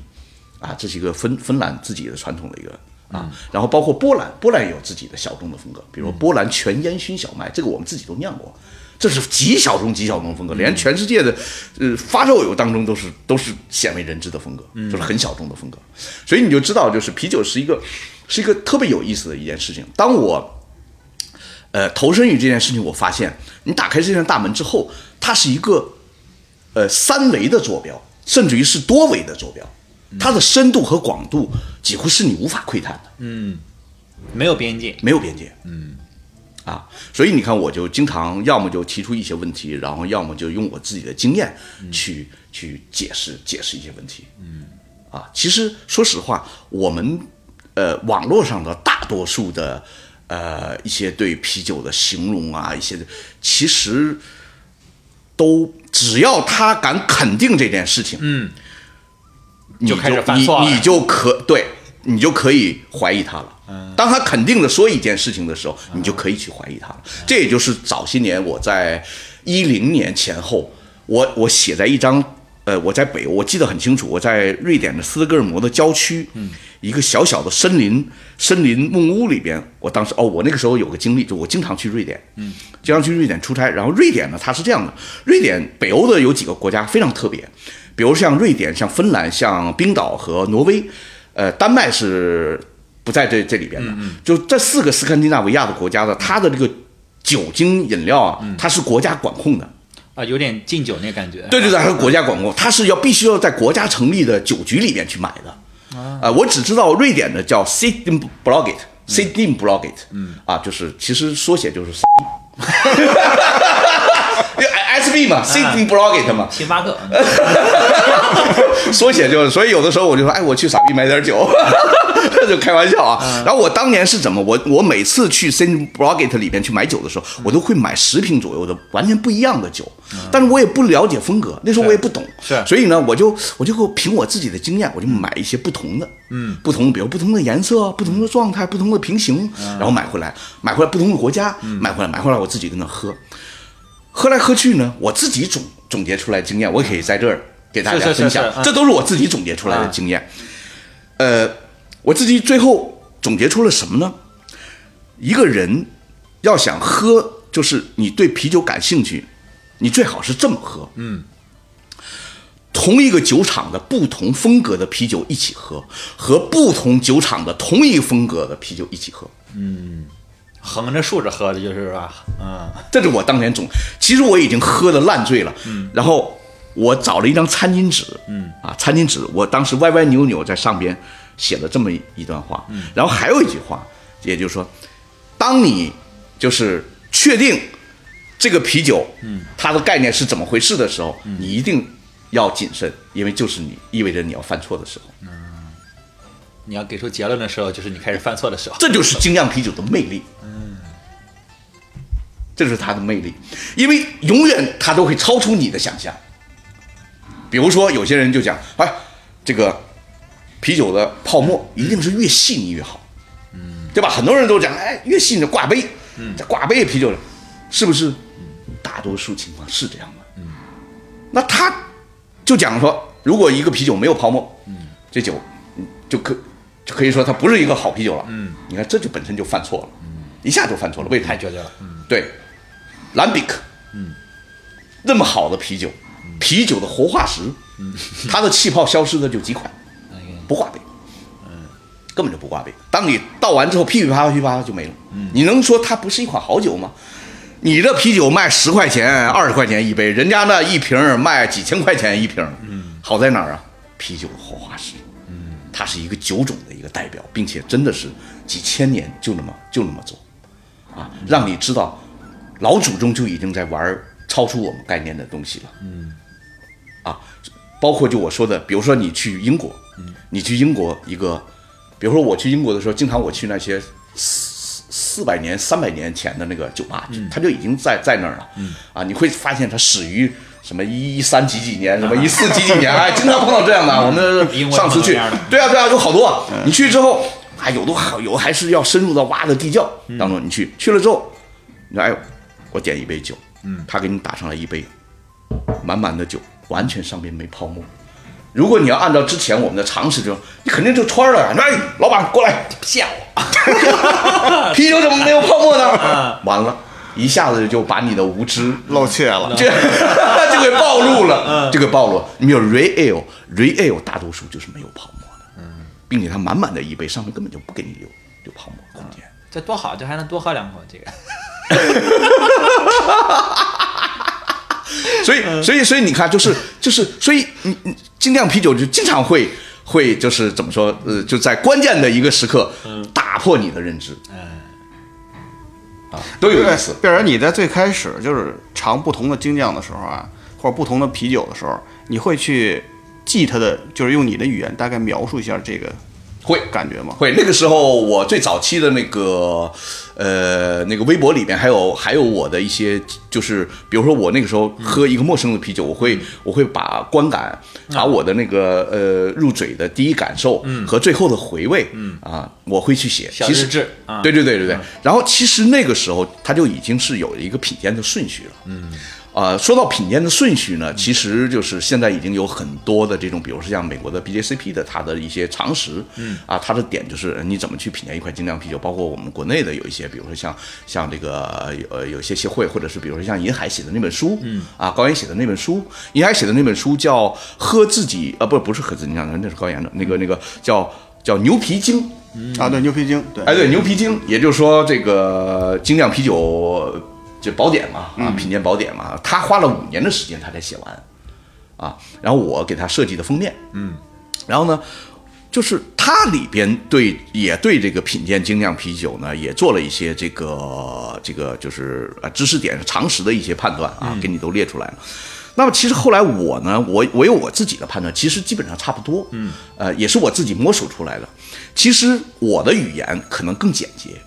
Speaker 2: 啊，这是一个芬芬兰自己的传统的一个。啊，然后包括波兰，波兰也有自己的小众的风格，比如波兰全烟熏小麦，这个我们自己都酿过，这是极小众、极小众的风格，连全世界的呃发烧友当中都是都是鲜为人知的风格，就是很小众的风格。所以你就知道，就是啤酒是一个是一个特别有意思的一件事情。当我呃投身于这件事情，我发现你打开这扇大门之后，它是一个呃三维的坐标，甚至于是多维的坐标，它的深度和广度几乎是你无法窥探的。
Speaker 4: 没有边界，
Speaker 2: 没有边界。嗯，啊，所以你看，我就经常要么就提出一些问题，然后要么就用我自己的经验去、去解释解释一些问题。嗯，啊，其实说实话，我们呃网络上的大多数的呃一些对啤酒的形容啊，一些的其实都只要他敢肯定这件事情，嗯，你
Speaker 4: 就开始犯错了
Speaker 2: 你你就可对，你就可以怀疑他了。
Speaker 4: 嗯
Speaker 2: 当他肯定的说一件事情的时候，你就可以去怀疑他
Speaker 4: 嗯
Speaker 2: 了。这也就是早些年我在一零年前后，我我写在一张，呃，我在北欧，我记得很清楚，我在瑞典的斯德哥尔摩的郊区，
Speaker 4: 嗯
Speaker 2: 一个小小的森林森林木屋里边，我当时哦，我那个时候有个经历，就我经常去瑞典，嗯，经常去瑞典出差。然后瑞典呢，它是这样的，瑞典北欧的有几个国家非常特别，比如像瑞典、像芬兰、像冰岛和挪威，呃，丹麦是不在这这里边的。就这四个斯堪的纳维亚的国家的，它的这个酒精饮料啊，它是国家管控的。
Speaker 4: 啊，有点敬酒那感觉。
Speaker 2: 对
Speaker 1: 嗯
Speaker 2: 对对，还是国家管控，它是要必须要在国家成立的酒局里面去买的。啊、我只知道瑞典的叫 s i d i n b l o g e t s i d i n b l o g e t 嗯，啊，就是其实缩写就是，就 SB 嘛，Sitting Blocket 嘛，
Speaker 4: 星巴克，嗯
Speaker 2: 缩写就是，所以有的时候我就说，哎，我去傻逼买点酒， 就开玩笑啊。
Speaker 1: 嗯
Speaker 2: 然后我当年是怎么，我我每次去 s i n b r o g e t 里边去买酒的时候，我都会买十瓶左右的完全不一样的酒，但是我也不了解风格，那时候我也不懂，
Speaker 1: 嗯是
Speaker 2: 所以呢，我就我就凭我自己的经验，我就买一些不同的，嗯，不同，比如不同的颜色、不同的状态、不同的瓶型，
Speaker 1: 嗯
Speaker 2: 然后买回来，买回来不同的国家，买回来，买回来我自己跟那喝。喝来喝去呢，我自己总总结出来经验，我可以在这儿给大家
Speaker 1: 是是是
Speaker 2: 分享，
Speaker 1: 是嗯啊
Speaker 2: 这都是我自己总结出来的经验。呃，我自己最后总结出了什么呢？一个人要想喝，就是你对啤酒感兴趣，你最好是这么喝，嗯。同一个酒厂的不同风格的啤酒一起喝，和不同酒厂的同一风格的啤酒一起喝，
Speaker 1: 横着竖着喝的就是吧，嗯，
Speaker 2: 这是我当年总，其实我已经喝的烂醉了，嗯，然后我找了一张餐巾纸，嗯，啊，餐巾纸，我当时歪歪扭扭在上边写了这么一段话，嗯，然后还有一句话，也就是说，当你就是确定这个啤酒，嗯，它的概念是怎么回事的时候，你一定要谨慎，因为就是你意味着你要犯错的时候，
Speaker 1: 你要给出结论的时候，就是你开始犯错的时候。
Speaker 2: 这就是精酿啤酒的魅力。嗯，这就是它的魅力，因为永远它都会超出你的想象。比如说，有些人就讲，哎，这个啤酒的泡沫一定是越细腻越好，嗯，对吧？很多人都讲，哎，越细腻就挂杯，嗯，这挂杯啤酒是不是？大多数情况是这样的。嗯，那他就讲说，如果一个啤酒没有泡沫，嗯，这酒嗯就可就可以说它不是一个好啤酒了。嗯，你看这就本身就犯错了，嗯，一下就犯错了，为什么？
Speaker 1: 太绝对了，嗯，
Speaker 2: 对，兰比克，嗯，那么好的啤酒，啤酒的活化石，嗯，它的气泡消失的就几款，不挂杯，嗯，根本就不挂杯。当你倒完之后，噼噼啪啪噼噼啪啪就没了。你能说它不是一款好酒吗？你这啤酒卖十块钱、二十块钱一杯，人家那一瓶儿卖几千块钱一瓶，嗯，好在哪儿啊？啤酒的活化石，嗯，它是一个酒种的一个代表，并且真的是几千年就那么就那么做。啊，让你知道老祖宗就已经在玩儿超出我们概念的东西了。嗯，啊，包括就我说的，比如说你去英国，
Speaker 1: 嗯
Speaker 2: 你去英国一个，比如说我去英国的时候，经常我去那些四四百年、三百年前的那个酒吧，
Speaker 1: 嗯
Speaker 2: 它就已经在在那儿了。嗯，啊，你会发现它始于。什么一三几几年，什么一四几几年，哎，经常碰到这样的。我
Speaker 1: 啊嗯英国也
Speaker 2: 们上次
Speaker 1: 碰到
Speaker 2: 去
Speaker 1: 这样的，嗯
Speaker 2: 对啊，对啊，有好多啊。你去之后，啊，有的好，有的还是要深入到挖的地窖
Speaker 1: 嗯
Speaker 2: 当中。你去去了之后，你说哎，我点一杯酒，嗯，他给你打上来一杯满满的酒，完全上面没泡沫。如果你要按照之前我们的常识，就你肯定就穿了呀。你说哎，老板过来，
Speaker 4: 吓我！
Speaker 2: 啤酒怎么没有泡沫呢？完了，一下子就把你的无知
Speaker 5: 露怯了，
Speaker 2: 这 就给暴露了，就给暴露了。你有 r e a l r e a l 大多数就是没有泡沫的，并且它满满的一杯，上面根本就不给你留留泡沫空间。
Speaker 4: 这多好，这还能多喝两口。这个
Speaker 2: 所以，所以，所以你看，就是就是，所以你你精酿啤酒就经常会会就是怎么说，呃，就在关键的一个时刻打破你的认知，啊，都有意思。
Speaker 3: 贝尔，你在最开始就是尝不同的精酿的时候啊，或者不同的啤酒的时候，你会去记它的，就是用你的语言大概描述一下这个
Speaker 2: 会
Speaker 3: 感觉吗？
Speaker 2: 会，那个时候我最早期的那个，呃，那个微博里面还有还有我的一些，就是比如说我那个时候喝一个陌生的啤酒，我会我会把观感，把我的那个呃入嘴的第一感受和最后的回味，啊，我会去写。
Speaker 1: 小
Speaker 2: 其实
Speaker 1: 日志啊
Speaker 2: 对对对对对。然后其实那个时候它就已经是有一个品鉴的顺序了，嗯。啊，说到品鉴的顺序呢，其实就是现在已经有很多的这种，比如说像美国的 BJCP 的它的一些常识，嗯，啊，它的点就是你怎么去品鉴一款精酿啤酒，包括我们国内的有一些，比如说像像这个呃有呃有些协会，或者是比如说像银海写的那本书，嗯，啊，高岩写的那本书，银海写的那本书叫《喝自己》，啊，不不是喝自己酿的，那是高岩的，那
Speaker 1: 嗯
Speaker 2: 个那个叫叫牛皮精，
Speaker 3: 啊，对，牛皮筋，对，
Speaker 2: 哎，对，牛皮精，也就是说这个精酿啤酒这宝典嘛，啊，品鉴宝典嘛，他花了五年的时间他才写完，啊，然后我给他设计的封面，嗯，然后呢，就是他它里边对也对这个品鉴精酿啤酒呢，也做了一些这个这个就是啊知识点常识的一些判断啊，给你都列出来了。那么其实后来我呢，我我有我自己的判断，其实基本上差不多，嗯，呃，也是我自己摸索出来的。其实我的语言可能更简洁，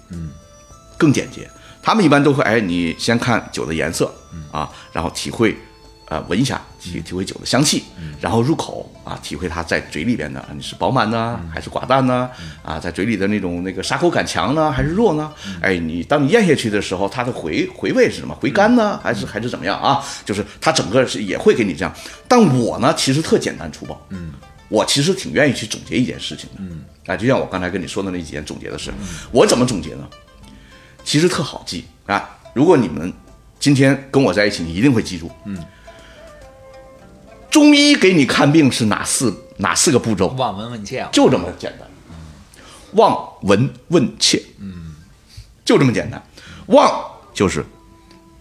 Speaker 2: 更简洁。他们一般都会，哎，你先看酒的颜色啊，然后体会，呃，闻一下，体体会酒的香气，然后入口啊，体会它在嘴里边的，你是饱满呢，还是寡淡呢？啊，在嘴里的那种那个沙口感强呢，还是弱呢？哎，你当你咽下去的时候，它的回回味是什么？回甘呢，还是还是怎么样啊？就是它整个是也会给你这样。但我呢，其实特简单粗暴，嗯，我其实挺愿意去总结一件事情的，嗯，啊，就像我刚才跟你说的那几件总结的事，我怎么总结呢？其实特好记啊。如果你们今天跟我在一起，你一定会记住。嗯，中医给你看病是哪四哪四个步骤？
Speaker 4: 望闻问切啊，
Speaker 2: 就这么简单。望闻问切，嗯，就这么简单。望就是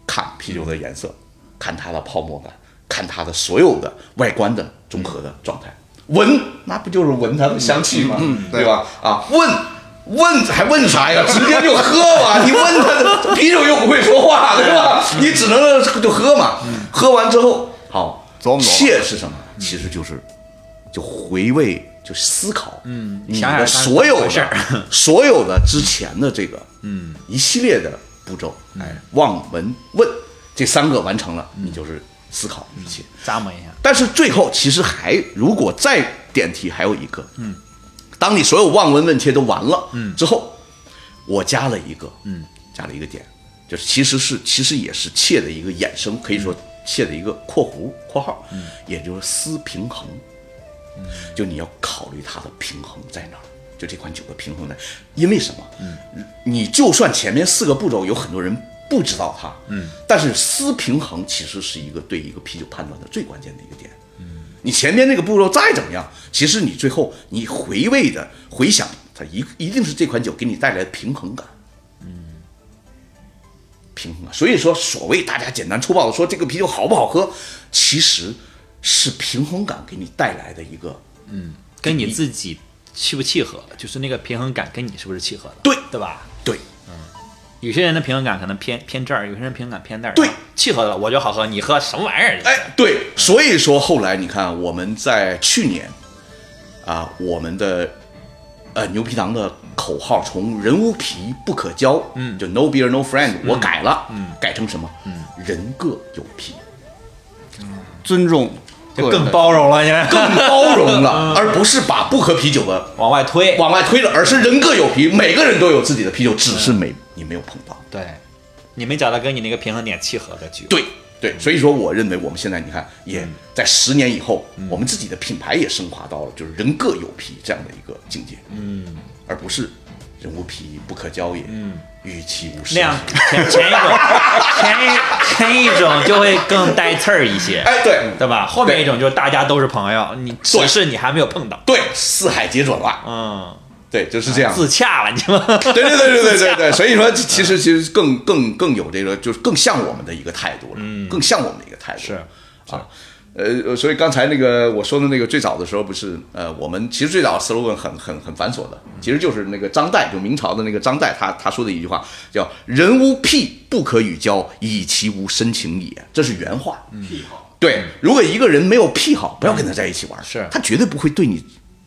Speaker 2: 看啤酒的颜色，看它的泡沫感，看它的所有的外观的综合的状态。闻那不就是闻它的香气吗？
Speaker 5: 嗯
Speaker 2: 对吧？啊，问问还问啥呀？直接就喝 吧。你问他啤酒又不会说话，对吧？
Speaker 5: 嗯
Speaker 2: 你只能就喝嘛。喝完之后，好，
Speaker 5: 琢磨琢磨
Speaker 2: 切是什么？其实就是就回味，就思考，嗯，你
Speaker 4: 想想
Speaker 2: 的
Speaker 4: 当时
Speaker 2: 所有
Speaker 4: 回事
Speaker 2: 的
Speaker 4: 儿
Speaker 2: 所有的之前的这个，嗯，一系列的步骤，
Speaker 4: 嗯
Speaker 2: 哎，望、闻、问这三个完成了，你就是思考一切。
Speaker 4: 咂摸一下，
Speaker 2: 但是最后其实还如果再点题还有一个，嗯，当你所有望闻问切都完了，嗯，之后我加了一个，嗯，加了一个点，就是其实是其实也是切的一个衍生，可以
Speaker 4: 嗯
Speaker 2: 说切的一个括弧括号，嗯，也就是思平衡，就你要考虑它的平衡在哪儿。就这款酒的平衡在，因为什么？嗯，你就算前面四个步骤有很多人不知道它，嗯，但是思平衡其实是一个对一个啤酒判断的最关键的一个点。嗯，你前面那个步骤再怎么样，其实你最后你回味的回想，它一一定是这款酒给你带来的平衡感。嗯平衡啊。所以说，所谓大家简单粗暴的说这个啤酒好不好喝，其实是平衡感给你带来的一个
Speaker 4: 跟你自己契不契合，就是那个平衡感跟你是不是契合的，
Speaker 2: 对
Speaker 4: 对吧？
Speaker 2: 对。
Speaker 4: 有些人的平衡感可能偏偏这儿，有些人平衡感偏那儿，
Speaker 2: 对，
Speaker 4: 契合了我就好喝，你喝什么玩意儿？
Speaker 2: 哎，对，所以说后来你看我们在去年啊，我们的呃牛皮糖的口号从人无皮不可交，嗯，就 No beer no friend，、我改了，嗯，改成什么？嗯，人各有皮，
Speaker 3: 尊重
Speaker 4: 就
Speaker 3: 个人
Speaker 4: 更
Speaker 3: 的
Speaker 4: 包容了，因为
Speaker 2: 更包容了，而不是把不喝啤酒的
Speaker 4: 往外推，
Speaker 2: 往外推了，而是人各有皮，每个人都有自己的啤酒，只是没你没有碰到。
Speaker 4: 对，你没找到跟你那个平衡点契合的酒，
Speaker 2: 对对，所以说我认为我们现在你看，也在十年以后，我们自己的品牌也升华到了就是人各有皮这样的一个境界，嗯，而不是人无皮不可交也，嗯，与其无
Speaker 4: 那
Speaker 2: 事。
Speaker 4: 样前前一种前一前一种就会更带刺儿一些，
Speaker 2: 哎，对
Speaker 4: 对吧？后面一种就是大家都是朋友，你只
Speaker 2: 对
Speaker 4: 是你还没有碰到，
Speaker 2: 对，四海皆准
Speaker 1: 啊
Speaker 2: 了，
Speaker 4: 嗯，
Speaker 2: 对，就是这样。
Speaker 4: 自洽了，你们
Speaker 2: 对对对对对对对，所以说其实其实更更更有这个，就是更像我们的一个态度了，更像我们的一个态度
Speaker 4: 是
Speaker 2: 啊。呃，所以刚才那个我说的那个最早的时候不是，呃，我们其实最早 slogan 很很很繁琐的，其实就是那个张岱，就明朝的那个张岱，他他说的一句话叫“人无癖不可与交，以其无深情也”，这是原话。嗯癖好。对，如果一个人没有癖好，不要跟他在一起玩，
Speaker 4: 是
Speaker 2: 他绝对不会对你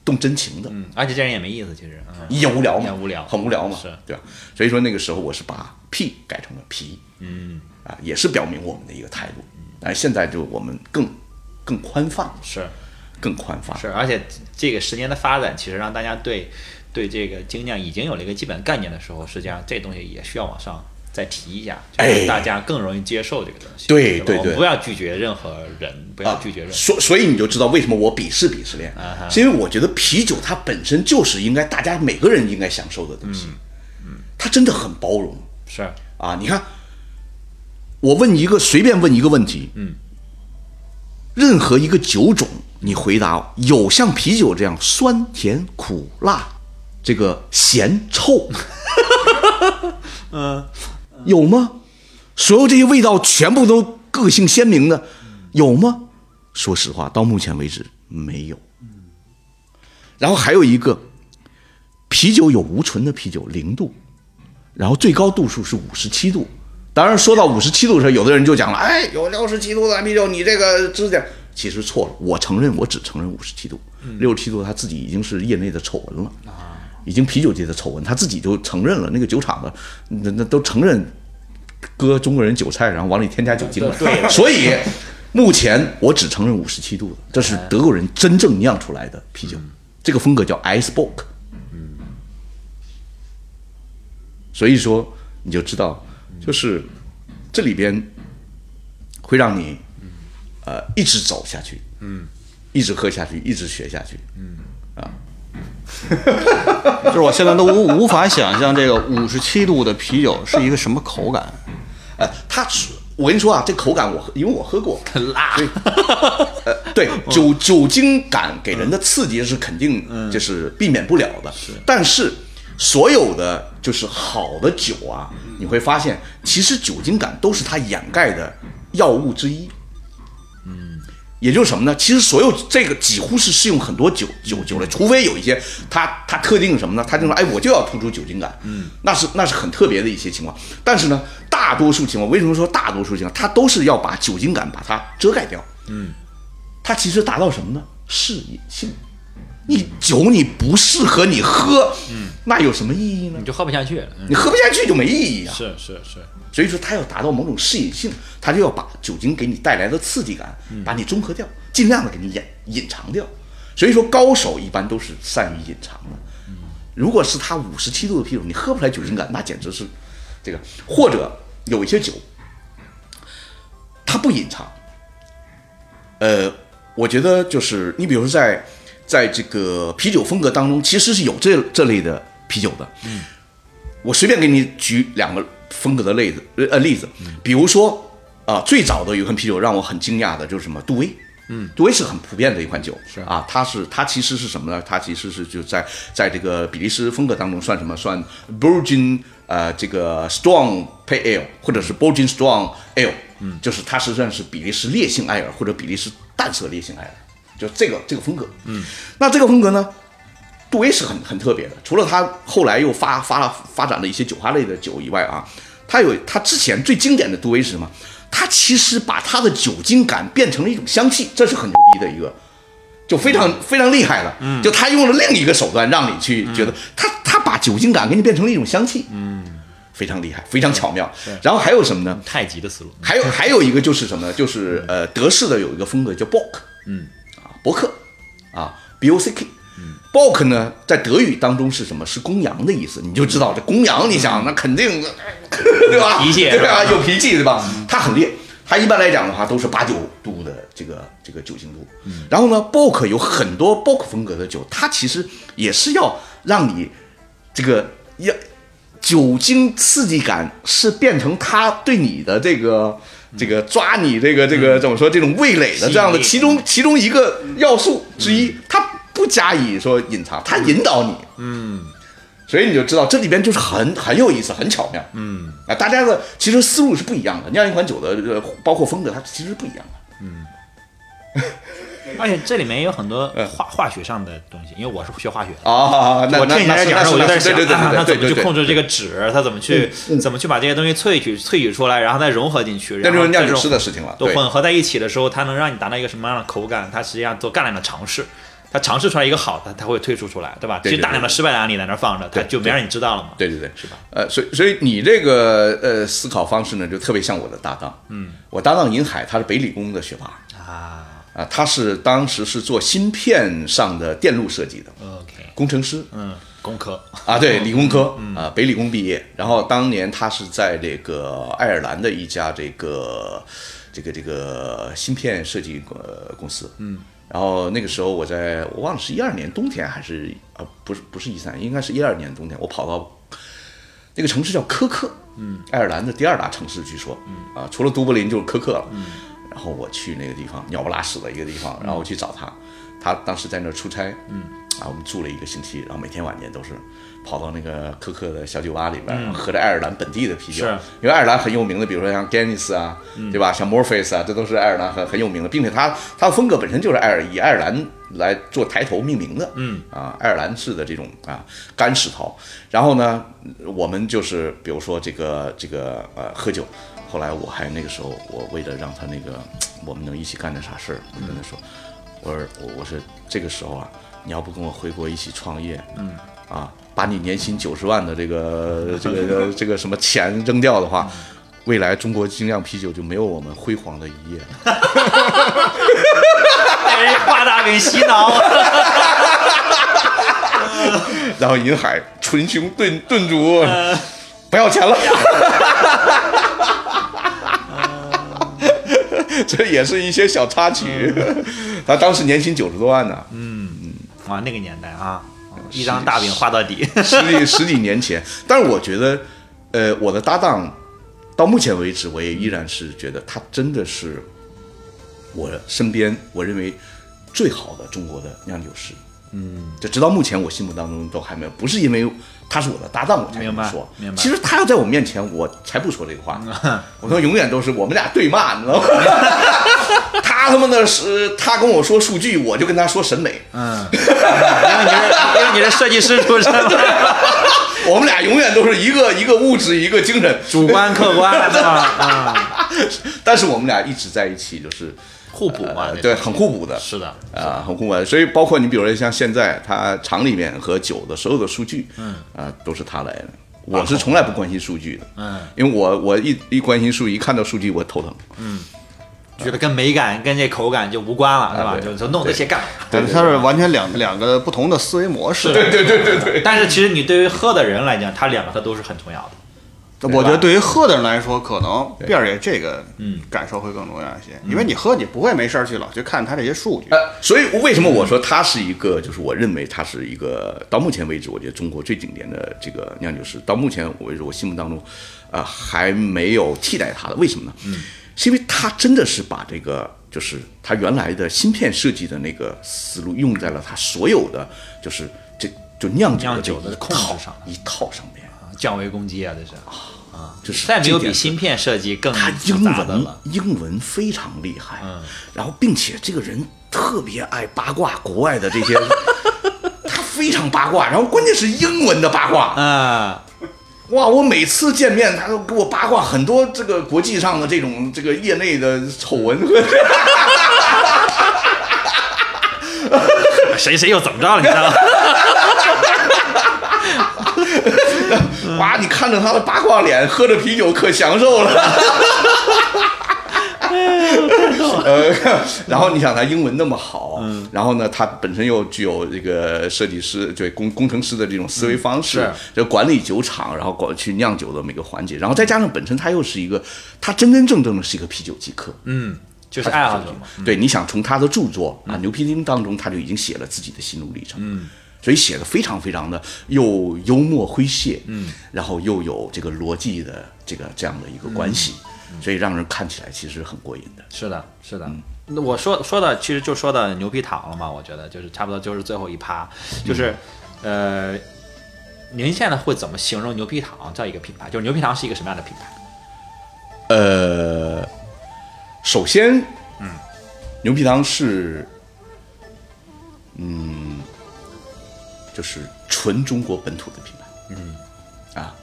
Speaker 2: 动真情的。
Speaker 4: 嗯而且这人也没意思，其实，嗯，
Speaker 2: 也无聊嘛，
Speaker 4: 也无聊
Speaker 2: 很无聊嘛，
Speaker 4: 是
Speaker 2: 对吧？所以说那个时候我是把屁改成了皮，嗯，啊，也是表明我们的一个态度。但是现在就我们更更宽泛，
Speaker 4: 嗯是
Speaker 2: 更宽泛，
Speaker 4: 是，而且这个十年的发展，其实让大家对对这个精酿已经有了一个基本概念的时候，实际上这东西也需要往上再提一下，就是
Speaker 2: 哎
Speaker 4: 大家更容易接受这个东西。
Speaker 2: 对
Speaker 4: 吧
Speaker 2: 对啊
Speaker 4: 我
Speaker 2: 对
Speaker 4: 们不要拒绝任何人，不要拒绝任何啊人。
Speaker 2: 所所以你就知道为什么我鄙视鄙视链，是因为我觉得啤酒它本身就是应该大家每个人应该享受的东西，嗯，它真的很包容
Speaker 4: 是，
Speaker 2: 啊！你看，我问一个随便问一个问题，嗯，任何一个酒种，你回答有像啤酒这样酸甜苦辣，这个咸臭， 嗯，有吗？所有这些味道全部都个性鲜明的，有吗？嗯说实话，到目前为止没有。然后还有一个啤酒有无醇的啤酒零度，然后最高度数是五十七度。当然，说到五十七度的时候，有的人就讲了：“哎，有六十七度的啤酒，你这个指甲。”其实错了，我承认，我只承认五十七度，六十七度他自己已经是业内的丑闻了，已经啤酒界的丑闻，他自己就承认了。那个酒厂的那那都承认割中国人韭菜，然后往里添加酒精了。对，所以目前我只承认五十七度的，这是德国人真正酿出来的啤酒，这个风格叫 Icebock。所以说你就知道，就是这里边会让你呃一直走下去，嗯，一直喝下去，一直学下去，嗯，
Speaker 3: 就是我现在都无 无法想象这个五十七度的啤酒是一个什么口感。
Speaker 2: 呃，它是我跟你说啊，这口感我喝因为我喝过，很辣，对，呃， 对，酒酒精感给人的刺激是肯定就是避免不了的，但嗯是。所有的就是好的酒啊，你会发现，其实酒精感都是它掩盖的药物之一。也就是什么呢？其实所有这个几乎是适用很多酒酒酒类，除非有一些它它特定什么呢？它就说哎，我就要突出酒精感，嗯，那是那是很特别的一些情况。但是呢，大多数情况，为什么说大多数情况，它都是要把酒精感把它遮盖掉，嗯，它其实达到什么呢？适饮性。你酒你不适合你喝，嗯，那有什么意义呢
Speaker 4: 你？就喝不下去了。嗯
Speaker 2: 你喝不下去就没意义啊。
Speaker 4: 是是是，
Speaker 2: 所以说它要达到某种适应性，它就要把酒精给你带来的刺激感，把你中和掉，尽量的给你掩隐藏掉。所以说高手一般都是善于隐藏的。嗯如果是他五十七度的啤酒，你喝不出来酒精感，那简直是这个。或者有一些酒，它不隐藏。呃，我觉得就是你比如说在在这个啤酒风格当中，其实是有这这类的啤酒的。我随便给你举两个风格的例子，呃例子，比如说啊、最早的有一款啤酒让我很惊讶的就是什么杜威。嗯，杜威是很普遍的一款酒，是啊，它是它其实是什么呢？它其实是就在在这个比利时风格当中算什么？算 Belgian 呃这个 Strong Pale Ale 或者是 Belgian Strong Ale，嗯，就是它实际上是比利时烈性艾尔或者比利时淡色烈性艾尔，就这个这个风格。嗯，那这个风格呢，杜威是很很特别的，除了他后来又发发发展了一些酒花类的酒以外啊，他有他之前最经典的杜威是什么？他其实把他的酒精感变成了一种香气，这是很牛逼的一个，就非常、非常厉害了。嗯，就他用了另一个手段让你去觉得、他他把酒精感给你变成了一种香气，嗯，非常厉害，非常巧妙。然后还有什么呢？
Speaker 4: 太极的思路。
Speaker 2: 还有还有一个就是什么呢？就是呃，德式的有一个风格叫 Bock，嗯，啊，伯克，啊，B O C K。Bock 呢，在德语当中是什么？是公羊的意思，你就知道这公羊，你想那肯定， 对吧？
Speaker 4: 脾气
Speaker 2: 对吧？有脾气对吧？它很烈，它一般来讲的话都是八九度的这个这个酒精度。然后呢，Bock 有很多 Bock 风格的酒，它其实也是要让你这个要酒精刺激感是变成它对你的这个这个抓你这个这个怎么说这种味蕾的这样的
Speaker 4: 吸引力
Speaker 2: 其中其中一个要素之一，它不加以说隐藏，它引导你，嗯，所以你就知道这里边就是很很有意思，很巧妙，嗯啊，大家的其实思路是不一样的，酿一款酒的呃包括风格它其实是不一样的，
Speaker 4: 而且这里面也有很多
Speaker 2: 嗯
Speaker 4: 化化学上的东西，因为我是学化学的。
Speaker 2: 啊，那
Speaker 4: 我
Speaker 2: 那
Speaker 4: 听你
Speaker 2: 那
Speaker 4: 在
Speaker 2: 是
Speaker 4: 这讲的时候，我就在
Speaker 2: 那是
Speaker 4: 想，
Speaker 2: 对对对
Speaker 4: 啊，他
Speaker 2: 对对
Speaker 4: 怎么
Speaker 2: 对
Speaker 4: 去
Speaker 2: 对
Speaker 4: 控制这个酯？他怎么去怎么去把这些东西萃取萃取出来，然后再融合进去？
Speaker 2: 那
Speaker 4: 然
Speaker 2: 就是
Speaker 4: 后
Speaker 2: 酿酒
Speaker 4: 这种
Speaker 2: 师的事情了，
Speaker 4: 都
Speaker 2: 对。
Speaker 4: 混合在一起的时候，它能让你达到一个什么样的口感？它实际上做大量的尝试，它尝试出来一个好的，它会推出出来，对吧？
Speaker 2: 对
Speaker 4: 其实大量的失败的案例在那儿放着，它
Speaker 2: 对
Speaker 4: 就没让你知道了嘛。
Speaker 2: 对对对，是吧？呃，所以所以你这个呃思考方式呢，就特别像我的搭档。嗯，我搭档银海，他是北理工的学霸啊啊，他是当时是做芯片上的电路设计的
Speaker 4: OK，
Speaker 2: 工程师。
Speaker 4: 嗯，工科
Speaker 2: 啊，对，理工科啊、北理工毕业。然后当年他是在这个爱尔兰的一家这个这个这个芯片设计呃公司，嗯。然后那个时候我在我忘了是一二年冬天还是啊不是不是一三，应该是一二年冬天，我跑到那个城市叫科克，嗯，爱尔兰的第二大城市，据说，啊，除了都柏林就是科克了。然后我去那个地方鸟不拉屎的一个地方，然后我去找他，他当时在那儿出差，嗯，啊，我们住了一个星期，然后每天晚间都是跑到那个科克的小酒吧里边，然后喝着爱尔兰本地的啤酒
Speaker 4: 是，
Speaker 2: 因为爱尔兰很有名的，比如说像 Guinness 啊，对吧？像 Morpheus 啊，这都是爱尔兰很很有名的，并且它它的风格本身就是爱尔以爱尔兰来做抬头命名的，嗯啊，爱尔兰式的这种啊干石涛。然后呢，我们就是比如说这个这个呃喝酒，后来我还那个时候我为了让他那个我们能一起干点啥事儿，我就跟他说，我说我我是这个时候啊，你要不跟我回国一起创业，嗯啊，把你年薪九十万的这个这个 这个什么钱扔掉的话。未来中国精酿啤酒就没有我们辉煌的一页了。
Speaker 4: 被人话大给洗脑了。
Speaker 2: 然后银海捶胸顿顿足，呃不要钱了。 这也是一些小插曲， 他当时年薪九十多万呢，
Speaker 4: 哇，那个年代啊，一张大饼画到底。
Speaker 2: 十几 十几年前。但是我觉得，呃，我的搭档到目前为止，我也依然是觉得他真的是我身边我认为最好的中国的酿酒师。嗯，就直到目前，我心目当中都还没有，不是因为他是我的搭档，我才这
Speaker 4: 明
Speaker 2: 么
Speaker 4: 白
Speaker 2: 说。
Speaker 4: 明白嗯
Speaker 2: 其实他要在我面前，我才不说这个话。我说永远都是我们俩对骂，你知道吗？ 他他妈的是他跟我说数据，我就跟他说审美。
Speaker 4: 嗯， 因为你是因为你是设计师出身嘛，
Speaker 2: 我们俩永远都是一个一个物质，一个精神，
Speaker 4: 主观客观是吧？啊，
Speaker 2: 但是我们俩一直在一起，就是
Speaker 4: 互补嘛
Speaker 2: 呃，
Speaker 4: 这
Speaker 2: 对，很互补的，
Speaker 4: 啊是的，
Speaker 2: 啊，很互补的。所以包括你，比如说像现在他厂里面和酒的所有的数据，嗯，啊，都是他来的。我是从来不关心数据的，
Speaker 4: 啊嗯，
Speaker 2: 因为我我一一关心数，一看到数据我头疼。
Speaker 4: 觉得跟美感跟这口感就无关了，是吧？
Speaker 2: 对
Speaker 4: 就就弄这些干嘛？
Speaker 2: 对
Speaker 3: 但是它是完全两两个不同的思维 模式。
Speaker 4: 但是其实你对于喝的人来讲，它两个它都是很重要的。
Speaker 3: 我觉得对于喝的人来说，可能辫儿爷这个
Speaker 2: 嗯
Speaker 3: 感受会更重要一些，因为你喝你不会没事儿去老去看他这些数 据。
Speaker 2: 呃，所以为什么我说他是一个，就是我认为他是一个到目前为止，我觉得中国最经典的这个酿酒师，到目前为止我心目当中，啊、还没有替代他的。为什么呢？嗯，是因为他真的是把这个，就是他原来的芯片设计的那个思路用在了他所有的，就是这就酿酒
Speaker 4: 酿
Speaker 2: 的这
Speaker 4: 酒的
Speaker 2: 一
Speaker 4: 控制
Speaker 2: 套
Speaker 4: 上
Speaker 2: 一套上面，
Speaker 4: 啊降维攻击啊，这是啊，
Speaker 2: 就是
Speaker 4: 再没有
Speaker 2: 这点
Speaker 4: 比芯片设计更
Speaker 2: 他英
Speaker 4: 嗯复杂的
Speaker 2: 文
Speaker 4: 了。嗯
Speaker 2: 英文非常厉害，然后并且这个人特别爱八卦国外的 这些，他非常八卦，然后关键是英文的八卦，
Speaker 4: 啊，
Speaker 2: 哇！我每次见面他都给我八卦很多这个国际上的这种这个业内的丑闻和。
Speaker 4: 谁谁又怎么着了？你知道 吗？
Speaker 2: 哇，你看着他的八卦脸，喝着啤酒可享受了。呃， 然后你想他英文那么好，然后呢，他本身又具有这个设计师对工工程师的这种思维方式，就管理酒厂，然后管去酿酒的每个环节，然后再加上本身他又是一个，他真真正正的是一个啤酒极客，
Speaker 4: 嗯，就是爱好者嘛。
Speaker 2: 嗯
Speaker 4: 嗯
Speaker 2: 对，你想从他的著作啊《牛皮筋》当中，他就已经写了自己的心路历程，嗯，所以写的非常非常的又幽默诙谐，嗯，然后又有这个逻辑的这个这样的一个关系，
Speaker 4: 嗯
Speaker 2: 所以让人看起来其实很过瘾的。
Speaker 4: 是的，是的。那我说说的其实就说的牛皮糖了嘛，我觉得就是差不多就是最后一趴，就是、呃，您现在会怎么形容牛皮糖这样一个品牌？就是牛皮糖是一个什么样的品牌？
Speaker 2: 呃，首先，嗯，牛皮糖是，嗯，就是纯中国本土的品牌，嗯，啊，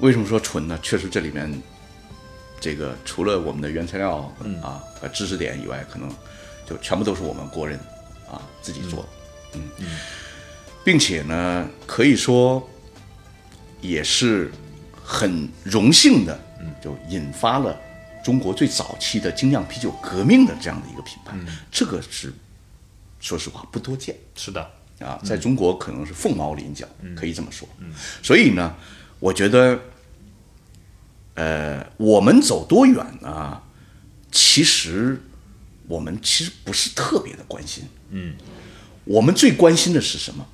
Speaker 2: 为什么说纯呢？确实这里面，这个除了我们的原材料、啊和知识点以外，可能就全部都是我们国人啊自己做的，嗯，并且呢，可以说也是很荣幸的，就引发了中国最早期的精酿啤酒革命的这样的一个品牌，这个是说实话不多见
Speaker 4: 是的，
Speaker 2: 啊，在中国可能是凤毛麟角，可以这么说。所以呢，我觉得，呃，我们走多远呢？其实我们其实不是特别的关心，嗯，我们最关心的是什么？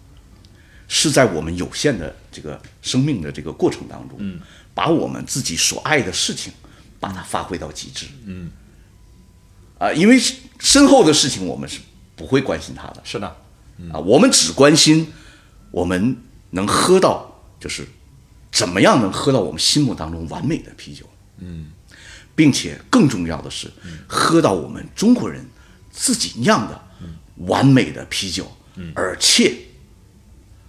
Speaker 2: 是在我们有限的这个生命的这个过程当中，嗯，把我们自己所爱的事情，把它发挥到极致，嗯，啊、因为身后的事情我们是不会关心它的，
Speaker 4: 是的，
Speaker 2: 啊，我们只关心我们能喝到，就是怎么样能喝到我们心目当中完美的啤酒。嗯，并且更重要的是，喝到我们中国人自己酿的完美的啤酒，而且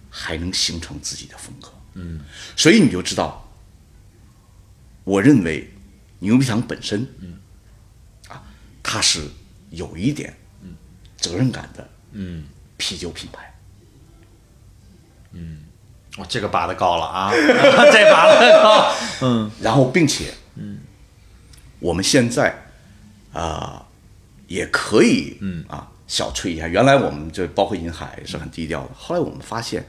Speaker 2: 还能形成自己的风格。嗯，所以你就知道，我认为牛皮糖本身，嗯，啊，它是有一点责任感的，嗯，啤酒品牌。
Speaker 1: 哇，哦这个拔的高了啊， 这拔的高，
Speaker 2: 然后并且，嗯，我们现在啊、也可以，嗯啊，小吹一下。原来我们就包括银海是很低调的，后来我们发现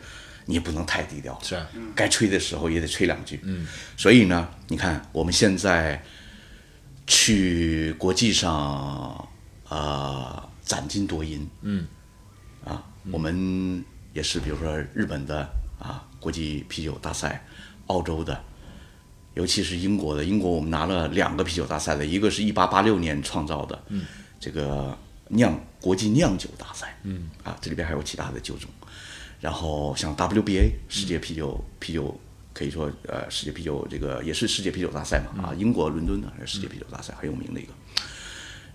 Speaker 2: 你也不能太低调，
Speaker 1: 是
Speaker 2: 该吹的时候也得吹两句，啊嗯。所以呢，你看我们现在去国际上啊、攒金夺银，嗯啊，我们也是比如说日本的啊国际啤酒大赛，澳洲的。尤其是英国的，英国我们拿了两个啤酒大赛的，一个是一八八六年创造的，嗯，这个酿国际酿酒大赛，嗯，啊，这里边还有其他的酒种，然后像 WBA 世界啤酒、啤酒可以说呃世界啤酒这个也是世界啤酒大赛嘛，啊，英国伦敦的还是世界啤酒大赛、很有名的一个，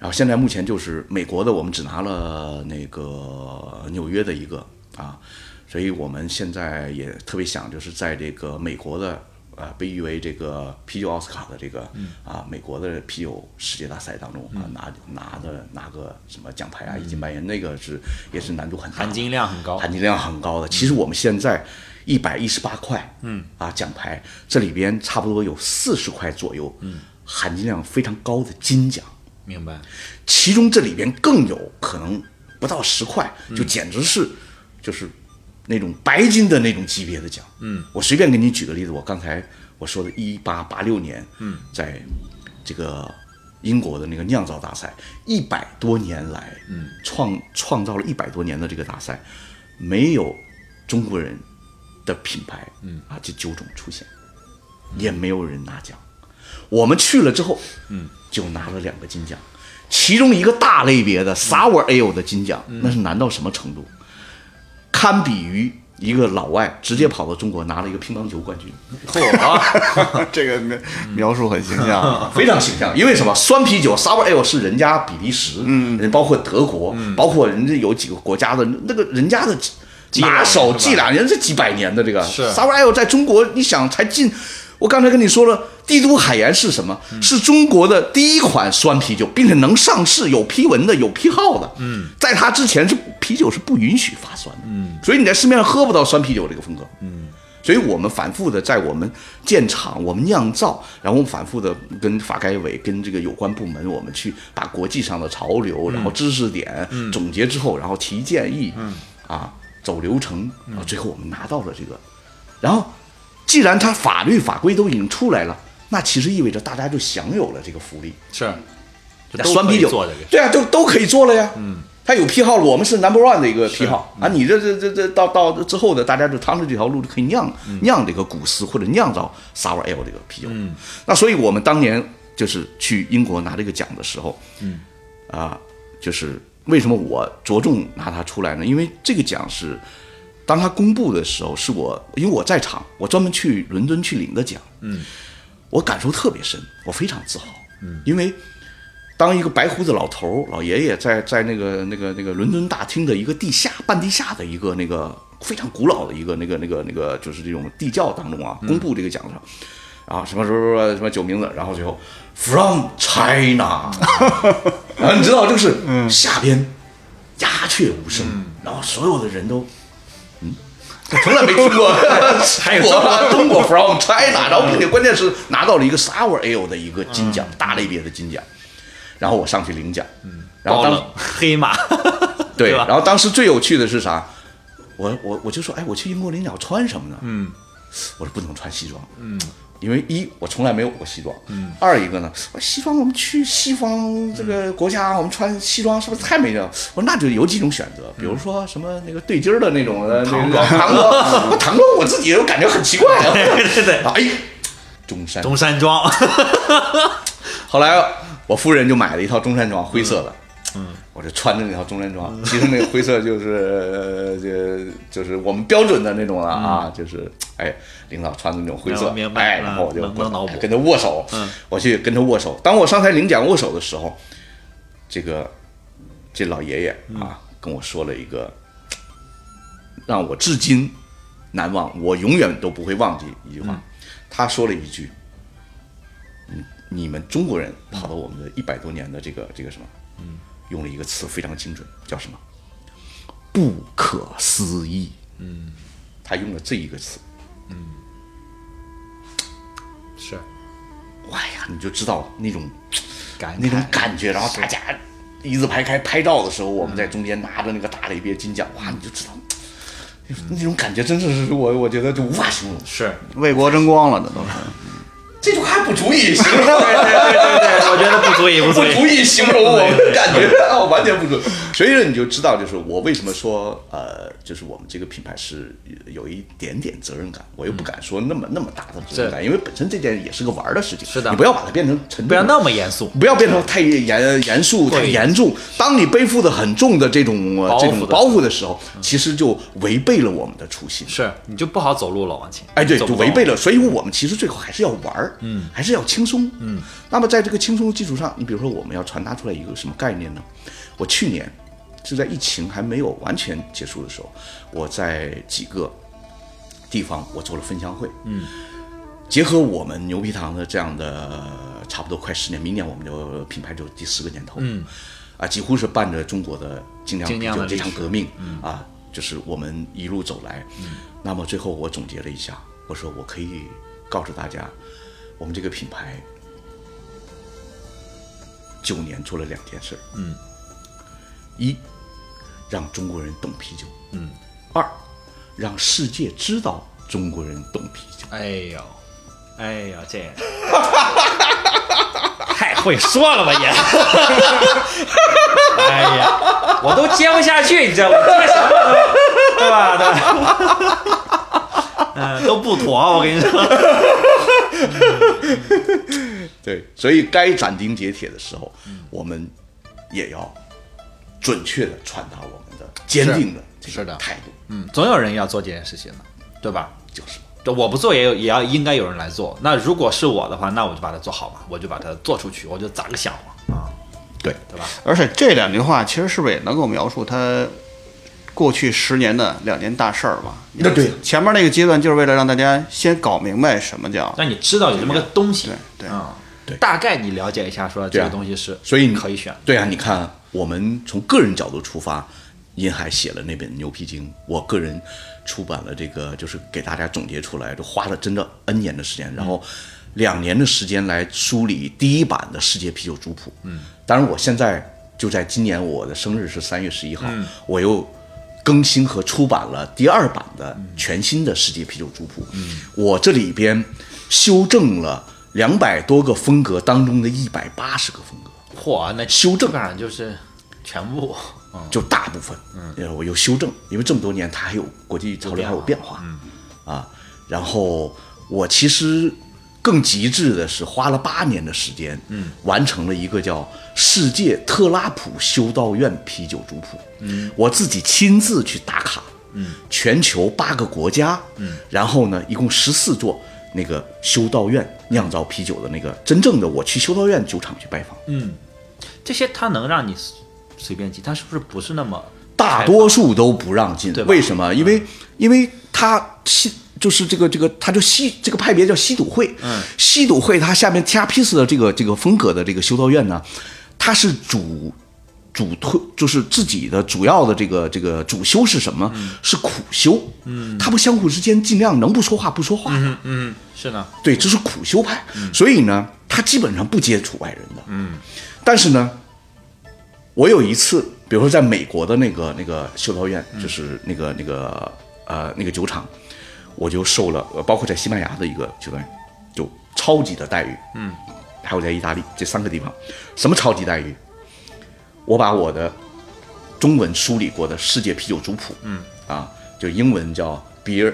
Speaker 2: 然后现在目前就是美国的，我们只拿了那个纽约的一个啊，所以我们现在也特别想就是在这个美国的啊，被誉为这个啤酒奥斯卡的这个、
Speaker 1: 嗯
Speaker 2: 啊美国的啤酒世界大赛当中啊、拿拿的拿个什么奖牌啊，一金半银，那个是也是难度很大的，
Speaker 1: 嗯含金量很高
Speaker 2: 含金量很高的。其实我们现在。一百一十八块，嗯啊，奖牌这里边差不多有四十块左右，嗯，含金量非常高的金奖，
Speaker 1: 明白？
Speaker 2: 其中这里边更有可能不到十块，就简直是、就是那种白金的那种级别的奖。嗯，我随便给你举个例子，我刚才我说的，一八八六年，嗯，在这个英国的那个酿造大赛，一百多年来，嗯，创创造了一百多年的这个大赛，没有中国人的品牌，嗯啊，这九种出现，也没有人拿奖。我们去了之后，嗯，就拿了两个金奖，其中一个大类别的 Sour Ale 的金奖，那是难到什么程度？堪比于一个老外直接跑到中国拿了一个乒乓球冠军，
Speaker 4: 啊
Speaker 5: 这个描描述很形象 啊。
Speaker 2: 非常形象。因为什么？酸啤酒 Sour Ale 是人家比利时，嗯，人包括德国，包括人家有几个国家的那个人家的拿手
Speaker 1: 是吧
Speaker 2: 伎俩，人家这几百年的这个
Speaker 1: 是
Speaker 2: Sour Ale 在中国，你想才进。我刚才跟你说了，帝都海盐是什么？是中国的第一款酸啤酒，并且能上市，有批文的，有批号的。嗯，在它之前是啤酒是不允许发酸的。嗯，所以你在市面上喝不到酸啤酒这个风格。嗯，所以我们反复的在我们建厂、我们酿造，然后我们反复的跟发改委、跟这个有关部门，我们去把国际上的潮流，然后知识点、总结之后，然后提建议，啊，走流程，啊，最后我们拿到了这个，然后既然它法律法规都已经出来了，那其实意味着大家就享有了这个福利，
Speaker 1: 是，就都
Speaker 2: 酸
Speaker 1: 可以
Speaker 2: 啤酒
Speaker 1: 做这个，
Speaker 2: 对啊，都都可以做了呀。嗯，他有批号了，我们是 number one 的一个批号啊。你这这这这到到之后的，大家就趟着这条路就可以酿
Speaker 1: 嗯
Speaker 2: 酿这个古斯或者酿造 sour ale 这个啤酒。嗯，那所以我们当年就是去英国拿这个奖的时候，嗯，啊，就是为什么我着重拿它出来呢？因为这个奖是。当它公布的时候，是我因为我在场，我专门去伦敦去领的奖，嗯，我感受特别深，我非常自豪，嗯，因为当一个白胡子老头儿老爷爷在在那个那个那个伦敦大厅的一个地下半地下的一个那个非常古老的一个那个那个那个就是这种地窖当中啊，公布这个奖状，啊什么什么什么什么酒名字，然后最后 From China，然后你知道就是下边鸦雀无声，然后所有的人都。嗯， 从来没听 过嗯中国中 国 from China，然后并且关键是拿到了一个 Sour Ale 的一个金奖，大类别的金奖。然后我上去领奖，嗯，然后
Speaker 1: 包
Speaker 2: 当
Speaker 1: 了黑 马，
Speaker 2: 对，
Speaker 1: 吧
Speaker 2: 然后当时最有趣的是啥？我我我就说，哎，我去英国领奖穿什么呢？嗯，我说不能穿西装，嗯，因为一我从来没有过西装，嗯，二一个呢，我西装我们去西方这个国家，我们穿西装是不是太没劲了？我说那就有几种选择，比如说什么那个对襟儿的那种的，那个嗯 唐装，我唐装我自己都感觉很奇怪 啊，
Speaker 4: 对对，
Speaker 2: 哎，中山
Speaker 4: 中山 装，
Speaker 2: 后来我夫人就买了一套中山装，灰色的。嗯，我就穿着那套中
Speaker 4: 嗯
Speaker 2: 山装，其实那个灰色就是呃，就就是我们标准的那种了啊，就是哎，领导穿的那种灰色，
Speaker 4: 嗯明白
Speaker 2: 哎，
Speaker 4: 嗯
Speaker 2: 然后我就
Speaker 4: 能能脑补嗯
Speaker 2: 跟他握手，我去跟他握
Speaker 4: 嗯
Speaker 2: 手。当我上台领奖握手的时候，这个这老爷爷啊，跟我说了一个让我至今难忘，我永远都不会忘记一句话。
Speaker 4: 嗯
Speaker 2: 他说了一句：“你你们中国人跑到我们的一百多年的这个这个什么，用了一个词非常精准，叫什么？不可思议。”嗯，他用了这一个词。
Speaker 4: 是
Speaker 2: 哎呀，你就知道那种
Speaker 4: 感慨
Speaker 2: 那种感觉，然后大家一字排开拍照的时候，我们在中间拿着那个大雷鳖金奖，哇，你就知道。那种感觉真是是我，我觉得就无法形容。
Speaker 4: 是，
Speaker 3: 为国争光了，这都是。
Speaker 2: 这句话还不足以形
Speaker 4: 对
Speaker 2: 容，
Speaker 4: 对对对，我觉得不足以，不足
Speaker 2: 不
Speaker 4: 以。
Speaker 2: 足以形容我们的感觉，啊完全不 足。所以说，你就知道，就是我为什么说，呃，就是我们这个品牌是有一点点责任感，我又不敢说那么那么大的责任感，因为本身这件也是个玩儿的事情，
Speaker 4: 是的
Speaker 2: 你不要把它变成沉重，
Speaker 4: 不要那么严肃，
Speaker 2: 不要变成太严严肃、太严重。当你背负的很重的这种、呃
Speaker 4: 包袱的
Speaker 2: 这种包袱的时候，其实就违背了我们的初心。
Speaker 4: 是你就不好走路了，往前。
Speaker 2: 哎，对，
Speaker 4: 走
Speaker 2: 就
Speaker 4: 不
Speaker 2: 违
Speaker 4: 动
Speaker 2: 背了，所以我们其实最后还是要玩儿，嗯，还是要轻松，嗯。那么在这个轻松的基础上，你比如说我们要传达出来一个什么概念呢？我去年是在疫情还没有完全结束的时候，我在几个地方我做了分享会，嗯，结合我们牛皮糖的这样的差不多快十年，明年我们就品牌就第十个年头，嗯，啊，几乎是伴着中国的精酿
Speaker 4: 精
Speaker 2: 啤
Speaker 4: 酿
Speaker 2: 酒
Speaker 4: 的
Speaker 2: 这
Speaker 4: 历
Speaker 2: 场
Speaker 4: 史
Speaker 2: 革命、啊，就是我们一路走来。那么最后我总结了一下，我说我可以告诉大家，我们这个品牌九年做了两件事，嗯，一让中国人懂啤酒，嗯，二让世界知道中国人懂啤酒。
Speaker 4: 哎呦，哎呦，这 太会说了吧也！ 哎呀，我都接不下去，你知道我接什么都对吧？对吧？ 嗯，都不妥，我跟你说。
Speaker 2: 对，所以该斩钉截铁的时候，我们也要准确的传达我们的坚定的这
Speaker 4: 是
Speaker 2: 个
Speaker 4: 的
Speaker 2: 态度，
Speaker 4: 嗯，总有人要做这件事情的，对吧？
Speaker 2: 就是
Speaker 4: 这我不做也有也要应该有人来做。那如果是我的话，那我就把它做好嘛，我就把它做出去，我就砸个响嘛啊，
Speaker 2: 对。
Speaker 4: 对吧？
Speaker 3: 而且这两句话其实是不是也能够描述他过去十年的两件大事儿吧？
Speaker 2: 那对
Speaker 3: 前面那个阶段就是为了让大家先搞明白什么 叫
Speaker 4: 让你知道有这么个东西，
Speaker 3: 对对
Speaker 4: 啊、
Speaker 2: 对
Speaker 4: 大概你了解一下，说这
Speaker 2: 对啊
Speaker 4: 个东西是，
Speaker 2: 所以你
Speaker 4: 可以选。
Speaker 2: 对啊，你看，我们从个人角度出发，银海写了那本《牛皮经》，我个人出版了这个，就是给大家总结出来，就花了真的 N 年的时
Speaker 4: 嗯
Speaker 2: 间，然后两年的时间来梳理第一版的世界啤酒族谱。嗯，当然，我现在就在今年我的生日是三月十一号，
Speaker 4: 嗯
Speaker 2: 我又。更新和出版了第二版的全新的世界啤酒族谱，
Speaker 4: 嗯
Speaker 2: 我这里边修正了两百多个风格当中的一百八十个风格，
Speaker 4: 嚯，那
Speaker 2: 修正
Speaker 4: 基
Speaker 1: 啊
Speaker 4: 本上就是全部，
Speaker 2: 就大部分，嗯，我有修正，因为这么多年它还有国际潮流还有变化，啊，然后我其实更极致的是花了八年的时间，嗯，完成了一个叫《世界特拉普修道院啤酒族谱》，嗯，我自己亲自去打卡，嗯，全球八个国家，嗯，然后呢，一共十四座那个修道院酿造啤酒的那个真正的我去修道院酒厂去拜访，
Speaker 4: 这些它能让你随随便进，它是不是不是那么
Speaker 2: 大多数都不让进
Speaker 4: 对，吧
Speaker 2: 为什么？因为因为他吸就是这个这个，他就吸这个派别叫吸赌会，嗯，吸赌会它下面 t r p 斯的这个这个风格的这个修道院呢，它是主主推就是自己的主要的这个这个主修是什么？是苦修，嗯，他们相互之间尽量能不说话不说话，
Speaker 4: 嗯是呢？
Speaker 2: 对，这是苦修派，所以呢，他基本上不接触外人的。嗯，但是呢，我有一次，比如说在美国的那个那个修道院，就是那个那个呃那个酒厂，我就受了，呃包括在西班牙的一个酒道院，就超级的待遇。嗯，还有在意大利这三个地方，什么超级待遇？我把我的中文梳理过的世界啤酒族谱，嗯，啊，就英文叫 Beer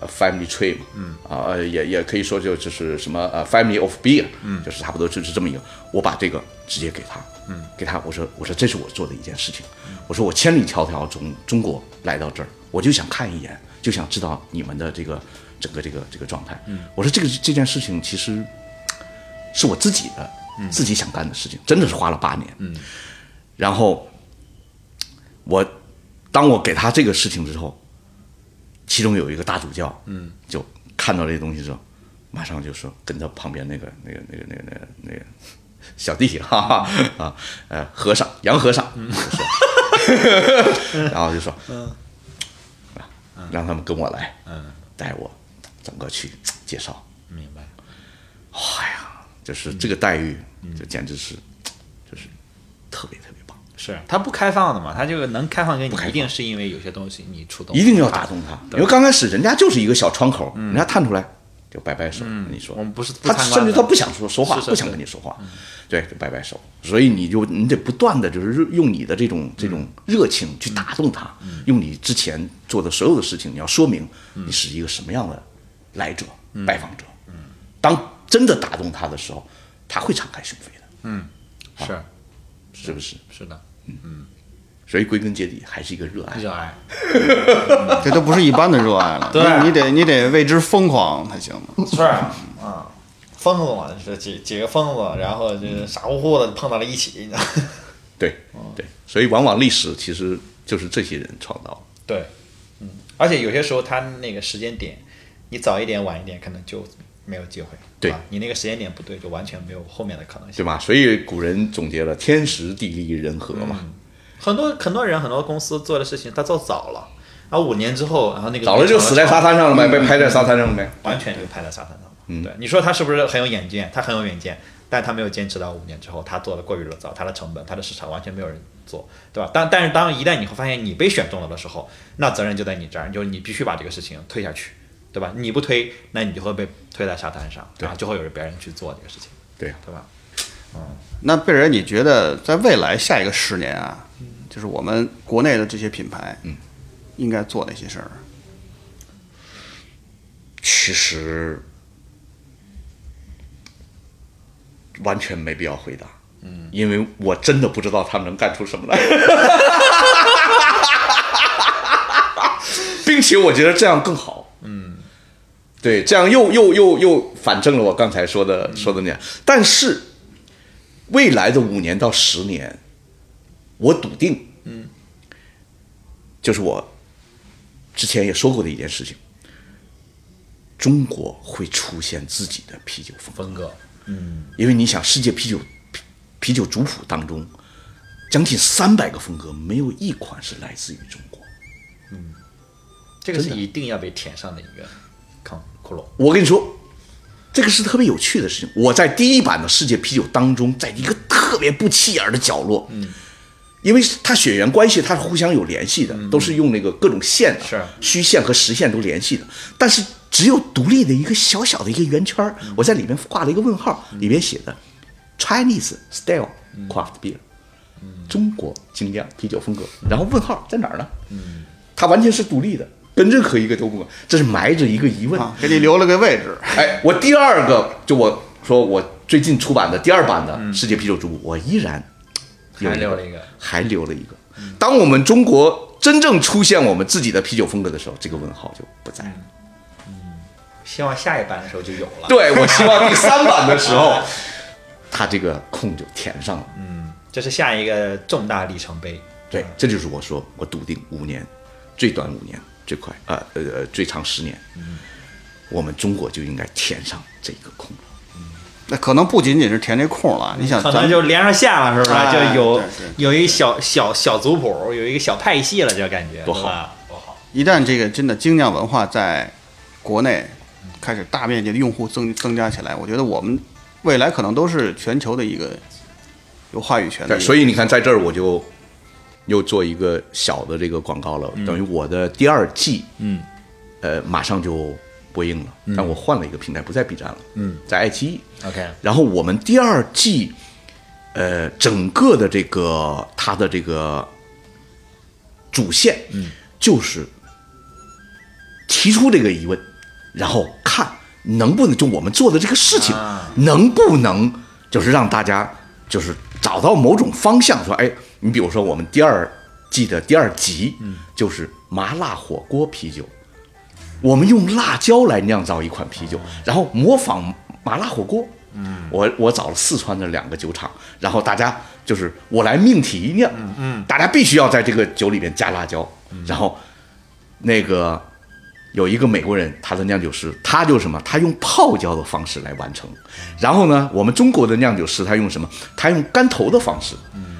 Speaker 2: 呃 Family Tree 嘛，嗯，啊，呃也也可以说就就是什么呃 Family of Beer，嗯，就是差不多就是这么一个，我把这个直接给他，嗯，给他，我说我说这是我做的一件事情，我说我千里迢迢从中国来到这儿，我就想看一眼，就想知道你们的这个整个这个这个状态，嗯，我说这个这件事情其实是我自己的。自嗯己想干的事情，真的是花了八年。嗯，然后我当我给他这个事情之后，其中有一个大主教，嗯，就看到这东西之后，马上就说跟他旁边那个那个那个那个那个那个小弟， 哈哈啊，呃，和尚杨和尚，就说 然后就说，啊让他们跟我来，嗯，带我整个去介绍，
Speaker 1: 明白。
Speaker 2: 哎呀，就是这个待遇，就简直是，就是特别特别棒，
Speaker 1: 是它不开放的嘛，它这个能开放给你
Speaker 2: 开，放
Speaker 1: 一定是因为有些东西你触动，
Speaker 2: 一定要打动他。因为刚开始人家就是一个小窗口，人家探出来就摆摆手，跟你说
Speaker 1: 嗯我们不是不
Speaker 2: 他
Speaker 1: 参观
Speaker 2: 甚至
Speaker 1: 的
Speaker 2: 他不想说说话，
Speaker 1: 是是嗯
Speaker 2: 不想跟你说话，对，就摆摆手。所以你就你得不断的就是用你的这
Speaker 1: 嗯
Speaker 2: 种这种热情去打动他，用你之前做的所有的事情，你要说明
Speaker 1: 嗯
Speaker 2: 你是一个什么样的来者、拜访者。当真的打动他的时候，他会敞开胸扉的，
Speaker 1: 是
Speaker 2: 是不是？
Speaker 1: 是的，
Speaker 2: 所以归根结底还是一个热爱。
Speaker 1: 热爱
Speaker 3: 这都不是一般的热爱了，
Speaker 1: 对
Speaker 3: 你你得你得为之疯狂才行。
Speaker 1: 是啊，疯子嘛，这几几个疯子，然后就傻乎乎的碰到了一起，
Speaker 2: 对
Speaker 1: 哦
Speaker 2: 对，所以往往历史其实就是这些人创造的。
Speaker 1: 对，嗯，而且有些时候他那个时间点，你早一点晚一点，可能就没有机会，
Speaker 2: 对
Speaker 1: 吧？你那个时间点不对，就完全没有后面的可能性。
Speaker 2: 对吧？所以古人总结了天时地利人和嘛，
Speaker 1: 很多很多人很多公司做的事情，他做早了，然后五年之后，然后那个
Speaker 2: 早了就死在沙滩上了呗，被拍在沙滩上了呗。
Speaker 1: 完全就拍在沙滩上了。对，你说他是不是很有远见？他很有远见，但他没有坚持到五年之后，他做的过于的早，他的成本、他的市场完全没有人做，对吧？但但是当一旦你会发现你被选中了的时候，那责任就在你这儿，就是你必须把这个事情推下去，对吧？你不推，那你就会被推在沙滩上，然后就会有人别人去做这个事情，
Speaker 2: 对啊，
Speaker 1: 对吧？
Speaker 3: 那贝尔，你觉得在未来下一个十年啊，就是我们国内的这些品牌，嗯，应该做哪些事儿？
Speaker 2: 其实完全没必要回答，嗯，因为我真的不知道他们能干出什么来， 并且我觉得这样更好，嗯，对，这样又又又又反证了我刚才说的、说的那样。但是未来的五年到十年，我笃定，嗯，就是我之前也说过的一件事情。中国会出现自己的啤酒风格，
Speaker 1: 峰哥，
Speaker 2: 因为你想，世界啤酒啤啤酒族谱当中，将近三百个风格，没有一款是来自于中国。
Speaker 1: 这个是一定要被填上的一个坑窟窿。
Speaker 2: 我跟你说，这个是特别有趣的事情。我在第一版的世界啤酒当中，在一个特别不起眼的角落，嗯，因为它血缘关系它是互相有联系的，都是用那个各种线的，
Speaker 1: 是
Speaker 2: 虚线和实线都联系的，但是只有独立的一个小小的一个圆圈儿，我在里面画了一个问号，里面写的 Chinese style craft beer，、中国精酿啤酒风格，然后问号在哪儿呢？嗯，它完全是独立的。跟任何一个都不，这是埋着一个疑问
Speaker 3: 啊，给你留了个位置。
Speaker 2: 哎，我第二个就我说我最近出版的第二版的《世界啤酒之舞》，我依然
Speaker 1: 嗯
Speaker 2: 有
Speaker 1: 还留了一个，
Speaker 2: 还留了一个。当我们中国真正出现我们自己的啤酒风格的时候，这个问号就不在了。
Speaker 1: 嗯希望下一班的时候就有了。
Speaker 2: 对我希望第三版的时 候，它这个空就填上了。
Speaker 1: 嗯这是下一个重大里程碑。
Speaker 2: 对，这就是我说我笃定五年，最短五年，最快呃呃呃最长十年，
Speaker 1: 嗯
Speaker 2: 我们中国就应该填上这个空了。
Speaker 3: 那可能不仅仅是填这空了，啊你想，
Speaker 1: 可
Speaker 3: 咱
Speaker 1: 能
Speaker 3: 们
Speaker 1: 就连上线了，是吧？
Speaker 3: 哎
Speaker 1: 就有
Speaker 3: 对对
Speaker 1: 有一小小小族谱，有一个小派系了，就感觉
Speaker 2: 多好
Speaker 1: 是吧多好！
Speaker 3: 一旦这个真的精酿文化在国内开始大面积的用户增增加起来，我觉得我们未来可能都是全球的一个有话语权的一
Speaker 2: 对，
Speaker 3: 个。
Speaker 2: 所以你看，在这儿我就又做一个小的这个广告了，等于我的第二季，嗯，呃，马上就播映了，但我换了一个平台，不在 B 站了，嗯，在爱奇艺。
Speaker 1: OK
Speaker 2: 然后我们第二季，呃，整个的这个它的这个主线，嗯，就是提出这个疑问，然后看能不能就我们做的这个事情，能不能就是让大家就是找到某种方向，说，哎，你比如说我们第二季的第二集，嗯，就是麻辣火锅啤酒，啊我们用辣椒来酿造一款啤酒，然后模仿麻辣火锅，嗯，我我找了四川的两个酒厂，然后大家就是我来命题酿，嗯，大家必须要在这个酒里面加辣椒，然后那个有一个美国人，他的酿酒师，他就是什么？他用泡椒的方式来完成。然后呢，我们中国的酿酒师他用什么？他用干投的方式，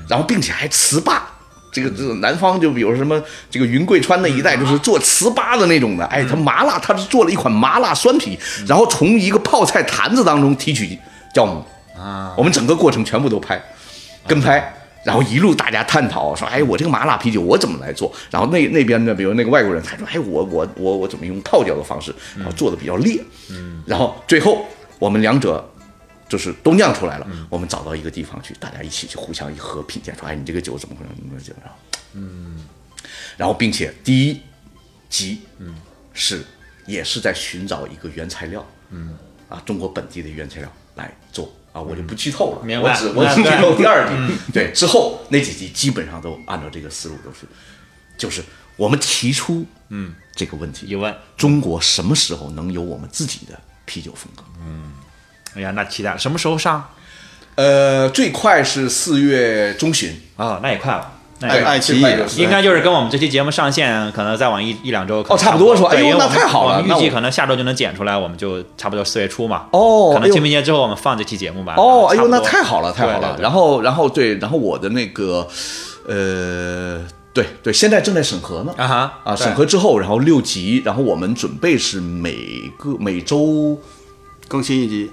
Speaker 2: 然后并且还糍粑。这个这个南方就比如什么这个云贵川那一带，就是做糍粑的那种的。哎，他麻辣，他是做了一款麻辣酸啤，然后从一个泡菜坛子当中提取酵母啊。我们整个过程全部都拍，跟拍，然后一路大家探讨说，哎，我这个麻辣啤酒我怎么来做？然后那那边的，比如那个外国人，他说，哎，我我我我怎么用泡椒的方式，然后做的比较烈，嗯，然后最后我们两者就是都酿出来了，我们找到一个地方去，大家一起去互相一喝品鉴，说，哎，你这个酒怎么回事？你这个酒，然后，嗯，然后并且第一集，嗯，是也是在寻找一个原材料，嗯，啊，中国本地的原材料来做。啊，我就不剧透了，
Speaker 1: 嗯明
Speaker 2: 我
Speaker 1: 白
Speaker 2: 只我只
Speaker 1: 明白嗯
Speaker 2: 剧透第二集，对，之后那几集基本上都按照这个思路都是，就是我们提出嗯这个问题，
Speaker 1: 疑问。
Speaker 2: 中国什么时候能有我们自己的啤酒风格？
Speaker 1: 哎呀，那期待什么时候上？
Speaker 2: 呃，最快是四月中旬，
Speaker 1: 哦，那也快了，那也
Speaker 2: 对
Speaker 1: 快了
Speaker 3: 爱奇艺
Speaker 2: 最快就是
Speaker 1: 啊
Speaker 2: 哦
Speaker 1: 应该就是跟我们这期节目上线，可能再往一一两周，可能
Speaker 2: 哦差不多是吧
Speaker 1: 对
Speaker 2: 哎呦
Speaker 1: 因为
Speaker 2: 那
Speaker 1: 我们
Speaker 2: 太好了
Speaker 1: 我们
Speaker 2: 那
Speaker 1: 预计
Speaker 2: 我
Speaker 1: 可能下周就能剪出来，我们就差不多四月初嘛。
Speaker 2: 哦
Speaker 1: 可
Speaker 2: 哎
Speaker 1: 能
Speaker 2: 呦
Speaker 1: 清明节之后我们放这期节目吧。
Speaker 2: 哦，哎
Speaker 1: 差不多
Speaker 2: 呦，那太好了，太好
Speaker 1: 对
Speaker 2: 了
Speaker 1: 对。对
Speaker 2: 然后，然后对，然后我的那个，呃，对对，现在正在审核呢。
Speaker 1: 啊哈
Speaker 2: 啊，
Speaker 1: 对
Speaker 2: 审核之后，然后六集，然后我们准备是每个每周
Speaker 3: 更新一集，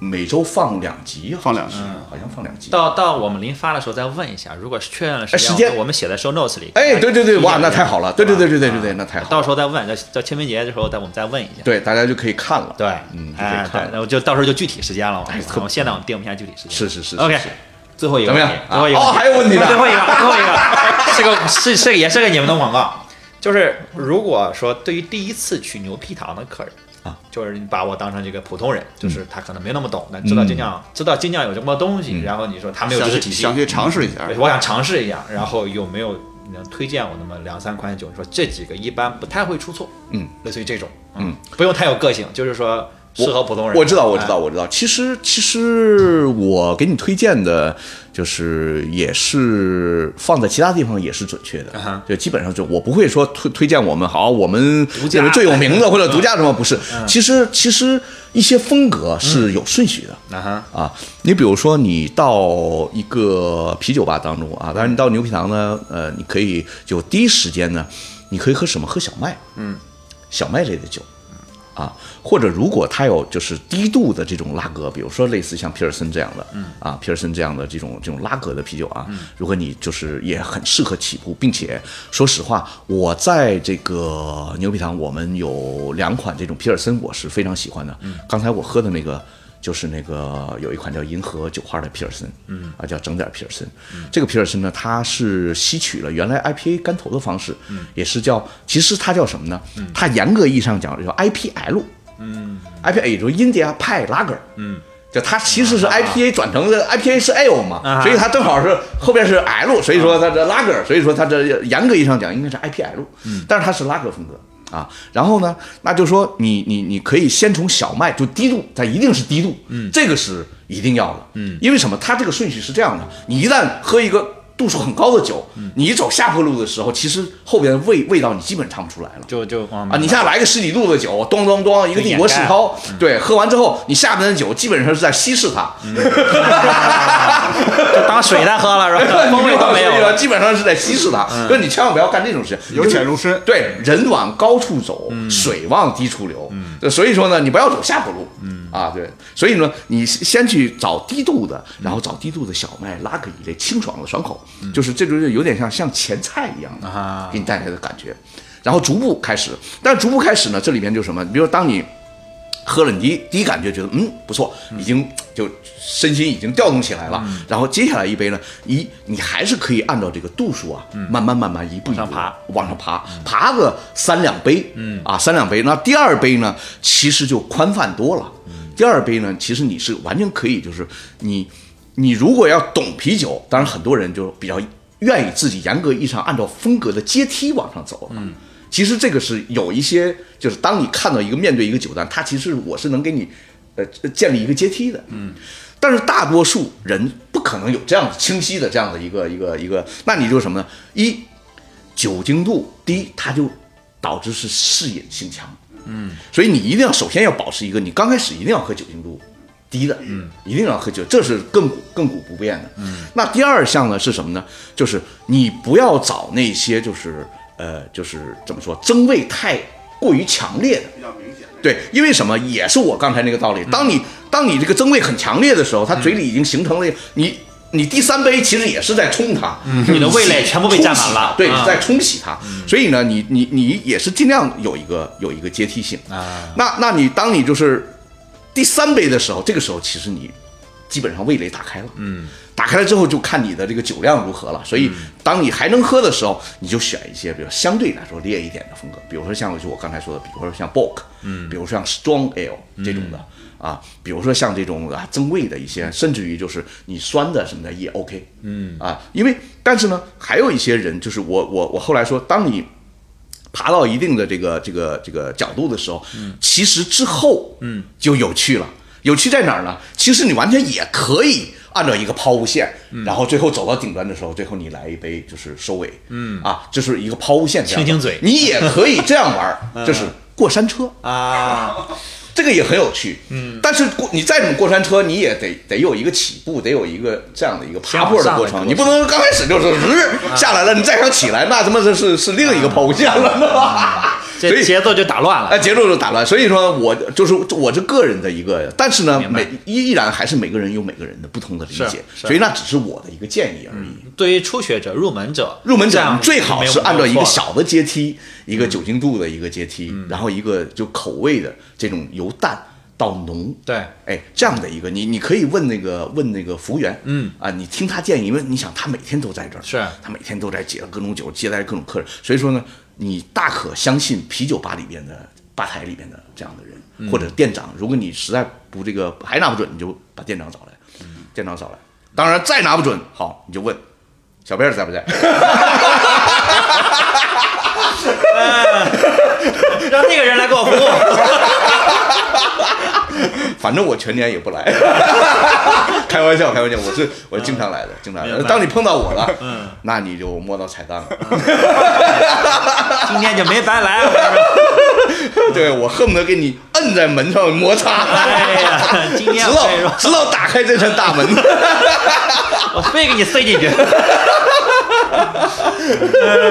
Speaker 2: 每周放两集，
Speaker 3: 放两集
Speaker 2: 好像放两集。
Speaker 1: 到到我们临发的时候再问一下，如果是确认了时
Speaker 2: 哎时
Speaker 1: 间，
Speaker 2: 间
Speaker 1: 我们写在 show notes 里。
Speaker 2: 哎，对对对，
Speaker 1: 提
Speaker 2: 哇，
Speaker 1: 醒一下
Speaker 2: 那太好了，对对对对对对对，那太好
Speaker 1: 到
Speaker 2: 了，
Speaker 1: 时候再问，到到清明节的时候再我们再问一下。
Speaker 2: 对，大家就可以看了。
Speaker 1: 对，
Speaker 2: 嗯，就可
Speaker 1: 哎
Speaker 2: 以，
Speaker 1: 对
Speaker 2: 看，了。
Speaker 1: 那我就到时候就具体时间了。
Speaker 2: 哎特
Speaker 1: 我们现在我们定不下具体时间。
Speaker 2: 是是是是
Speaker 1: OK，
Speaker 2: 是
Speaker 1: 最后一个
Speaker 2: 怎么
Speaker 1: 问
Speaker 2: 样
Speaker 1: 题，最后一个
Speaker 2: 啊
Speaker 1: 问
Speaker 2: 哦还有问题呢
Speaker 1: 最后一个，最后一 个，是个是是也是个你们的广告，就是如果说对于第一次去牛皮糖的客人。
Speaker 2: 啊，嗯
Speaker 1: 就是你把我当成这个普通人，就是他可能没那么懂，但知道精酿，知道精酿有这么多东
Speaker 2: 嗯
Speaker 1: 西，然后你说他没有
Speaker 3: 想
Speaker 1: 知识
Speaker 3: 去
Speaker 1: 体系，
Speaker 3: 想去尝试一下
Speaker 2: 啊
Speaker 1: 对，我想尝试一下，然后有没有能推荐我那么两三款酒？你说这几个一般不太会出错，
Speaker 2: 嗯，
Speaker 1: 类似于这种，嗯，不用太有个性，就是说适合普通人。
Speaker 2: 我知道，我知
Speaker 1: 哎
Speaker 2: 道，，我知道。其实，其实我给你推荐的，就是也是放在其他地方也是准确的，
Speaker 1: 啊哈
Speaker 2: 就基本上就我不会说推推荐我们好，我们
Speaker 1: 家哎嗯
Speaker 2: 就是最有名的或者独家什么不是。其实，其实一些风格是有顺序的。
Speaker 1: 啊哈，
Speaker 2: 啊，你比如说你到一个啤酒吧当中啊，当然你到牛皮糖呢，呃，你可以就第一时间呢，你可以喝什么？喝小麦，嗯，小麦类的酒，啊，或者如果它有就是低度的这种拉格，比如说类似像皮尔森这样的，嗯，啊，皮尔森这样的这种这种拉格的啤酒啊，如果你就是也很适合起步，并且说实话，我在这个牛皮糖，我们有两款这种皮尔森，我是非常喜欢的。刚才我喝的那个。就是那个有一款叫银河酒花的皮尔森，嗯，啊叫整点皮尔森，这个皮尔森呢，它是吸取了原来 IPA 干投的方式，嗯，也是叫，其实它叫什么呢？它严格意义上讲叫 IPL，IPA 也就是 India Pale Lager，嗯，啊就它其实是 IPA 转成的 IPA 是 L 嘛，所以 它正好是后边是 L，所以说它这 Lager，所以说它这严格意义上讲应该是 IPL，嗯，但是它是 Lager 风格啊。然后呢，那就说你你你可以先从小麦就低度，它一定是低度，嗯，这个是一定要的，嗯，因为什么？它这个顺序是这样的，你一旦喝一个。度数很高的酒，你一走下坡路的时候，其实后边味味道你基本尝不出来了。
Speaker 1: 就就
Speaker 2: 啊，你像来个十几度的酒，咚咚咚，一个帝国世涛，对，喝完之后，你下面的酒基本上是在稀释它，
Speaker 1: 就当水在喝 了，是吧？风味都没有了。嗯
Speaker 2: 基本上是在稀释它，所以你千万不要干这种事情，
Speaker 6: 由浅入深，
Speaker 2: 对，人往高处走，水往低处流。嗯，所以说呢，你不要走下坡路。嗯啊，对，所以呢，你先去找低度的，然后找低度的小麦、拉格一类清爽的爽口，就是这就是有点像像前菜一样的
Speaker 1: 嗯啊
Speaker 2: 给你带来的感觉。然后逐步开始，但是逐步开始呢，这里面就是什么？比如当你喝了，你第一第一感觉觉得嗯不错，已经就身心已经调动起来了。
Speaker 1: 嗯
Speaker 2: 然后接下来一杯呢，你你还是可以按照这个度数啊，慢慢慢慢一步
Speaker 1: 嗯往
Speaker 2: 一步
Speaker 1: 上爬，
Speaker 2: 往上爬，爬个三两杯，嗯啊三两杯。那第二杯呢，其实就宽泛多了。第二杯呢，其实你是完全可以，就是你你如果要懂啤酒，当然很多人就比较愿意自己严格意义上按照风格的阶梯往上走了。嗯，其实这个是有一些，就是当你看到一个面对一个酒单，它其实我是能给你呃建立一个阶梯的，嗯。但是大多数人不可能有这样清晰的这样的一个一个一个，那你就什么呢？一酒精度低，它就导致是嗜饮性强，嗯，所以你一定要首先要保持一个，你刚开始一定要喝酒精度低的，嗯，一定要喝酒，这是亘古亘古不变的，嗯。那第二项呢是什么呢？就是你不要找那些就是呃就是怎么说争位太过于强烈的，对，因为什么？也是我刚才那个道理。
Speaker 1: 嗯
Speaker 2: 当你当你这个争位很强烈的时候，他嘴里已经形成了
Speaker 1: 嗯
Speaker 2: 你你第三杯其实也是在冲它，
Speaker 1: 你的味蕾全部被占满了嗯
Speaker 2: 冲洗它对，
Speaker 1: 啊
Speaker 2: 你在冲洗它。所以呢，你你你也是尽量有一个有一个阶梯性。
Speaker 1: 啊
Speaker 2: 那那你当你就是第三杯的时候，这个时候其实你基本上味蕾打开了，嗯，打开了之后就看你的这个酒量如何了。所以，当你还能喝的时候，你就选一些，比如相对来说烈一点的风格，比如说像就我刚才说的，比如说像 Bock，嗯，比嗯如说像 Strong Ale 这种的、啊，比如说像这种啊增味的一些，甚至于就是你酸的什么的也 OK，嗯啊，因为但是呢，还有一些人就是我我我后来说，当你爬到一定的这个这个这个角度的时候，其实之后，嗯，就有趣了。有趣在哪儿呢？其实你完全也可以按照一个抛物线，然后最后走到顶端的时候，最后你来一杯就是收尾，嗯啊，就是一个抛物线这样
Speaker 1: 清
Speaker 2: 的，
Speaker 1: 清嘴
Speaker 2: 你也可以这样玩儿，就是过山车，
Speaker 1: 啊，
Speaker 2: 这个也很有趣，嗯，但是过你再怎么过山车，你也得得有一个起步，得有一个这样的一个爬坡的
Speaker 1: 往上
Speaker 2: 过
Speaker 1: 的
Speaker 2: 程，你不能刚开始就是日下来了，你再想起来，那他妈是是是另一个抛物线了，是吧？所
Speaker 1: 啊这
Speaker 2: 以
Speaker 1: 节奏就打乱
Speaker 2: 啊，
Speaker 1: 了。
Speaker 2: 节奏就打乱。所以说我就是我这个人的一个，但是呢，每依然还是每个人有每个人的不同的理解，
Speaker 1: 是是
Speaker 2: 所以那只是我的一个建议而已。
Speaker 1: 对于初学者、入门者，
Speaker 2: 入门
Speaker 1: 这
Speaker 2: 者
Speaker 1: 样
Speaker 2: 最好
Speaker 1: 没有
Speaker 2: 是按照一
Speaker 1: 没有
Speaker 2: 个
Speaker 1: 错嗯
Speaker 2: 小的阶梯，一个酒精度的一个阶梯，然后一个就口味的这种由淡到浓，
Speaker 1: 对，
Speaker 2: 哎，这样的一个你你可以问那个问那个服务员，嗯啊，你听他建议，因为你想他每天都在这儿，
Speaker 1: 是
Speaker 2: 他每天都在接各种酒，接待各种客人，所以说呢，你大可相信啤酒吧里边的吧台里边的这样的人、
Speaker 1: 嗯
Speaker 2: 或者店长，如果你实在不这个还拿不准，你就把店长找来，嗯店长找来，当然再拿不准，好你就问小贝尔在不在。
Speaker 1: 让那个人来给我服务。
Speaker 2: 反正我全年也不来， 开玩笑，开玩笑，我是我是经常来的，经常来的。
Speaker 1: 嗯明白
Speaker 2: 当你碰到我了，嗯，那你就摸到彩蛋了。
Speaker 1: 今天就没白来，我跟你说
Speaker 2: 对我恨不得给你摁在门上摩擦，
Speaker 1: 哎呀，今
Speaker 2: 直
Speaker 1: 天哎我跟你
Speaker 2: 到
Speaker 1: 说，
Speaker 2: 直到打开这扇大门。
Speaker 1: 我非给你塞进去。哎呀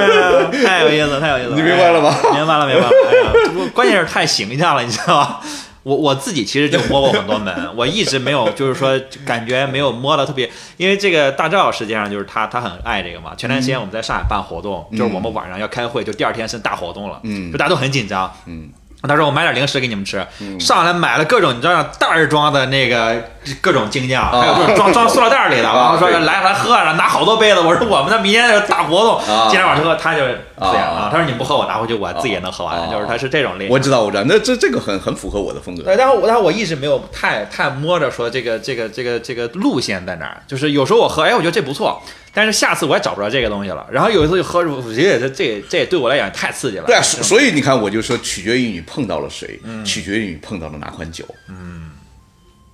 Speaker 1: 太有意思了，太有意思了，
Speaker 2: 你明白了吧
Speaker 1: 哎呀明白了，明白了。哎呀，我关键是太形象了，你知道吗？我我自己其实就摸过很多门，我一直没有，就是说感觉没有摸的特别，因为这个大赵实际上就是他，他很爱这个嘛。前段时
Speaker 2: 嗯
Speaker 1: 间我们在上海办活动，就是我们晚上要开会，就第二天是大活动了，
Speaker 2: 嗯
Speaker 1: 就大家都很紧张，
Speaker 2: 嗯，
Speaker 1: 他说我买点零食给你们吃，上来买了各种你知道袋儿装的那个各种精酿，
Speaker 2: 哦
Speaker 1: 还有就是装装塑料袋儿里的，
Speaker 2: 啊
Speaker 1: 然后说
Speaker 2: 对
Speaker 1: 来来喝啊，拿好多杯子。我说我们那明天就是大活动
Speaker 2: 啊，
Speaker 1: 今天晚上喝，他就这样
Speaker 2: 啊
Speaker 1: 啊。他说你不喝我拿回去，我自己也能喝
Speaker 2: 啊
Speaker 1: 完，就是他是这种类型。
Speaker 2: 我知道，我知道，那这这个很很符合我的风格
Speaker 1: 对，。但是我但是我一直没有太太摸着说这个这个这个这个路线在哪儿。就是有时候我喝，哎，我觉得这不错，但是下次我也找不着这个东西了。然后有一次就喝，我觉得这这这对我来讲太刺激了。
Speaker 2: 对啊，所所以你看，我就说取决于你碰到了谁，
Speaker 1: 嗯
Speaker 2: 取决于你碰到了哪款酒，嗯，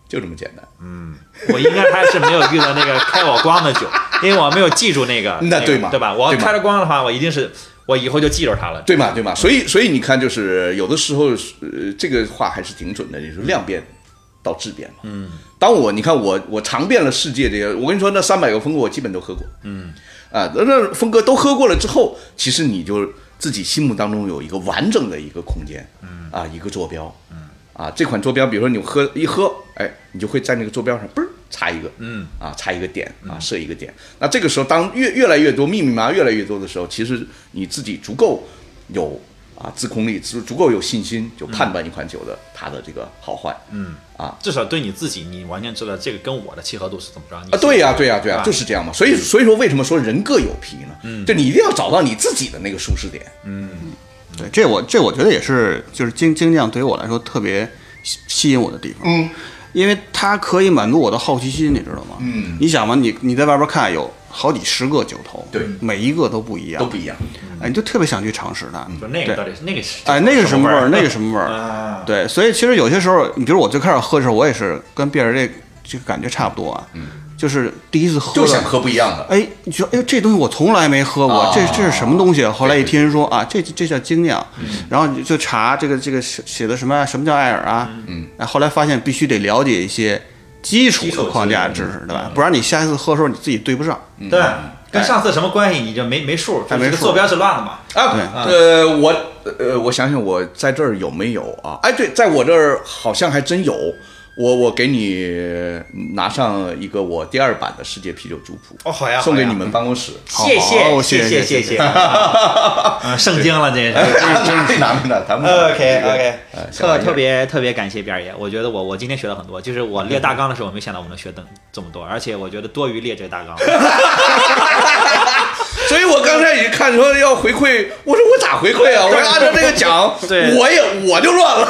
Speaker 2: 就这么简单。
Speaker 1: 我应该还是没有遇到那个开我光的酒，因为我没有记住那个，
Speaker 2: 那
Speaker 1: 个
Speaker 2: 对嘛
Speaker 1: 对吧？我
Speaker 2: 对
Speaker 1: 要
Speaker 2: 嘛
Speaker 1: 开了光的话，我一定是我以后就记住它了。
Speaker 2: 对嘛，对嘛，所以所以你看，就是有的时候，呃，这个话还是挺准的，就是量变到质变嘛。嗯，当我你看我我尝遍了世界这些，我跟你说，那三百个风格我基本都喝过。嗯，啊，那那风格都喝过了之后，其实你就自己心目当中有一个完整的一个空间，嗯，啊，一个坐标，嗯，啊，这款坐标，比如说你喝一喝，哎，你就会在那个坐标上嘣儿插一个，嗯，啊，插一个点，啊，设一个点。那这个时候，当越越来越多密密麻麻越来越多的时候，其实你自己足够有啊自控力，足足够有信心，就判断一款酒的它的这个好坏，嗯，啊，
Speaker 1: 至少对你自己，你完全知道这个跟我的契合度是怎么着。你
Speaker 2: 啊，对呀、对呀、对呀、
Speaker 1: 啊
Speaker 2: 就是这样嘛。所以，所以说为什么说人各有皮呢？嗯，就你一定要找到你自己的那个舒适点。
Speaker 3: 对，这我这我觉得也是，就是精精酿对于我来说特别吸吸引我的地方。嗯，因为它可以满足我的好奇心，你知道吗？嗯，你想嘛，你你在外边看有好几十个酒头，
Speaker 2: 对
Speaker 3: 每一个都不一样，嗯
Speaker 2: 都不一样。
Speaker 3: 哎，你就特别想去尝试它。
Speaker 4: 就那个到底是那个是
Speaker 3: 哎，那个什么味
Speaker 4: 味
Speaker 3: 儿？那个
Speaker 4: 是
Speaker 3: 什么味儿
Speaker 4: 啊？
Speaker 3: 对，所以其实有些时候，你比如我最开始喝的时候，我也是跟别人这这个感觉差不多啊，就是第一次喝
Speaker 2: 就
Speaker 3: 了
Speaker 2: 想喝不一样的。
Speaker 3: 哎，你说，哎呦，这东西我从来没喝过
Speaker 2: 啊，
Speaker 3: 这这是什么东西？后来一听人说啊，这这叫精酿，然后你就查这个这个写写的什么啊什么叫艾尔啊，嗯，后来发现必须得了解一些基础的嗯框架知识，对吧？不然你下一次喝的时候你自己对不上。
Speaker 4: 对，跟上次什么关系你就没没数，就
Speaker 3: 没
Speaker 4: 这个
Speaker 3: 数
Speaker 4: 坐标是乱的嘛。
Speaker 2: 啊，呃，我呃，我想想，我在这儿有没有啊？哎，对，在我这儿好像还真有。我我给你拿上一个我第二版的世界啤酒族谱，
Speaker 4: 哦好呀
Speaker 2: 送给
Speaker 4: 好呀
Speaker 2: 你们办公室。
Speaker 4: 谢
Speaker 3: 好
Speaker 4: 谢
Speaker 3: 好
Speaker 4: 谢
Speaker 3: 谢
Speaker 4: 谢
Speaker 3: 谢
Speaker 4: 谢谢，啊圣经了这是。
Speaker 2: 真是拿没 拿？咱们
Speaker 4: OK OK，
Speaker 2: 呃，小
Speaker 1: 特
Speaker 2: 玩意儿
Speaker 1: 特别特别感谢边儿爷，我觉得我我今天学了很多，就是我列大纲的时候，我没想到我能学等这么多，而且我觉得多余列这个大纲，
Speaker 2: 所以我刚才一看说要回馈，我说我咋回馈啊？我要按照这个讲，
Speaker 1: 对
Speaker 2: 我也我就乱了。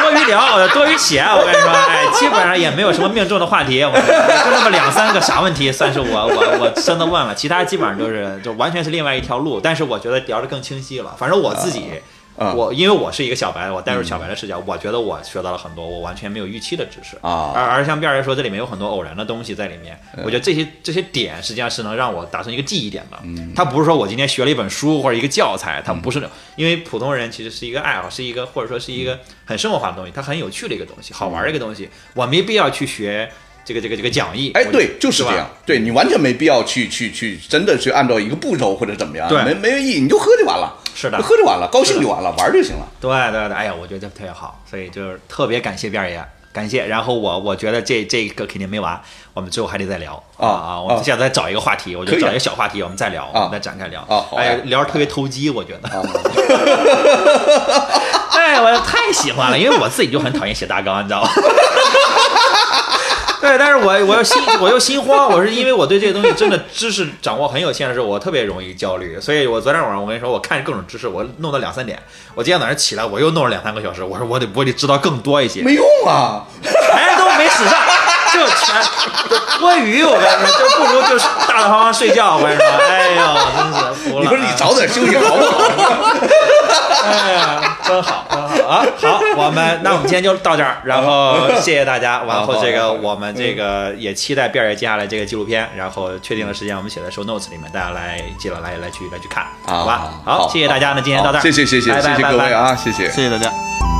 Speaker 1: 多余聊，多余写，我跟你说，哎，基本上也没有什么命中的话题，我跟你说就那么两三个啥问题算是我我我真的问了，其他基本上都是就完全是另外一条路，但是我觉得聊的更清晰了，反正我自己。
Speaker 2: 啊啊
Speaker 1: 我因为我是一个小白，我带入小白的视角，我觉得我学到了很多我完全没有预期的知识
Speaker 2: 啊
Speaker 1: 而而像辫儿爷说，这里面有很多偶然的东西在里面，
Speaker 2: 嗯
Speaker 1: 我觉得这些这些点实际上是能让我达成一个记忆点的。
Speaker 2: 嗯
Speaker 1: 它不是说我今天学了一本书或者一个教材，它不是那种，因为普通人其实是一个爱好，是一个或者说是一
Speaker 2: 嗯
Speaker 1: 个很生活化的东西，它很有趣的一个东西，好玩儿的一个东西，我没必要去学这个这个这个讲义。
Speaker 2: 哎，
Speaker 1: 我
Speaker 2: 对，就是
Speaker 1: 吧
Speaker 2: 这样，对你完全没必要去去去，真的去按照一个步骤或者怎么样，
Speaker 1: 对
Speaker 2: 没没有意义，你就喝就完了，
Speaker 1: 是的
Speaker 2: 就喝就完了，高兴就完了，玩儿就行了。
Speaker 1: 对对对，哎呀，我觉得这特别好，所以就是特别感谢辫儿爷，感谢。然后我我觉得这这个肯定没完，我们最后还得再聊
Speaker 2: 啊
Speaker 1: 啊！我
Speaker 2: 啊
Speaker 1: 们下次再找一个话题，我就
Speaker 2: 可以
Speaker 1: 找
Speaker 2: 啊
Speaker 1: 一个小话题，我们再聊，我们再展开聊
Speaker 2: 啊好啊
Speaker 1: 哎呀，聊得特别投机，我觉得。
Speaker 2: 啊
Speaker 1: 哎，我太喜欢了，因为我自己就很讨厌写大纲，你知道吗？ 对，但是我我又心我又心慌，我是因为我对这些东西真的知识掌握很有限的时候，我特别容易焦虑，所以我昨天晚上我跟你说，我看各种知识，我弄到两三点，我今天早上起来我又弄了两三个小时，我说我得我得知道更多一些，
Speaker 2: 没用 啊，
Speaker 1: 全都没使上，就全多余，我跟你说，就不如就是大大方方睡觉，我跟你说，哎呦，真是服了，
Speaker 2: 你说你早点休息好不好？
Speaker 1: 哎呀，真好，真好啊！好，我们那我们今天就到这儿，然
Speaker 2: 哦
Speaker 1: 后谢谢大家。然后这个我们这个也期待辫儿爷接下来这个纪录片，然后确定的时间我们写在 show notes 里面，大家来记得 来来去来去看，好吧？
Speaker 2: 啊好
Speaker 1: 谢谢大家，那今天
Speaker 2: 好
Speaker 1: 到这儿，
Speaker 2: 谢谢谢谢
Speaker 1: 拜拜
Speaker 2: 谢谢各
Speaker 1: 拜
Speaker 2: 位
Speaker 1: 拜
Speaker 2: 啊，谢谢。
Speaker 3: 谢谢大家。